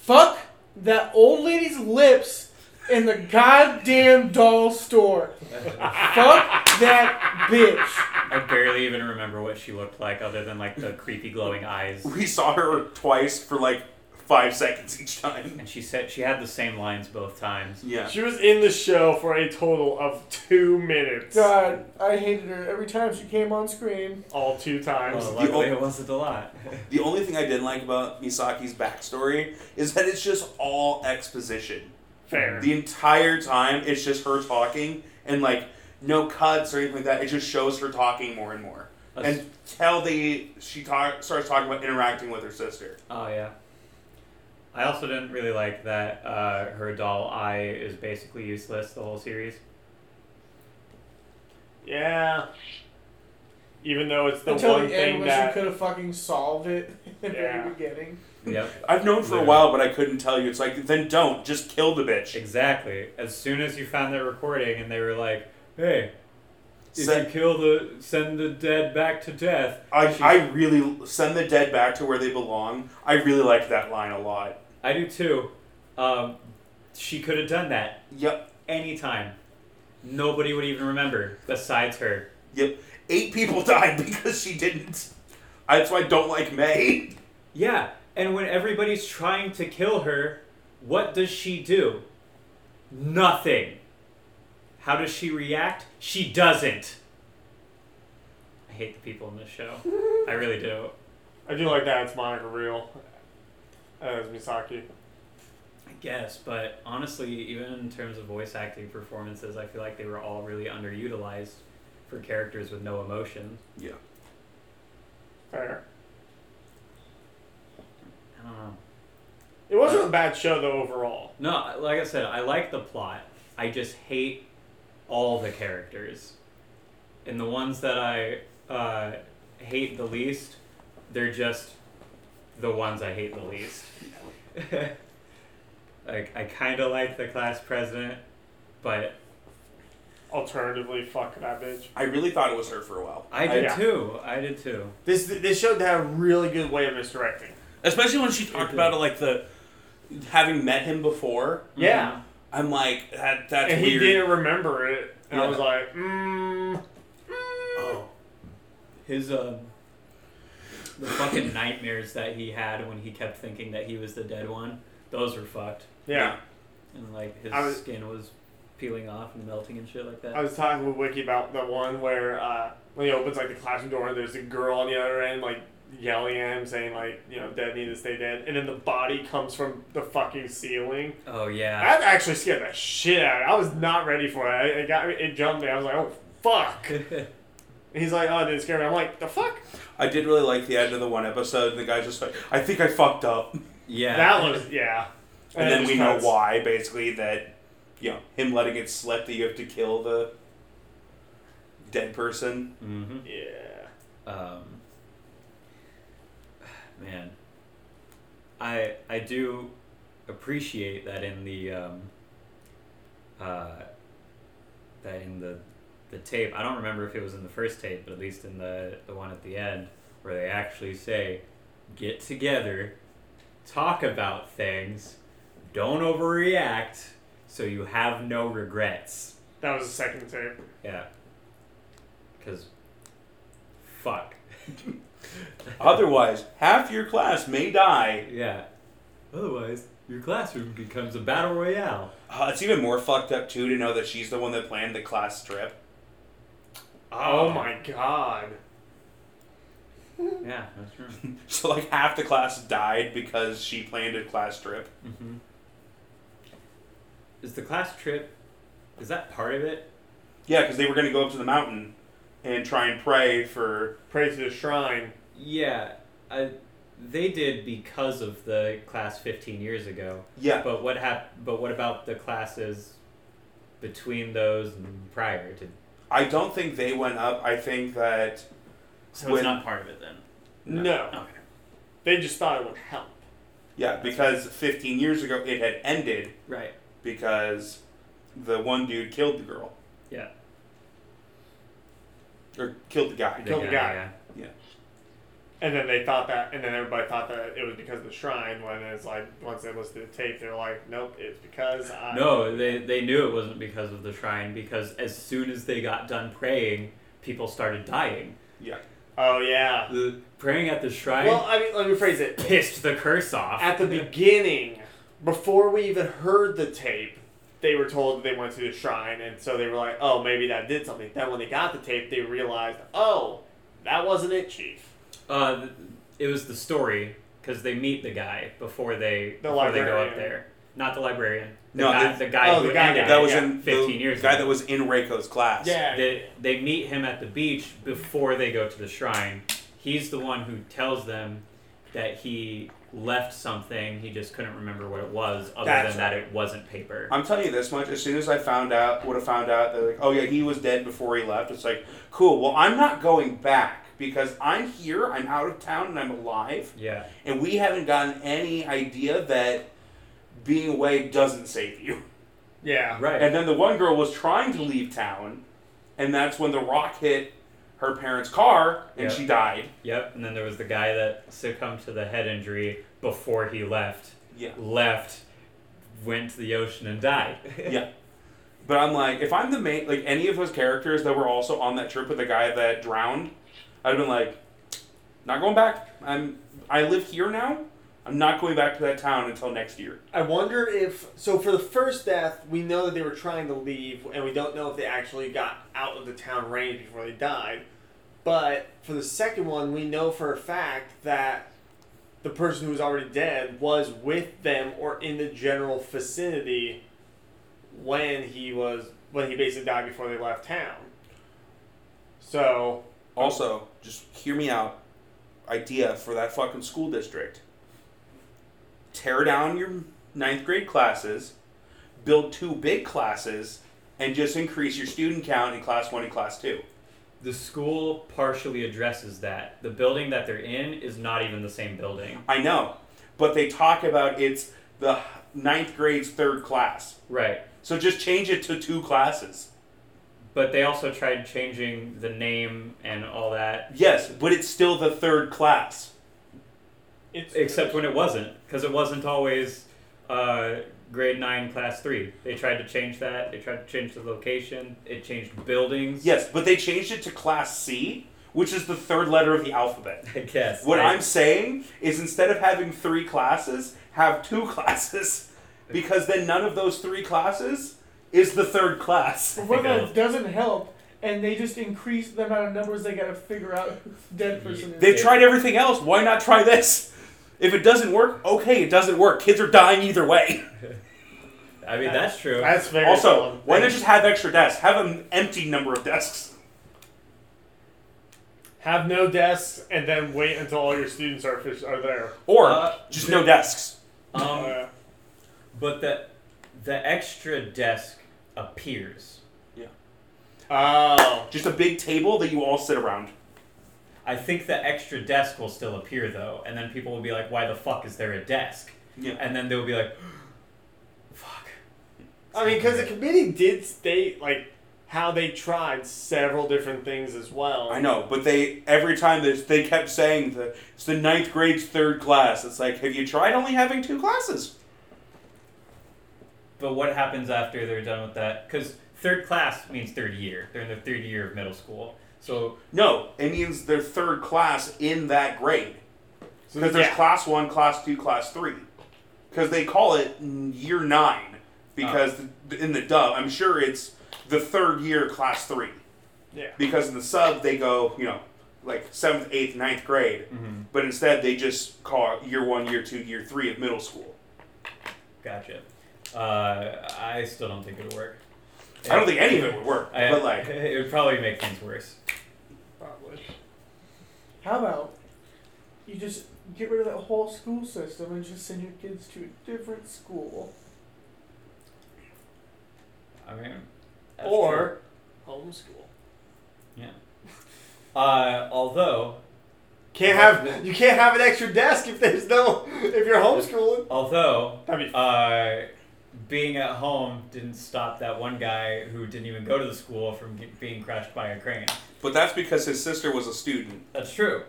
[SPEAKER 1] Fuck that old lady's lips in the goddamn doll store. Fuck that bitch.
[SPEAKER 2] I barely even remember what she looked like other than like the creepy glowing eyes.
[SPEAKER 4] We saw her twice for like five seconds each time.
[SPEAKER 2] And she said she had the same lines both times.
[SPEAKER 4] Yeah.
[SPEAKER 3] She was in the show for a total of two minutes.
[SPEAKER 1] God, I hated her every time she came on screen.
[SPEAKER 3] All two times.
[SPEAKER 2] Well, luckily it wasn't a lot.
[SPEAKER 4] The only thing I didn't like about Misaki's backstory is that it's just all exposition.
[SPEAKER 3] Fair.
[SPEAKER 4] The entire time, it's just her talking and like no cuts or anything like that. It just shows her talking more and more
[SPEAKER 2] That's-
[SPEAKER 4] until they she talk, starts talking about interacting with her sister.
[SPEAKER 2] Oh yeah. I also didn't really like that uh, her doll eye is basically useless the whole series.
[SPEAKER 3] yeah. Even though it's the
[SPEAKER 1] Until
[SPEAKER 3] one
[SPEAKER 1] the end
[SPEAKER 3] thing
[SPEAKER 1] when she
[SPEAKER 3] that
[SPEAKER 1] could have fucking solved it in the
[SPEAKER 3] Yeah.
[SPEAKER 1] very beginning.
[SPEAKER 2] Yep.
[SPEAKER 4] I've known for a
[SPEAKER 2] Yeah.
[SPEAKER 4] while, but I couldn't tell you. It's like then don't just kill the bitch.
[SPEAKER 2] Exactly. As soon as you found that recording and they were like, "Hey, if
[SPEAKER 4] Send-
[SPEAKER 2] you kill the send the dead back to death."
[SPEAKER 4] I,
[SPEAKER 2] she's-
[SPEAKER 4] I really send the dead back to where they belong. I really liked that line a lot.
[SPEAKER 2] I do too. Um, she could have done that
[SPEAKER 4] Yep,
[SPEAKER 2] anytime. Nobody would even remember besides her.
[SPEAKER 4] yep. Eight people died because she didn't. That's why I don't like May.
[SPEAKER 2] Yeah, and when everybody's trying to kill her, what does she do? Nothing. How does she react? She doesn't. I hate the people in this show. I really do.
[SPEAKER 3] I do like that it's Monica Real as Misaki.
[SPEAKER 2] I guess, but honestly, even in terms of voice acting performances, I feel like they were all really underutilized for characters with no emotion.
[SPEAKER 4] Yeah.
[SPEAKER 3] Fair.
[SPEAKER 2] I don't know.
[SPEAKER 3] It wasn't a bad show though overall.
[SPEAKER 2] No, like I said, I like the plot. I just hate all the characters. And the ones that I uh, hate the least, they're just the ones I hate the least. like, I kind of like the class president, but
[SPEAKER 3] Alternatively, fuck that bitch.
[SPEAKER 4] I really thought it was her for a while.
[SPEAKER 2] I did
[SPEAKER 3] Yeah.
[SPEAKER 2] too. I did too.
[SPEAKER 3] This this show had a really good way of misdirecting.
[SPEAKER 4] Especially when she talked about it, like the having met him before.
[SPEAKER 3] Yeah.
[SPEAKER 4] I'm like, that, Mm-hmm. that's
[SPEAKER 3] and he
[SPEAKER 4] weird.
[SPEAKER 3] didn't remember it, and I was
[SPEAKER 4] Yeah.
[SPEAKER 3] like, mm,
[SPEAKER 2] Oh. His, um, the fucking nightmares that he had when he kept thinking that he was the dead one, those were fucked.
[SPEAKER 3] yeah.
[SPEAKER 2] And like his
[SPEAKER 3] I was-
[SPEAKER 2] skin was peeling off and melting and shit like that.
[SPEAKER 3] I was talking with Wiki about the one where uh, when he opens like the classroom door, and there's a girl on the other end like yelling at him, saying like, you know, dead need to stay dead, and then the body comes from the fucking ceiling.
[SPEAKER 2] oh yeah.
[SPEAKER 3] That actually scared the shit out. of me. I was not ready for it. It got me. It jumped me. I was like, oh fuck. And he's like, oh, it didn't scare me. I'm like, the fuck.
[SPEAKER 4] I did really like the end of the one episode. The guy's just like, I think I fucked up.
[SPEAKER 2] yeah.
[SPEAKER 3] That was yeah.
[SPEAKER 4] And,
[SPEAKER 3] it
[SPEAKER 4] then
[SPEAKER 3] just
[SPEAKER 4] we know
[SPEAKER 3] cuts.
[SPEAKER 4] why, basically, that, you know, him letting it slip that you have to kill the dead person.
[SPEAKER 2] hmm
[SPEAKER 3] Yeah.
[SPEAKER 2] Um, man, I I do appreciate that in the um, uh, that in the the tape. I don't remember if it was in the first tape, but at least in the the one at the end where they actually say, "Get together, talk about things, don't overreact, so you have no regrets."
[SPEAKER 3] That was the second tape.
[SPEAKER 2] Yeah. Cause, fuck.
[SPEAKER 4] Otherwise, half your class may die.
[SPEAKER 2] Yeah. Otherwise, your classroom becomes a battle royale.
[SPEAKER 4] Uh, it's even more fucked up, too, to know that she's the one that planned the
[SPEAKER 2] Um,
[SPEAKER 4] class trip.
[SPEAKER 3] Oh my god.
[SPEAKER 2] Yeah, that's true.
[SPEAKER 4] So like half the class died because she planned a class trip.
[SPEAKER 2] hmm Is the class trip? Is that part of it?
[SPEAKER 4] Yeah, because they were going to go up to the mountain and try and pray for.
[SPEAKER 3] Pray to the shrine.
[SPEAKER 2] Yeah, I, they did because of the class fifteen years ago.
[SPEAKER 4] Yeah,
[SPEAKER 2] But what hap- But what about the classes between those and prior to?
[SPEAKER 4] I don't think they went up. I think that
[SPEAKER 2] So
[SPEAKER 4] When-
[SPEAKER 2] it's not part of it then.
[SPEAKER 3] No.
[SPEAKER 2] Okay.
[SPEAKER 3] They just thought it would help.
[SPEAKER 4] yeah, because 15 years ago it had ended
[SPEAKER 2] Right.
[SPEAKER 4] because the one dude killed the girl
[SPEAKER 2] Yeah.
[SPEAKER 4] or killed the guy.
[SPEAKER 3] Killed the guy.
[SPEAKER 2] Yeah.
[SPEAKER 3] And then they thought that, and then everybody thought that it was because of the shrine. When it's like, once they listened to the tape, they're like, nope, it's because I.
[SPEAKER 2] No, they they knew it wasn't because of the shrine because as soon as they got done praying, people started dying.
[SPEAKER 4] Yeah,
[SPEAKER 3] Oh, yeah.
[SPEAKER 2] The praying at the shrine
[SPEAKER 3] Well, I mean, let me phrase it.
[SPEAKER 2] pissed the curse off.
[SPEAKER 3] At the beginning, before we even heard the tape, they were told they went to the shrine, and so they were like, oh, maybe that did something. Then when they got the tape, they realized, oh, that wasn't it, Chief.
[SPEAKER 2] Uh, th- it was the story because they meet the guy before they
[SPEAKER 3] The
[SPEAKER 2] before they go up
[SPEAKER 3] librarian.
[SPEAKER 2] there. Not the librarian. The
[SPEAKER 4] No,
[SPEAKER 2] guy,
[SPEAKER 4] the-
[SPEAKER 2] the, guy
[SPEAKER 3] oh,
[SPEAKER 2] who
[SPEAKER 3] the guy
[SPEAKER 2] ended
[SPEAKER 3] that-
[SPEAKER 4] that
[SPEAKER 2] it,
[SPEAKER 4] was
[SPEAKER 2] yeah,
[SPEAKER 4] in the
[SPEAKER 2] fifteen years.
[SPEAKER 4] Guy
[SPEAKER 2] ago.
[SPEAKER 4] that was in Reiko's class.
[SPEAKER 2] They, they meet him at the beach before they go to the shrine. He's the one who tells them that he left something. He just couldn't remember what it was, other
[SPEAKER 3] That's
[SPEAKER 2] than that it wasn't paper.
[SPEAKER 4] I'm telling you this much. As soon as I found out, would have found out that like, oh yeah, he was dead before he left. It's like, cool. Well, I'm not going back because I'm here. I'm out of town and I'm alive,
[SPEAKER 2] yeah.
[SPEAKER 4] and we haven't gotten any idea that being away doesn't save you.
[SPEAKER 3] Yeah.
[SPEAKER 2] Right.
[SPEAKER 4] And then the one girl was trying to leave town, and that's when the rock hit her parents' car and
[SPEAKER 2] Yeah.
[SPEAKER 4] she died.
[SPEAKER 2] yep. And then there was the guy that succumbed to the head injury before he left.
[SPEAKER 4] Yeah.
[SPEAKER 2] Left, went to the ocean and died.
[SPEAKER 4] Yeah. But I'm like, if I'm the main, like any of those characters that were also on that trip with the guy that drowned, I'd have been like, not going back. I'm, I live here now. I'm not going back to that town until next year.
[SPEAKER 3] I wonder if so for the first death, we know that they were trying to leave and we don't know if they actually got out of the town range before they died. But for the second one, we know for a fact that the person who was already dead was with them or in the general vicinity when he was when he basically died before they left town. So
[SPEAKER 4] Also, just hear me out. Idea for that fucking school district. Tear down your ninth grade classes, build two big classes, and just increase your student count in class one and class two.
[SPEAKER 2] The school partially addresses that. The building that they're in is not even the same building.
[SPEAKER 4] I know, but they talk about it's the ninth grade's third class.
[SPEAKER 2] Right.
[SPEAKER 4] So just change it to two classes.
[SPEAKER 2] But they also tried changing the name and all that,
[SPEAKER 4] Yes, but it's still the third class.
[SPEAKER 3] it's
[SPEAKER 2] except when it wasn't, because it wasn't always uh, grade 9, class 3. They tried to change that. They tried to change the location. It changed buildings.
[SPEAKER 4] Yes, but they changed it to class C, which is the third letter of the alphabet.
[SPEAKER 2] I guess.
[SPEAKER 4] What
[SPEAKER 2] I-
[SPEAKER 4] I'm saying is instead of having three classes, have two classes, because then none of those three classes is the third class.
[SPEAKER 1] But whether
[SPEAKER 2] Because-
[SPEAKER 1] it doesn't help, and they just increase the amount of numbers they gotta figure out who's the dead person is.
[SPEAKER 4] They've tried everything else. Why not try this? If it doesn't work, okay, it doesn't work. Kids are dying either way.
[SPEAKER 2] I mean, that's true.
[SPEAKER 3] that's very
[SPEAKER 4] Also, why
[SPEAKER 3] not
[SPEAKER 4] not just have extra desks? Have an empty number of desks.
[SPEAKER 3] have no desks and then wait until all your students are fish- are there.
[SPEAKER 4] Or
[SPEAKER 2] Uh,
[SPEAKER 4] just no desks.
[SPEAKER 2] um,
[SPEAKER 3] Uh,
[SPEAKER 2] but the, the extra desk appears.
[SPEAKER 3] Oh.
[SPEAKER 4] Just a big table that you all sit around.
[SPEAKER 2] I think the extra desk will still appear though, and then people will be like, "Why the fuck is there a desk?"
[SPEAKER 4] Yeah.
[SPEAKER 2] And then they'll be like, "Fuck."
[SPEAKER 3] I mean, because the committee did state, like, how they tried several different things as well.
[SPEAKER 4] I know, but they every time they, they kept saying that it's the ninth grade's third class. It's like, have you tried only having two classes?
[SPEAKER 2] But what happens after they're done with that? Because third class means third year. They're in the third year of middle school, so
[SPEAKER 4] No, it means their third class in that grade. Because there's
[SPEAKER 3] yeah.
[SPEAKER 4] class one, class two, class three. Because they call it n- year nine. Because
[SPEAKER 2] Oh.
[SPEAKER 4] th- in the dub, I'm sure it's the third year, class three.
[SPEAKER 3] Yeah.
[SPEAKER 4] Because in the sub, they go, you know, like seventh, eighth, ninth grade,
[SPEAKER 2] Mm-hmm.
[SPEAKER 4] but instead they just call it year one, year two, year three of middle school.
[SPEAKER 2] Gotcha. Uh, I still don't think it'll work.
[SPEAKER 4] I don't think any of it would work,
[SPEAKER 2] I-
[SPEAKER 4] but like
[SPEAKER 2] it would probably make things worse.
[SPEAKER 3] Probably.
[SPEAKER 1] How about you just get rid of that whole school system and just send your kids to a different school?
[SPEAKER 2] I mean, that's true.
[SPEAKER 3] or homeschool.
[SPEAKER 2] Uh, although,
[SPEAKER 3] Can't have you can't have an extra desk if there's no if you're homeschooling.
[SPEAKER 2] although,
[SPEAKER 3] That'd be
[SPEAKER 2] uh, being at home didn't stop that one guy who didn't even go to the school from ge- being crushed by a crane.
[SPEAKER 4] but that's because his sister was a student.
[SPEAKER 2] That's true.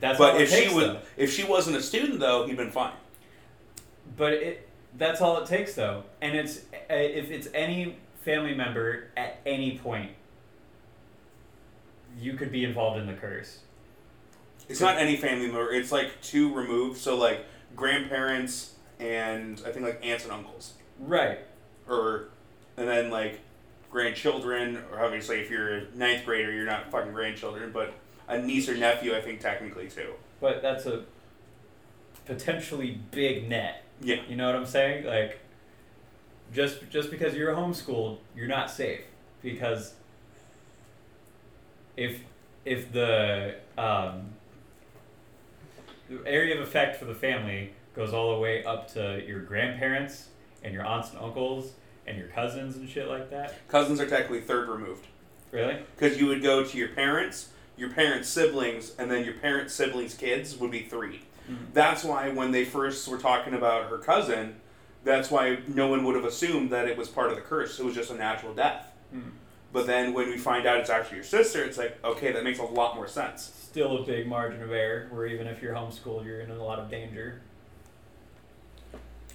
[SPEAKER 2] That's all
[SPEAKER 4] but
[SPEAKER 2] it
[SPEAKER 4] if
[SPEAKER 2] takes,
[SPEAKER 4] she would
[SPEAKER 2] though.
[SPEAKER 4] if she wasn't a student though, he'd been fine.
[SPEAKER 2] But it that's all it takes though. And it's uh, if it's any family member at any point you could be involved in the curse.
[SPEAKER 4] It's not any family member. It's like two removed, so like grandparents and I think like aunts and uncles,
[SPEAKER 2] Right.
[SPEAKER 4] or and then like grandchildren, or obviously if you're a ninth grader, you're not fucking grandchildren, but a niece or nephew, I think technically too.
[SPEAKER 2] But that's a potentially big net.
[SPEAKER 4] Yeah.
[SPEAKER 2] You know what I'm saying? Like just just because you're homeschooled, you're not safe because if if the um, the area of effect for the family goes all the way up to your grandparents and your aunts and uncles and your cousins and shit like that,
[SPEAKER 4] Cousins are technically third removed
[SPEAKER 2] really?
[SPEAKER 4] because you would go to your parents, your parents' siblings, and then your parents' siblings' kids would be 3
[SPEAKER 2] Mhm.
[SPEAKER 4] That's why when they first were talking about her cousin, that's why no one would have assumed that it was part of the curse. It was just a natural death.
[SPEAKER 2] Mhm.
[SPEAKER 4] But then when we find out it's actually your sister, it's like, okay, that makes a lot more sense.
[SPEAKER 2] Still a big margin of error where even if you're homeschooled, you're in a lot of danger.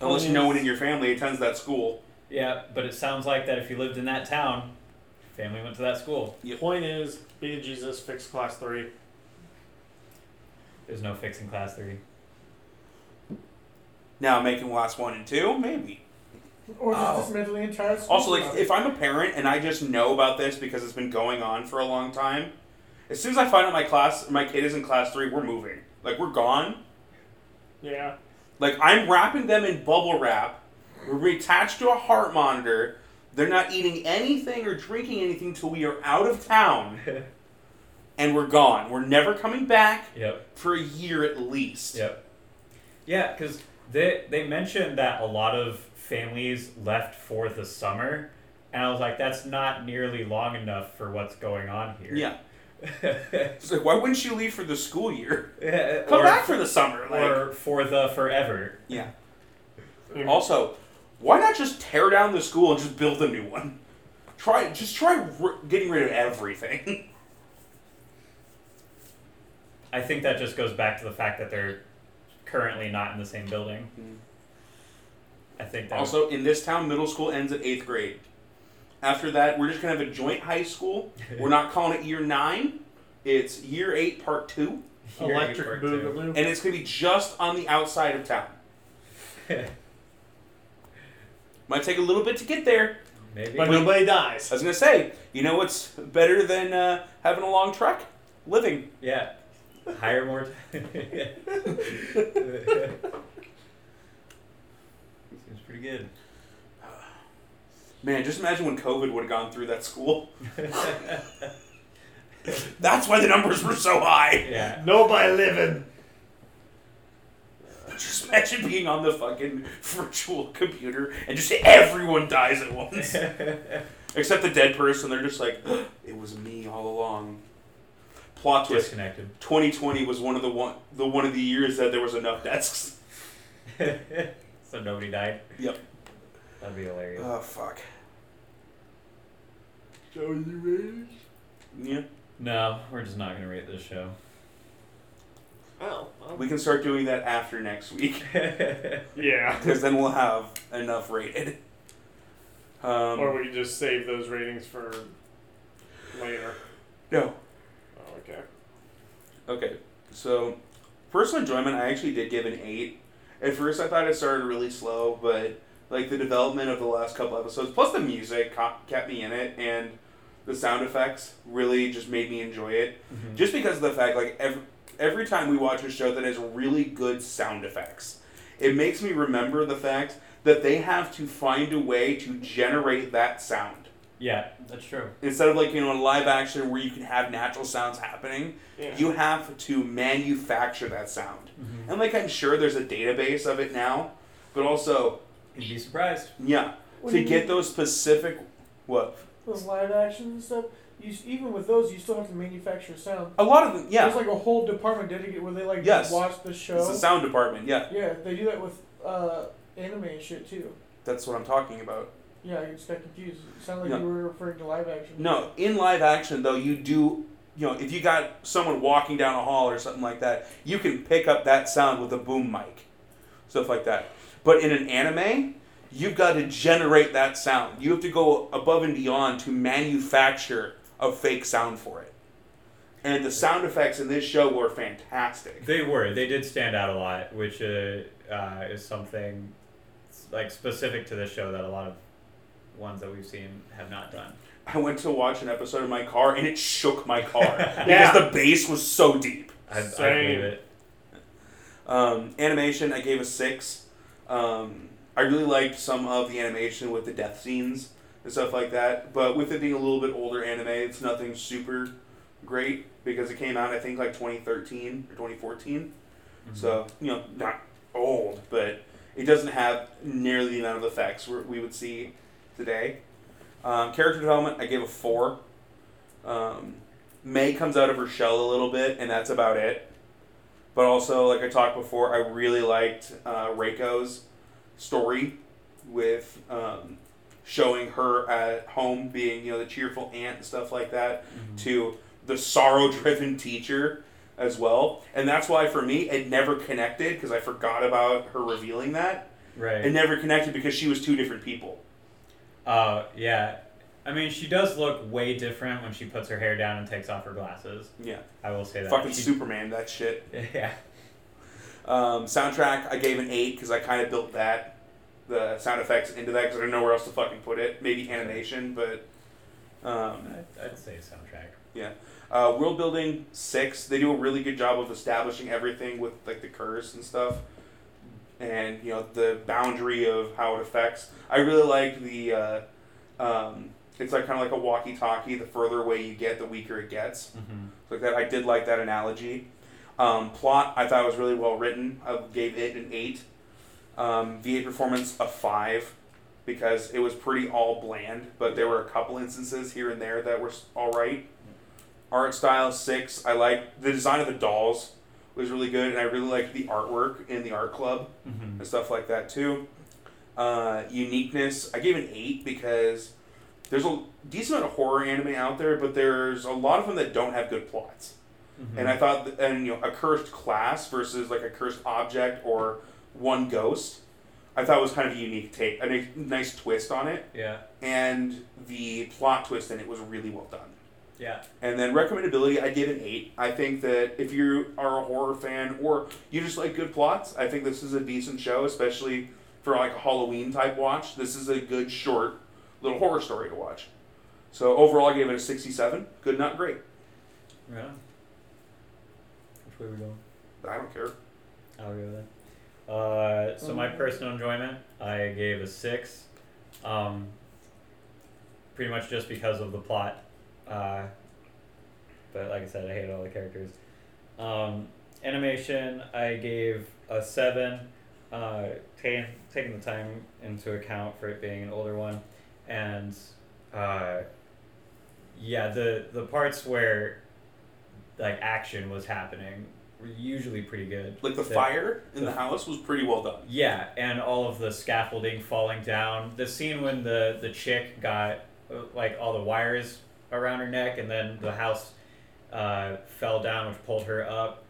[SPEAKER 4] Unless you know one in your family attends that school.
[SPEAKER 2] Yeah, but it sounds like that if you lived in that town, family went to that school.
[SPEAKER 3] the point is be to Jesus, fix class three.
[SPEAKER 2] There's no fixing class three.
[SPEAKER 4] Now making last one and two, maybe.
[SPEAKER 1] Or just
[SPEAKER 4] Oh.
[SPEAKER 1] dismantle the entire school?
[SPEAKER 4] Also, like if I'm a parent and I just know about this because it's been going on for a long time, as soon as I find out my class, my kid is in class three, we're moving. Like we're gone.
[SPEAKER 3] Yeah.
[SPEAKER 4] Like I'm wrapping them in bubble wrap. We're attached to a heart monitor. They're not eating anything or drinking anything till we are out of town, and we're gone. We're never coming back
[SPEAKER 2] Yep.
[SPEAKER 4] for a year at least.
[SPEAKER 2] Yep. Yeah, because they they mentioned that a lot of families left for the summer, and I was like, that's not nearly long enough for what's going on here.
[SPEAKER 4] Yeah. It's like, why wouldn't you leave for the school year? Come
[SPEAKER 2] or,
[SPEAKER 4] back for the summer. Like,
[SPEAKER 2] or for the forever.
[SPEAKER 4] yeah.
[SPEAKER 3] Mhm.
[SPEAKER 4] Also, why not just tear down the school and just build a new one? Try just try r- getting rid of everything.
[SPEAKER 2] I think that just goes back to the fact that they're currently not in the same building.
[SPEAKER 4] Mm.
[SPEAKER 2] I think that
[SPEAKER 4] also, in this town, middle school ends at eighth grade. After that, we're just gonna have a joint high school. We're not calling it year nine. It's year eight, part two,
[SPEAKER 2] Here you
[SPEAKER 3] Electric
[SPEAKER 2] work,
[SPEAKER 3] boogaloo.
[SPEAKER 4] and it's gonna be just on the outside of town.
[SPEAKER 2] too.
[SPEAKER 4] Might take a little bit to get there.
[SPEAKER 2] Maybe.
[SPEAKER 3] But nobody dies.
[SPEAKER 4] I was gonna say, you know what's better than uh, having a long trek? Living.
[SPEAKER 2] Yeah. Hire more. T- Seems pretty good.
[SPEAKER 4] Man, just imagine when COVID would have gone through that school. That's why the numbers were so high.
[SPEAKER 2] yeah.
[SPEAKER 3] Nobody living.
[SPEAKER 4] Just imagine being on the fucking virtual computer and just everyone dies at once. Except the dead person, they're just like, it was me all along. Plot twist.
[SPEAKER 2] Disconnected.
[SPEAKER 4] 2020 was one of the one the one of the years that there was enough desks.
[SPEAKER 2] so nobody died.
[SPEAKER 4] Yep.
[SPEAKER 2] That'd be hilarious.
[SPEAKER 4] Oh fuck.
[SPEAKER 3] Are Oh, you ready?
[SPEAKER 4] Yeah.
[SPEAKER 2] no, we're just not gonna rate this show.
[SPEAKER 3] Oh. well.
[SPEAKER 4] We can start doing that after next week
[SPEAKER 3] Mm-hmm. yeah.
[SPEAKER 4] because then we'll have enough rated. Um,
[SPEAKER 3] Or we can just save those ratings for later.
[SPEAKER 4] no.
[SPEAKER 3] Oh, okay.
[SPEAKER 4] Okay, so personal enjoyment, I actually did give an eight. At first, I thought it started really slow, but like the development of the last couple episodes, plus the music, ca- kept me in it, and the sound effects really just made me enjoy it. Just because of the fact, like, every, every time we watch a show that has really good sound effects, it makes me remember the fact that they have to find a way to generate that sound.
[SPEAKER 2] Yeah, that's true.
[SPEAKER 4] Instead of, like, you know, in live action where you can have natural sounds happening,
[SPEAKER 3] Yeah.
[SPEAKER 4] you have to manufacture that sound. And, like, I'm sure there's a database of it now, but also,
[SPEAKER 2] You'd be surprised.
[SPEAKER 4] yeah,
[SPEAKER 1] What do
[SPEAKER 4] to
[SPEAKER 1] you
[SPEAKER 4] get
[SPEAKER 1] mean?
[SPEAKER 4] those specific. What?
[SPEAKER 1] Those live actions and stuff. You s- even with those, you still have to manufacture sound.
[SPEAKER 4] A lot of them, yeah.
[SPEAKER 1] There's like a whole department dedicated where they like
[SPEAKER 4] Yes.
[SPEAKER 1] watch the show.
[SPEAKER 4] It's the sound department, yeah.
[SPEAKER 1] yeah, they do that with uh, anime and shit too.
[SPEAKER 4] That's what I'm talking about.
[SPEAKER 1] Yeah, I just got confused. It sounded like
[SPEAKER 4] No.
[SPEAKER 1] you were referring to live action.
[SPEAKER 4] No, in live action though, you do you know, if you got someone walking down a hall or something like that, you can pick up that sound with a boom mic. Stuff like that. But in an anime, you've got to generate that sound. You have to go above and beyond to manufacture a fake sound for it. And the sound effects in this show were fantastic.
[SPEAKER 2] They were. They did stand out a lot, which uh, uh, is something like specific to this show that a lot of ones that we've seen have not done.
[SPEAKER 4] I went to watch an episode of my car and it shook my car
[SPEAKER 3] Yeah.
[SPEAKER 4] because the bass was so deep.
[SPEAKER 2] I, I
[SPEAKER 3] Same.
[SPEAKER 2] believe it.
[SPEAKER 4] Um, animation, I gave a six. Um, I really liked some of the animation with the death scenes and stuff like that. But with it being a little bit older anime, it's nothing super great because it came out I think like 2013 or 2014. So you know, not old, but it doesn't have nearly the amount of effects we we would see today. Um, character development, I gave a four. Um, May comes out of her shell a little bit, and that's about it. But also, like I talked before, I really liked uh, Reiko's story with um, showing her at home being, you know, the cheerful aunt and stuff like that
[SPEAKER 2] Mm-hmm.
[SPEAKER 4] to the sorrow driven teacher as well. And that's why for me, it never connected because I forgot about her revealing that.
[SPEAKER 2] Right.
[SPEAKER 4] It never connected because she was two different people.
[SPEAKER 2] Uh, yeah. I mean, she does look way different when she puts her hair down and takes off her glasses.
[SPEAKER 4] Yeah.
[SPEAKER 2] I will say that.
[SPEAKER 4] Fucking
[SPEAKER 2] She-
[SPEAKER 4] Superman, that shit.
[SPEAKER 2] Yeah.
[SPEAKER 4] Um, soundtrack, I gave an 8 because I kind of built that, the sound effects into that because I don't know where else to fucking put it. Maybe animation, but. Um,
[SPEAKER 2] I'd, I'd say soundtrack.
[SPEAKER 4] yeah. Uh, world building, 6. They do a really good job of establishing everything with, like, the curse and stuff. And, you know, the boundary of how it affects. I really like the. Uh, um, it's like kind of like a walkie talkie. The further away you get, the weaker it gets
[SPEAKER 2] Mm-hmm.
[SPEAKER 4] like that. I did like that analogy. Um, plot, I thought was really well written. I gave it an eight. Um, VA performance a five because it was pretty all bland, but there were a couple instances here and there that were s- all right. Art style six. I like the design of the dolls was really good, and I really liked the artwork in the art club
[SPEAKER 2] Mm-hmm.
[SPEAKER 4] and stuff like that too. Uh, uniqueness, I gave an eight because there's a decent amount of horror anime out there, but there's a lot of them that don't have good plots.
[SPEAKER 2] Mm-hmm. Hmm.
[SPEAKER 4] And I thought, th- and you know, a cursed class versus like a cursed object or one ghost, I thought was kind of a unique take, a ni- nice twist on it,
[SPEAKER 2] yeah.
[SPEAKER 4] and the plot twist in it was really well done.
[SPEAKER 2] Yeah.
[SPEAKER 4] And then recommendability, I give an eight. I think that if you are a horror fan or you just like good plots, I think this is a decent show, especially for like a Halloween type watch. This is a good short little horror story to watch. So overall, I gave it a sixty-seven. Good, not great.
[SPEAKER 2] Right on. Which way we going?
[SPEAKER 4] I don't care.
[SPEAKER 2] I'll go with that. Uh, so my personal enjoyment, I gave a six. Um, pretty much just because of the plot. Uh, but like I said, I hate all the characters. Um, animation, I gave a seven. Uh, taking, taking the time into account for it being an older one, and uh, yeah, the the parts where like action was happening were usually pretty good.
[SPEAKER 4] Like the
[SPEAKER 2] They-
[SPEAKER 4] fire in the house was pretty well done.
[SPEAKER 2] yeah, and all of the scaffolding falling down. The scene when the the chick got uh, like all the wires around her neck, and then the house uh, fell down, which pulled her up.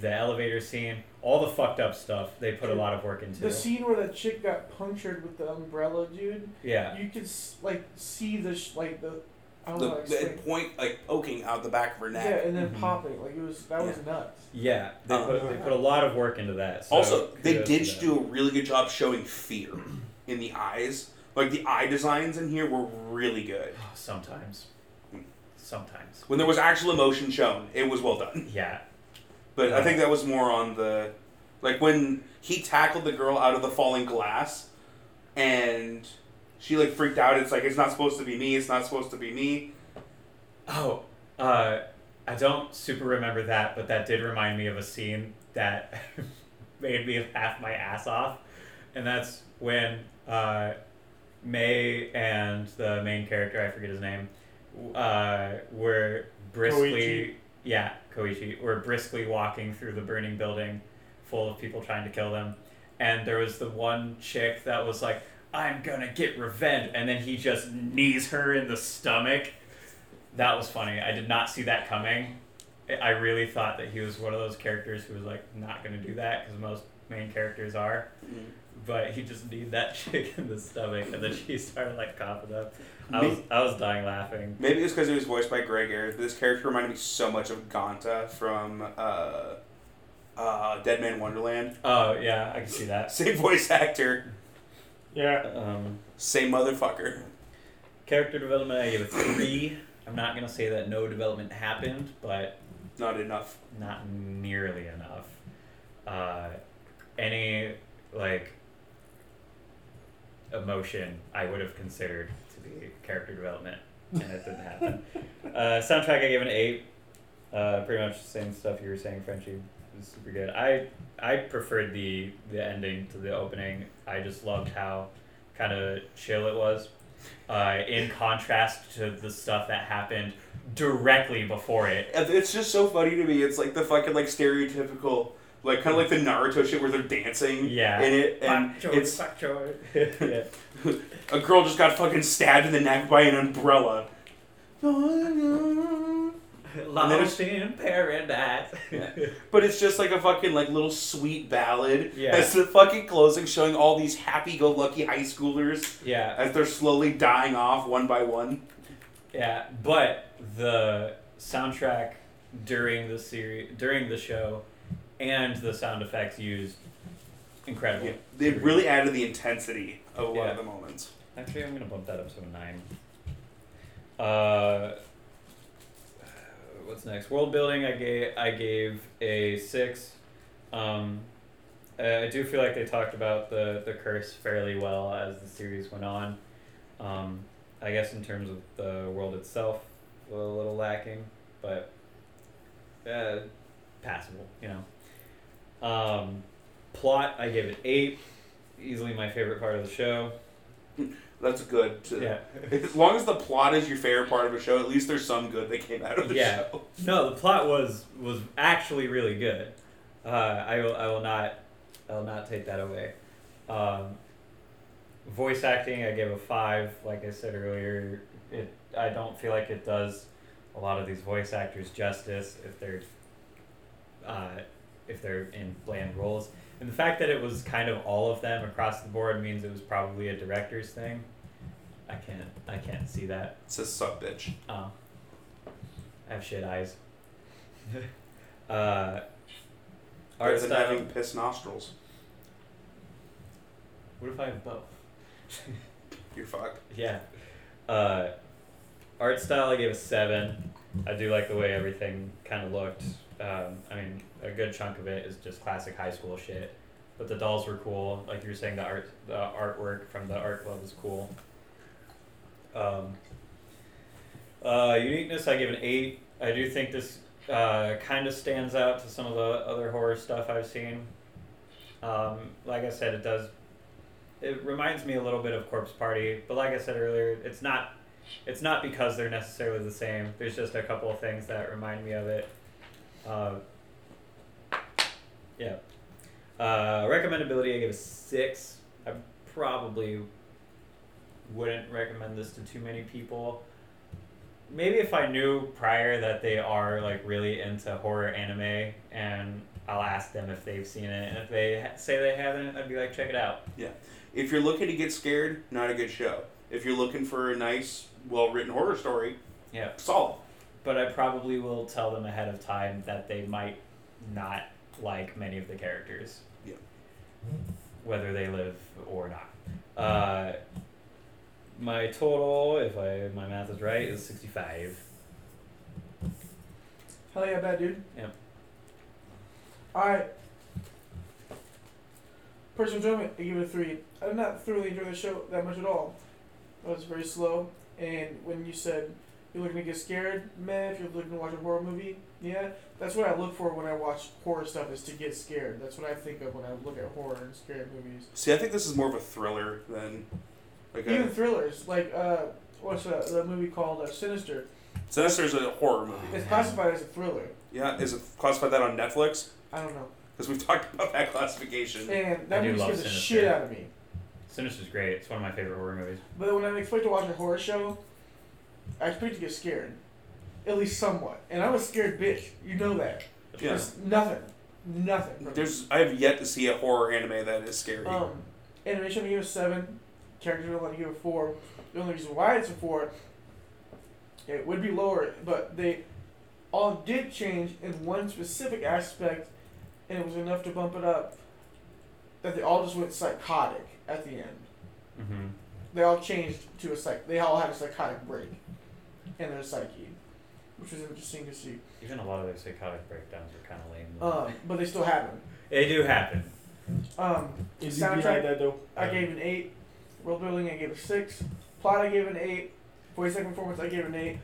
[SPEAKER 2] The elevator scene, all the fucked up stuff. They put a lot of work into.
[SPEAKER 1] The scene where that chick got punctured with the umbrella, dude.
[SPEAKER 2] yeah,
[SPEAKER 1] You could s- like see the sh- like the. I don't know. how
[SPEAKER 4] The,
[SPEAKER 1] to
[SPEAKER 4] the
[SPEAKER 1] explain.
[SPEAKER 4] point like poking out the back of her
[SPEAKER 1] Oh, yeah,
[SPEAKER 4] neck.
[SPEAKER 1] and then
[SPEAKER 2] Mhm.
[SPEAKER 1] popping like it was that was
[SPEAKER 4] Yeah.
[SPEAKER 1] nuts.
[SPEAKER 2] yeah. They
[SPEAKER 4] Uh,
[SPEAKER 2] put they put a lot of work into that. So
[SPEAKER 4] also, they
[SPEAKER 2] kudos
[SPEAKER 4] did
[SPEAKER 2] to them.
[SPEAKER 4] do a really good job showing fear in the eyes. Like the eye designs in here were really good.
[SPEAKER 2] sometimes. sometimes.
[SPEAKER 4] When there was actual emotion shown, it was well done.
[SPEAKER 2] Yeah.
[SPEAKER 4] But I think that was more on the like when he tackled the girl out of the falling glass and she like freaked out. It's like it's not supposed to be me. It's not supposed to be me.
[SPEAKER 2] Oh, uh, I don't super remember that, but that did remind me of a scene that made me laugh my ass off, and that's when uh, May and the main character, I forget his name, uh, were briskly,
[SPEAKER 3] Koichi.
[SPEAKER 2] yeah, Koichi, were briskly walking through the burning building, full of people trying to kill them, and there was the one chick that was like. I'm gonna get revenge, and then he just knees her in the stomach. That was funny. I did not see that coming. I- I really thought that he was one of those characters who was like not gonna do that because most main characters are. But he just needed that chick in the stomach, and then she started like coughing up. I was I was dying laughing.
[SPEAKER 4] Maybe it's because it was voiced by Greg Ayers. But this character reminded me so much of Ganta from uh, uh, Dead Man Wonderland.
[SPEAKER 2] Oh yeah, I can see that.
[SPEAKER 4] Same voice actor,
[SPEAKER 3] Yeah.
[SPEAKER 2] Um,
[SPEAKER 4] same motherfucker.
[SPEAKER 2] character development, I gave it three. I'm not gonna say that no development happened, but
[SPEAKER 4] Not enough.
[SPEAKER 2] not nearly enough. Uh, any like emotion I would have considered to be character development, and it didn't happen. uh, soundtrack I gave an eight. Uh, pretty much the same stuff you were saying, Frenchie. It was super good. I I preferred the the ending to the opening. I just loved how kind of chill it was. Uh, in contrast to the stuff that happened directly before it,
[SPEAKER 4] It's just so funny to me. It's like the fucking like stereotypical, like kind of like the Naruto shit where they're dancing.
[SPEAKER 2] Yeah.
[SPEAKER 4] In it, and
[SPEAKER 2] Fuck George,
[SPEAKER 4] it's
[SPEAKER 2] fuck George. yeah.
[SPEAKER 4] A girl just got fucking stabbed in the neck by an umbrella. But
[SPEAKER 2] Lost in paradise.
[SPEAKER 4] it's just like a fucking like little sweet ballad.
[SPEAKER 2] Yeah.
[SPEAKER 4] As the fucking closing showing all these happy-go-lucky high schoolers
[SPEAKER 2] yeah,
[SPEAKER 4] as they're slowly dying off one by one.
[SPEAKER 2] yeah. But the soundtrack during the series, during the show, and the sound effects used, incredible.
[SPEAKER 4] Yeah. They really added the intensity of a lot
[SPEAKER 2] Yeah.
[SPEAKER 4] of the moments.
[SPEAKER 2] Actually, I'm gonna bump that up to a nine. Uh, what's next? World building. I gave I gave a six. Um, uh, I do feel like they talked about the the curse fairly well as the series went on. Um, I guess in terms of the world itself, a little lacking, but uh, passable. You know. Um, plot. I gave it eight. Easily my favorite part of the show.
[SPEAKER 4] That's good. To,
[SPEAKER 2] Yeah.
[SPEAKER 4] As long as the plot is your favorite part of a show, at least there's some good that came out of the
[SPEAKER 2] Yeah.
[SPEAKER 4] show.
[SPEAKER 2] No, the plot was was actually really good. Uh, I will I will not I will not take that away. Um, voice acting, I gave a five. Like I said earlier, it I don't feel like it does a lot of these voice actors justice if they're uh, if they're in bland roles. And the fact that it was kind of all of them across the board means it was probably a director's thing. I can't I can't see that.
[SPEAKER 4] It's a suck bitch.
[SPEAKER 2] Oh. I have shit eyes. uh, art
[SPEAKER 4] Better than
[SPEAKER 2] style.
[SPEAKER 4] having pissed nostrils.
[SPEAKER 2] What if I have both?
[SPEAKER 4] You're fucked.
[SPEAKER 2] Yeah. Uh, art style, I gave a seven. I do like the way everything kind of looked. Um, I mean, a good chunk of it is just classic high school shit. But the dolls were cool. Like you were saying, the art, the artwork from the art club was cool. Um, uh, uniqueness, I give an eight. I do think this uh, kind of stands out to some of the other horror stuff I've seen. Um, like I said, it does it reminds me a little bit of Corpse Party, but like I said earlier, it's not it's not because they're necessarily the same. There's just a couple of things that remind me of it. Uh, yeah. Uh, recommendability, I give a six. I probably wouldn't recommend this to too many people. Maybe if I knew prior that they are like really into horror anime, and I'll ask them if they've seen it, and if they ha- say they haven't, I'd be like, check it out.
[SPEAKER 4] If you're looking to get scared, not a good show. If you're looking for a nice, well written horror story,
[SPEAKER 2] Yeah.
[SPEAKER 4] solid.
[SPEAKER 2] but I probably will tell them ahead of time that they might not like many of the characters.
[SPEAKER 4] Yeah.
[SPEAKER 2] Whether they live or not. Uh, my total, if I my math is right, is sixty-five.
[SPEAKER 1] Hell yeah, bad dude.
[SPEAKER 2] Yeah.
[SPEAKER 1] Alright. Personal enjoyment, I give it a three. I did not thoroughly enjoy the show that much at all. It was very slow, and when you said you're looking to get scared, meh, if you're looking to watch a horror movie, yeah. That's what I look for when I watch horror stuff is to get scared. That's what I think of when I look at horror and scary movies.
[SPEAKER 4] See, I think this is more of a thriller than like
[SPEAKER 1] Even
[SPEAKER 4] a
[SPEAKER 1] thrillers, like uh, what's uh, the movie called uh, Sinister?
[SPEAKER 4] Sinister's a horror movie.
[SPEAKER 1] It's classified as a thriller.
[SPEAKER 4] Yeah, is it classified that on Netflix?
[SPEAKER 1] I don't know.
[SPEAKER 4] Because we've talked about that classification.
[SPEAKER 1] And
[SPEAKER 2] I
[SPEAKER 1] that
[SPEAKER 2] do
[SPEAKER 1] movie
[SPEAKER 2] love
[SPEAKER 1] scares the
[SPEAKER 2] Sinister.
[SPEAKER 1] shit out of me.
[SPEAKER 2] Sinister's great. It's one of my favorite horror movies.
[SPEAKER 1] But when I expect to watch a horror show, I expect to get scared, at least somewhat. And I'm a scared bitch. You know that.
[SPEAKER 4] Yeah.
[SPEAKER 1] There's nothing, nothing. from me.
[SPEAKER 4] There's I have yet to see a horror anime that is scary.
[SPEAKER 1] Um, animation, I give it a seven. Character development, I give it a four. The only reason why it's a four, it would be lower, but they all did change in one specific aspect, and it was enough to bump it up. That they all just went psychotic at the end.
[SPEAKER 2] Mm-hmm.
[SPEAKER 1] They all changed to a psych. They all had a psychotic break, in their psyche, which was interesting to see.
[SPEAKER 2] Even a lot of those psychotic breakdowns are kind of lame.
[SPEAKER 1] Um, but they still happened.
[SPEAKER 2] they do happen.
[SPEAKER 1] Um,
[SPEAKER 3] Is
[SPEAKER 1] Soundtrack-
[SPEAKER 3] behind that though?
[SPEAKER 1] I gave an eight. World building, I gave a six. Plot, I gave an eight. Voice acting performance, I gave an eight.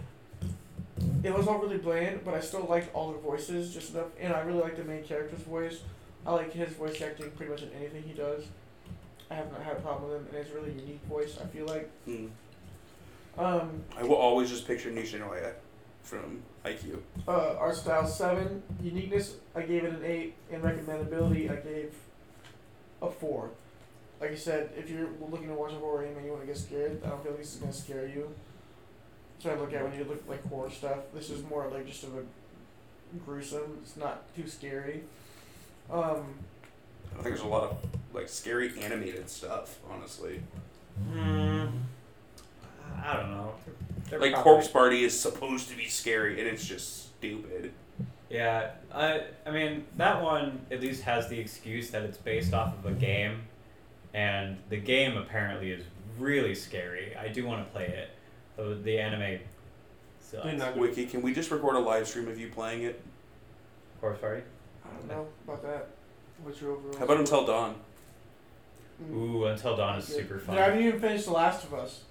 [SPEAKER 1] It was all really bland, but I still liked all the voices just enough, and I really liked the main character's voice. I like his voice acting pretty much in anything he does. I have not had a problem with him, and it's a really unique voice. I feel like.
[SPEAKER 4] Mm.
[SPEAKER 1] Um,
[SPEAKER 4] I will always just picture Nishinoya from IQ.
[SPEAKER 1] uh, art style seven, uniqueness I gave it an eight, and recommendability I gave a four. Like I said, if you're looking to watch a horror anime and you want to get scared, I don't feel like this is gonna scare you. So I look at when you look at, like horror stuff. This is more like just of a gruesome. It's not too scary. Um,
[SPEAKER 4] I think there's a lot of like scary animated stuff, honestly.
[SPEAKER 2] Mm, I don't know. They're
[SPEAKER 4] Mm-hmm. Like
[SPEAKER 2] probably-
[SPEAKER 4] Corpse Party is supposed to be scary and it's just stupid.
[SPEAKER 2] Yeah, I I mean that one at least has the excuse that it's based off of a game, and the game apparently is really scary. I do want to play it, though the anime. Sucks.
[SPEAKER 3] Did not-
[SPEAKER 4] Wiki, can we just record a live stream of you playing it?
[SPEAKER 2] Corpse Party.
[SPEAKER 1] I don't know about that. What's your overall? Mm.
[SPEAKER 4] How about Until Dawn?
[SPEAKER 2] Ooh, Until Dawn is super
[SPEAKER 1] I
[SPEAKER 2] fun.
[SPEAKER 1] haven't even finished The Last of Us.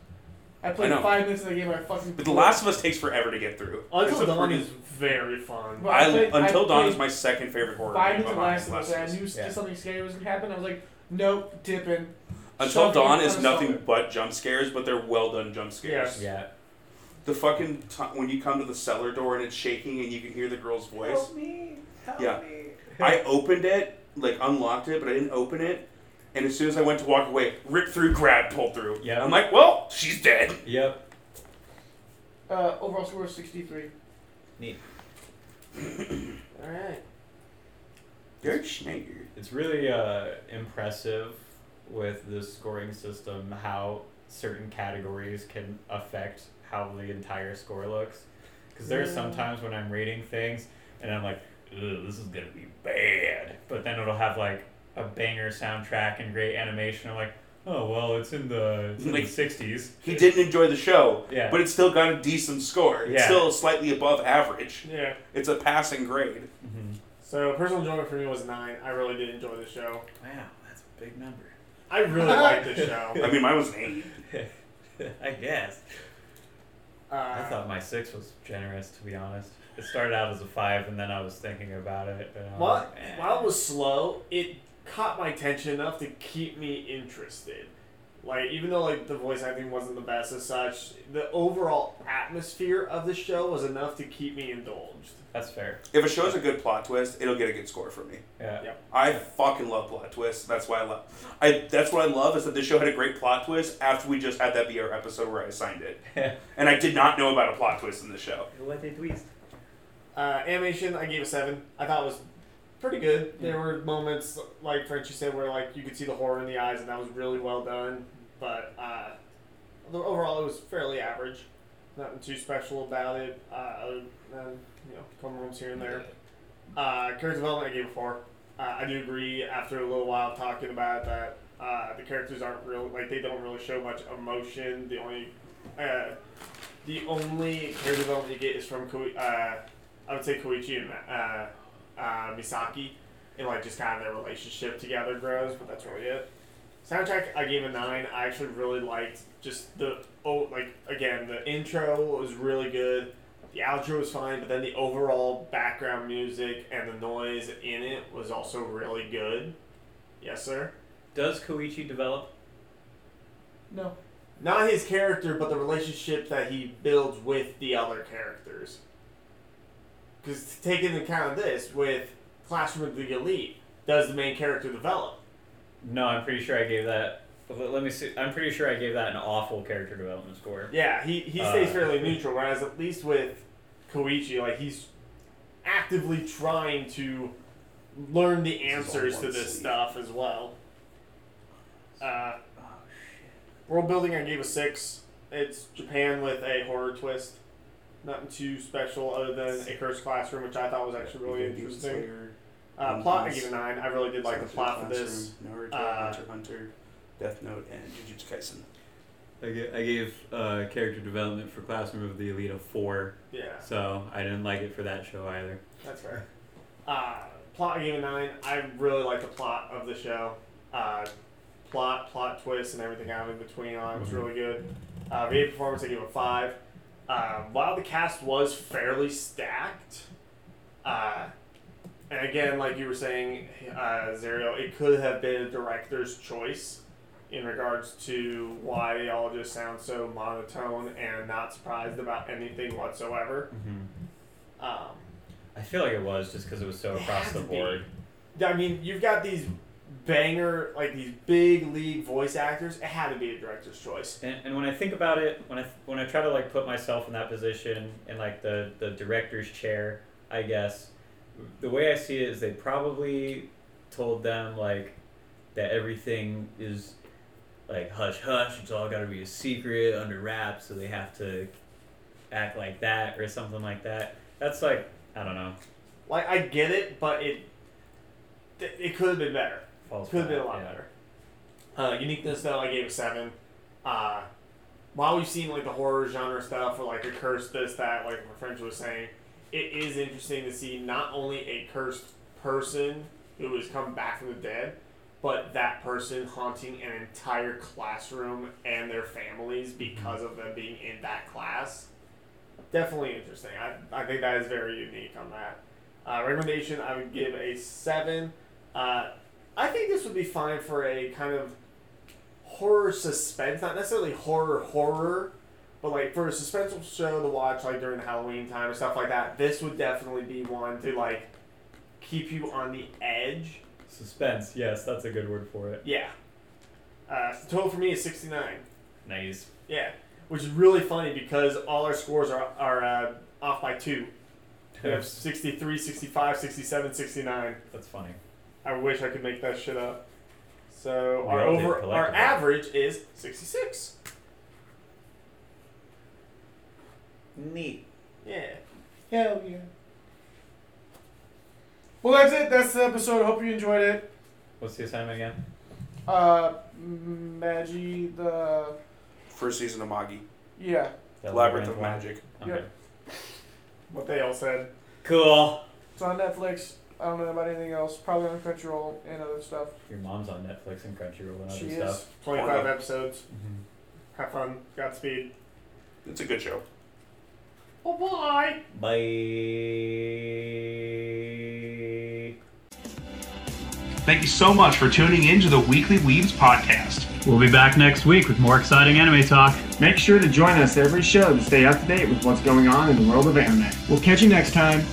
[SPEAKER 1] I played
[SPEAKER 4] know.
[SPEAKER 1] five minutes of the game. I fucking.
[SPEAKER 4] But The Last of Us takes forever to get through. It's
[SPEAKER 3] Until
[SPEAKER 4] a
[SPEAKER 3] Dawn
[SPEAKER 4] pretty-
[SPEAKER 3] is very fun.
[SPEAKER 1] But I
[SPEAKER 4] I,
[SPEAKER 1] played- I
[SPEAKER 4] Until Dawn
[SPEAKER 1] played
[SPEAKER 4] is my second favorite horror
[SPEAKER 1] five
[SPEAKER 4] movie
[SPEAKER 1] minutes of
[SPEAKER 4] behind
[SPEAKER 1] last of us,
[SPEAKER 4] Last
[SPEAKER 1] and I
[SPEAKER 4] of Us.
[SPEAKER 1] knew s-
[SPEAKER 2] Yeah.
[SPEAKER 1] something scary was gonna happen. I was like, nope, dipping.
[SPEAKER 4] Until
[SPEAKER 1] something
[SPEAKER 4] Dawn
[SPEAKER 1] on
[SPEAKER 4] is
[SPEAKER 1] a
[SPEAKER 4] nothing
[SPEAKER 1] summer.
[SPEAKER 4] but jump scares, but they're well done jump scares.
[SPEAKER 2] Yeah.
[SPEAKER 4] The fucking t- when you come to the cellar door and it's shaking and you can hear the girl's voice.
[SPEAKER 1] me, help
[SPEAKER 4] Yeah.
[SPEAKER 1] me.
[SPEAKER 4] I opened it, like unlocked it, but I didn't open it. And as soon as I went to walk away, rip through, grab, pull through.
[SPEAKER 2] Yeah.
[SPEAKER 4] I'm like, well, she's dead.
[SPEAKER 2] Yep.
[SPEAKER 1] Uh, overall score is 63.
[SPEAKER 3] All right.
[SPEAKER 4] Gary Schneider.
[SPEAKER 2] It's really uh, impressive with the scoring system how certain categories can affect how the entire score looks. Because there are some times when I'm reading things and I'm like, Ugh, this is gonna be bad. But then it'll have like a banger soundtrack and great animation. I'm like, oh well, it's in the, it's in
[SPEAKER 4] Like-
[SPEAKER 2] the '60s.
[SPEAKER 4] He didn't enjoy the show,
[SPEAKER 2] Yeah.
[SPEAKER 4] but it's still got a decent score. It's
[SPEAKER 2] Yeah.
[SPEAKER 4] still slightly above average.
[SPEAKER 3] Yeah.
[SPEAKER 4] It's a passing grade.
[SPEAKER 2] hmm
[SPEAKER 3] So personal enjoyment for me was nine. I really did enjoy the show.
[SPEAKER 2] Wow, that's a big number.
[SPEAKER 3] I really liked the show.
[SPEAKER 4] I mean, mine was an eight.
[SPEAKER 2] I guess.
[SPEAKER 3] Uh,
[SPEAKER 2] I thought my six was generous, to be honest. It started out as a five, and then I was thinking about it. And I was
[SPEAKER 3] What?
[SPEAKER 2] like, eh.
[SPEAKER 3] While it was slow, it caught my attention enough to keep me interested. Like even though like the voice acting wasn't the best as such, the overall atmosphere of the show was enough to keep me indulged.
[SPEAKER 2] That's fair.
[SPEAKER 4] If a show's a good plot twist, it'll get a good score from me.
[SPEAKER 2] Yeah.
[SPEAKER 3] Yeah.
[SPEAKER 4] I fucking love plot twists. That's why I love. I that's what I love is that this show had a great plot twist after we just had that be our episode where I signed it, and I did not know about a plot twist in the show.
[SPEAKER 2] what a twist.
[SPEAKER 3] Uh, animation, I gave a seven. I thought it was pretty good. There were moments, like Frenchie said, where like you could see the horror in the eyes, and that was really well done. But uh, the- overall, it was fairly average. Nothing too special about it. Uh, other than you know, a couple rooms here and there. Uh, character development, I gave a four. Uh, I do agree. After a little while of talking about it, that, uh, the characters aren't real. Like they don't really show much emotion. The only, uh, the only character development you get is from Ko- uh, I would say Koichi and uh, uh, Misaki, and like just kind of their relationship together grows, but that's really it. Soundtrack, I gave a nine. I actually really liked just the oh, like again, the intro was really good. The outro was fine, but then the overall background music and the noise in it was also really good. Yes, sir.
[SPEAKER 2] Does Koichi develop?
[SPEAKER 1] No.
[SPEAKER 3] Not his character, but the relationship that he builds with the other characters. Because take into account this with Classroom of the Elite, does the main character develop?
[SPEAKER 2] No, I'm pretty sure I gave that. Let let me see. I'm pretty sure I gave that an awful character development score.
[SPEAKER 3] Yeah, he, he stays
[SPEAKER 2] Uh,
[SPEAKER 3] fairly neutral, whereas at least with Koichi, like he's actively trying to learn the
[SPEAKER 4] is all
[SPEAKER 3] answers to
[SPEAKER 4] one
[SPEAKER 3] this
[SPEAKER 4] sleeve.
[SPEAKER 3] stuff as well. Uh, world building, I gave a six. It's Japan with a horror twist. Nothing too special other than a cursed classroom, which I thought was actually really
[SPEAKER 4] Even Demon
[SPEAKER 3] interesting.
[SPEAKER 4] Slayer,
[SPEAKER 3] Uh,
[SPEAKER 4] One
[SPEAKER 3] plot, I
[SPEAKER 4] Piece,
[SPEAKER 3] gave a nine. I really did like the
[SPEAKER 4] Sakura
[SPEAKER 3] plot for
[SPEAKER 4] Classroom,
[SPEAKER 3] this.
[SPEAKER 4] Naruto,
[SPEAKER 3] Uh,
[SPEAKER 4] Hunter x Hunter, Death Note, and Jujutsu Kaisen.
[SPEAKER 2] I gave, I gave uh, character development for Classroom of the Elite a four,
[SPEAKER 3] Yeah.
[SPEAKER 2] so I didn't like it for that show either.
[SPEAKER 3] That's fair. Uh, plot I gave a nine. I really like the plot of the show. Uh, plot, plot twists, and everything out in between on it was
[SPEAKER 2] Mhm.
[SPEAKER 3] really good. Uh, VA performance I gave a five. Uh, while the cast was fairly stacked, uh, and again, like you were saying, uh, Zerio, it could have been a director's choice in regards to why they all just sound so monotone and not surprised about anything whatsoever. Um,
[SPEAKER 2] Mm-hmm. I feel like it was just because it was so
[SPEAKER 3] It
[SPEAKER 2] across
[SPEAKER 3] had
[SPEAKER 2] the
[SPEAKER 3] to be.
[SPEAKER 2] board.
[SPEAKER 3] I mean, you've got these banger, like these big league voice actors. It had to be a director's choice.
[SPEAKER 2] And, and when I think about it, when I when I try to like put myself in that position in like the the director's chair, I guess the way I see it is they probably told them like that everything is like hush hush. It's all got to be a secret under wraps, so they have to act like that or something like that. That's like I don't know.
[SPEAKER 3] Like I get it, but it it, it could have been better.
[SPEAKER 2] Falls
[SPEAKER 3] Could have been a
[SPEAKER 2] flat,
[SPEAKER 3] lot
[SPEAKER 2] yeah.
[SPEAKER 3] better. Uh, uniqueness though, I gave a seven. Uh, while we've seen like the horror genre stuff or like the cursed this that, like my friend was saying, it is interesting to see not only a cursed person who has come back from the dead, but that person haunting an entire classroom and their families because of them being in that class. Definitely interesting. I, I think that is very unique on that. Uh, recommendation, I would give a seven. Uh, I think this would be fine for a kind of horror suspense, not necessarily horror horror, but like for a suspenseful show to watch like during Halloween time and stuff like that. This would definitely be one to like keep you on the edge.
[SPEAKER 2] Suspense. Yes, that's a good word for it.
[SPEAKER 3] Yeah. Uh, total for me is sixty nine.
[SPEAKER 2] Nice.
[SPEAKER 3] Yeah, which is really funny because all our scores are are uh, off by two. We have 63, 65, 67, 69.
[SPEAKER 2] That's funny.
[SPEAKER 3] I wish I could make that shit up. So
[SPEAKER 2] We
[SPEAKER 3] our
[SPEAKER 2] all did
[SPEAKER 3] over our
[SPEAKER 2] collectively.
[SPEAKER 3] average is sixty six.
[SPEAKER 2] Neat.
[SPEAKER 3] Yeah.
[SPEAKER 1] Hell yeah. Well, that's it. That's the episode. Hope you enjoyed it.
[SPEAKER 2] What's the assignment again?
[SPEAKER 1] Uh, Maggie, the
[SPEAKER 4] First season of Magi.
[SPEAKER 1] yeah.
[SPEAKER 2] That
[SPEAKER 4] Labyrinth of
[SPEAKER 2] one?
[SPEAKER 4] Magic.
[SPEAKER 2] Okay.
[SPEAKER 1] Yep.
[SPEAKER 3] What they all said.
[SPEAKER 2] Cool.
[SPEAKER 1] It's on Netflix. I don't know about anything else. Probably on Crunchyroll and other stuff.
[SPEAKER 2] Your mom's on Netflix and Crunchyroll and other
[SPEAKER 1] She
[SPEAKER 2] stuff.
[SPEAKER 1] is.
[SPEAKER 3] Twenty five episodes.
[SPEAKER 2] Mhm.
[SPEAKER 3] Have fun. Godspeed.
[SPEAKER 4] It's a good show.
[SPEAKER 3] Bye bye.
[SPEAKER 2] Bye.
[SPEAKER 8] Thank you so much for tuning in to the Weekly Weaves podcast.
[SPEAKER 9] We'll be back next week with more exciting anime talk.
[SPEAKER 3] Make sure to join us every show to stay up to date with what's going on in the world of anime.
[SPEAKER 9] We'll catch you next time.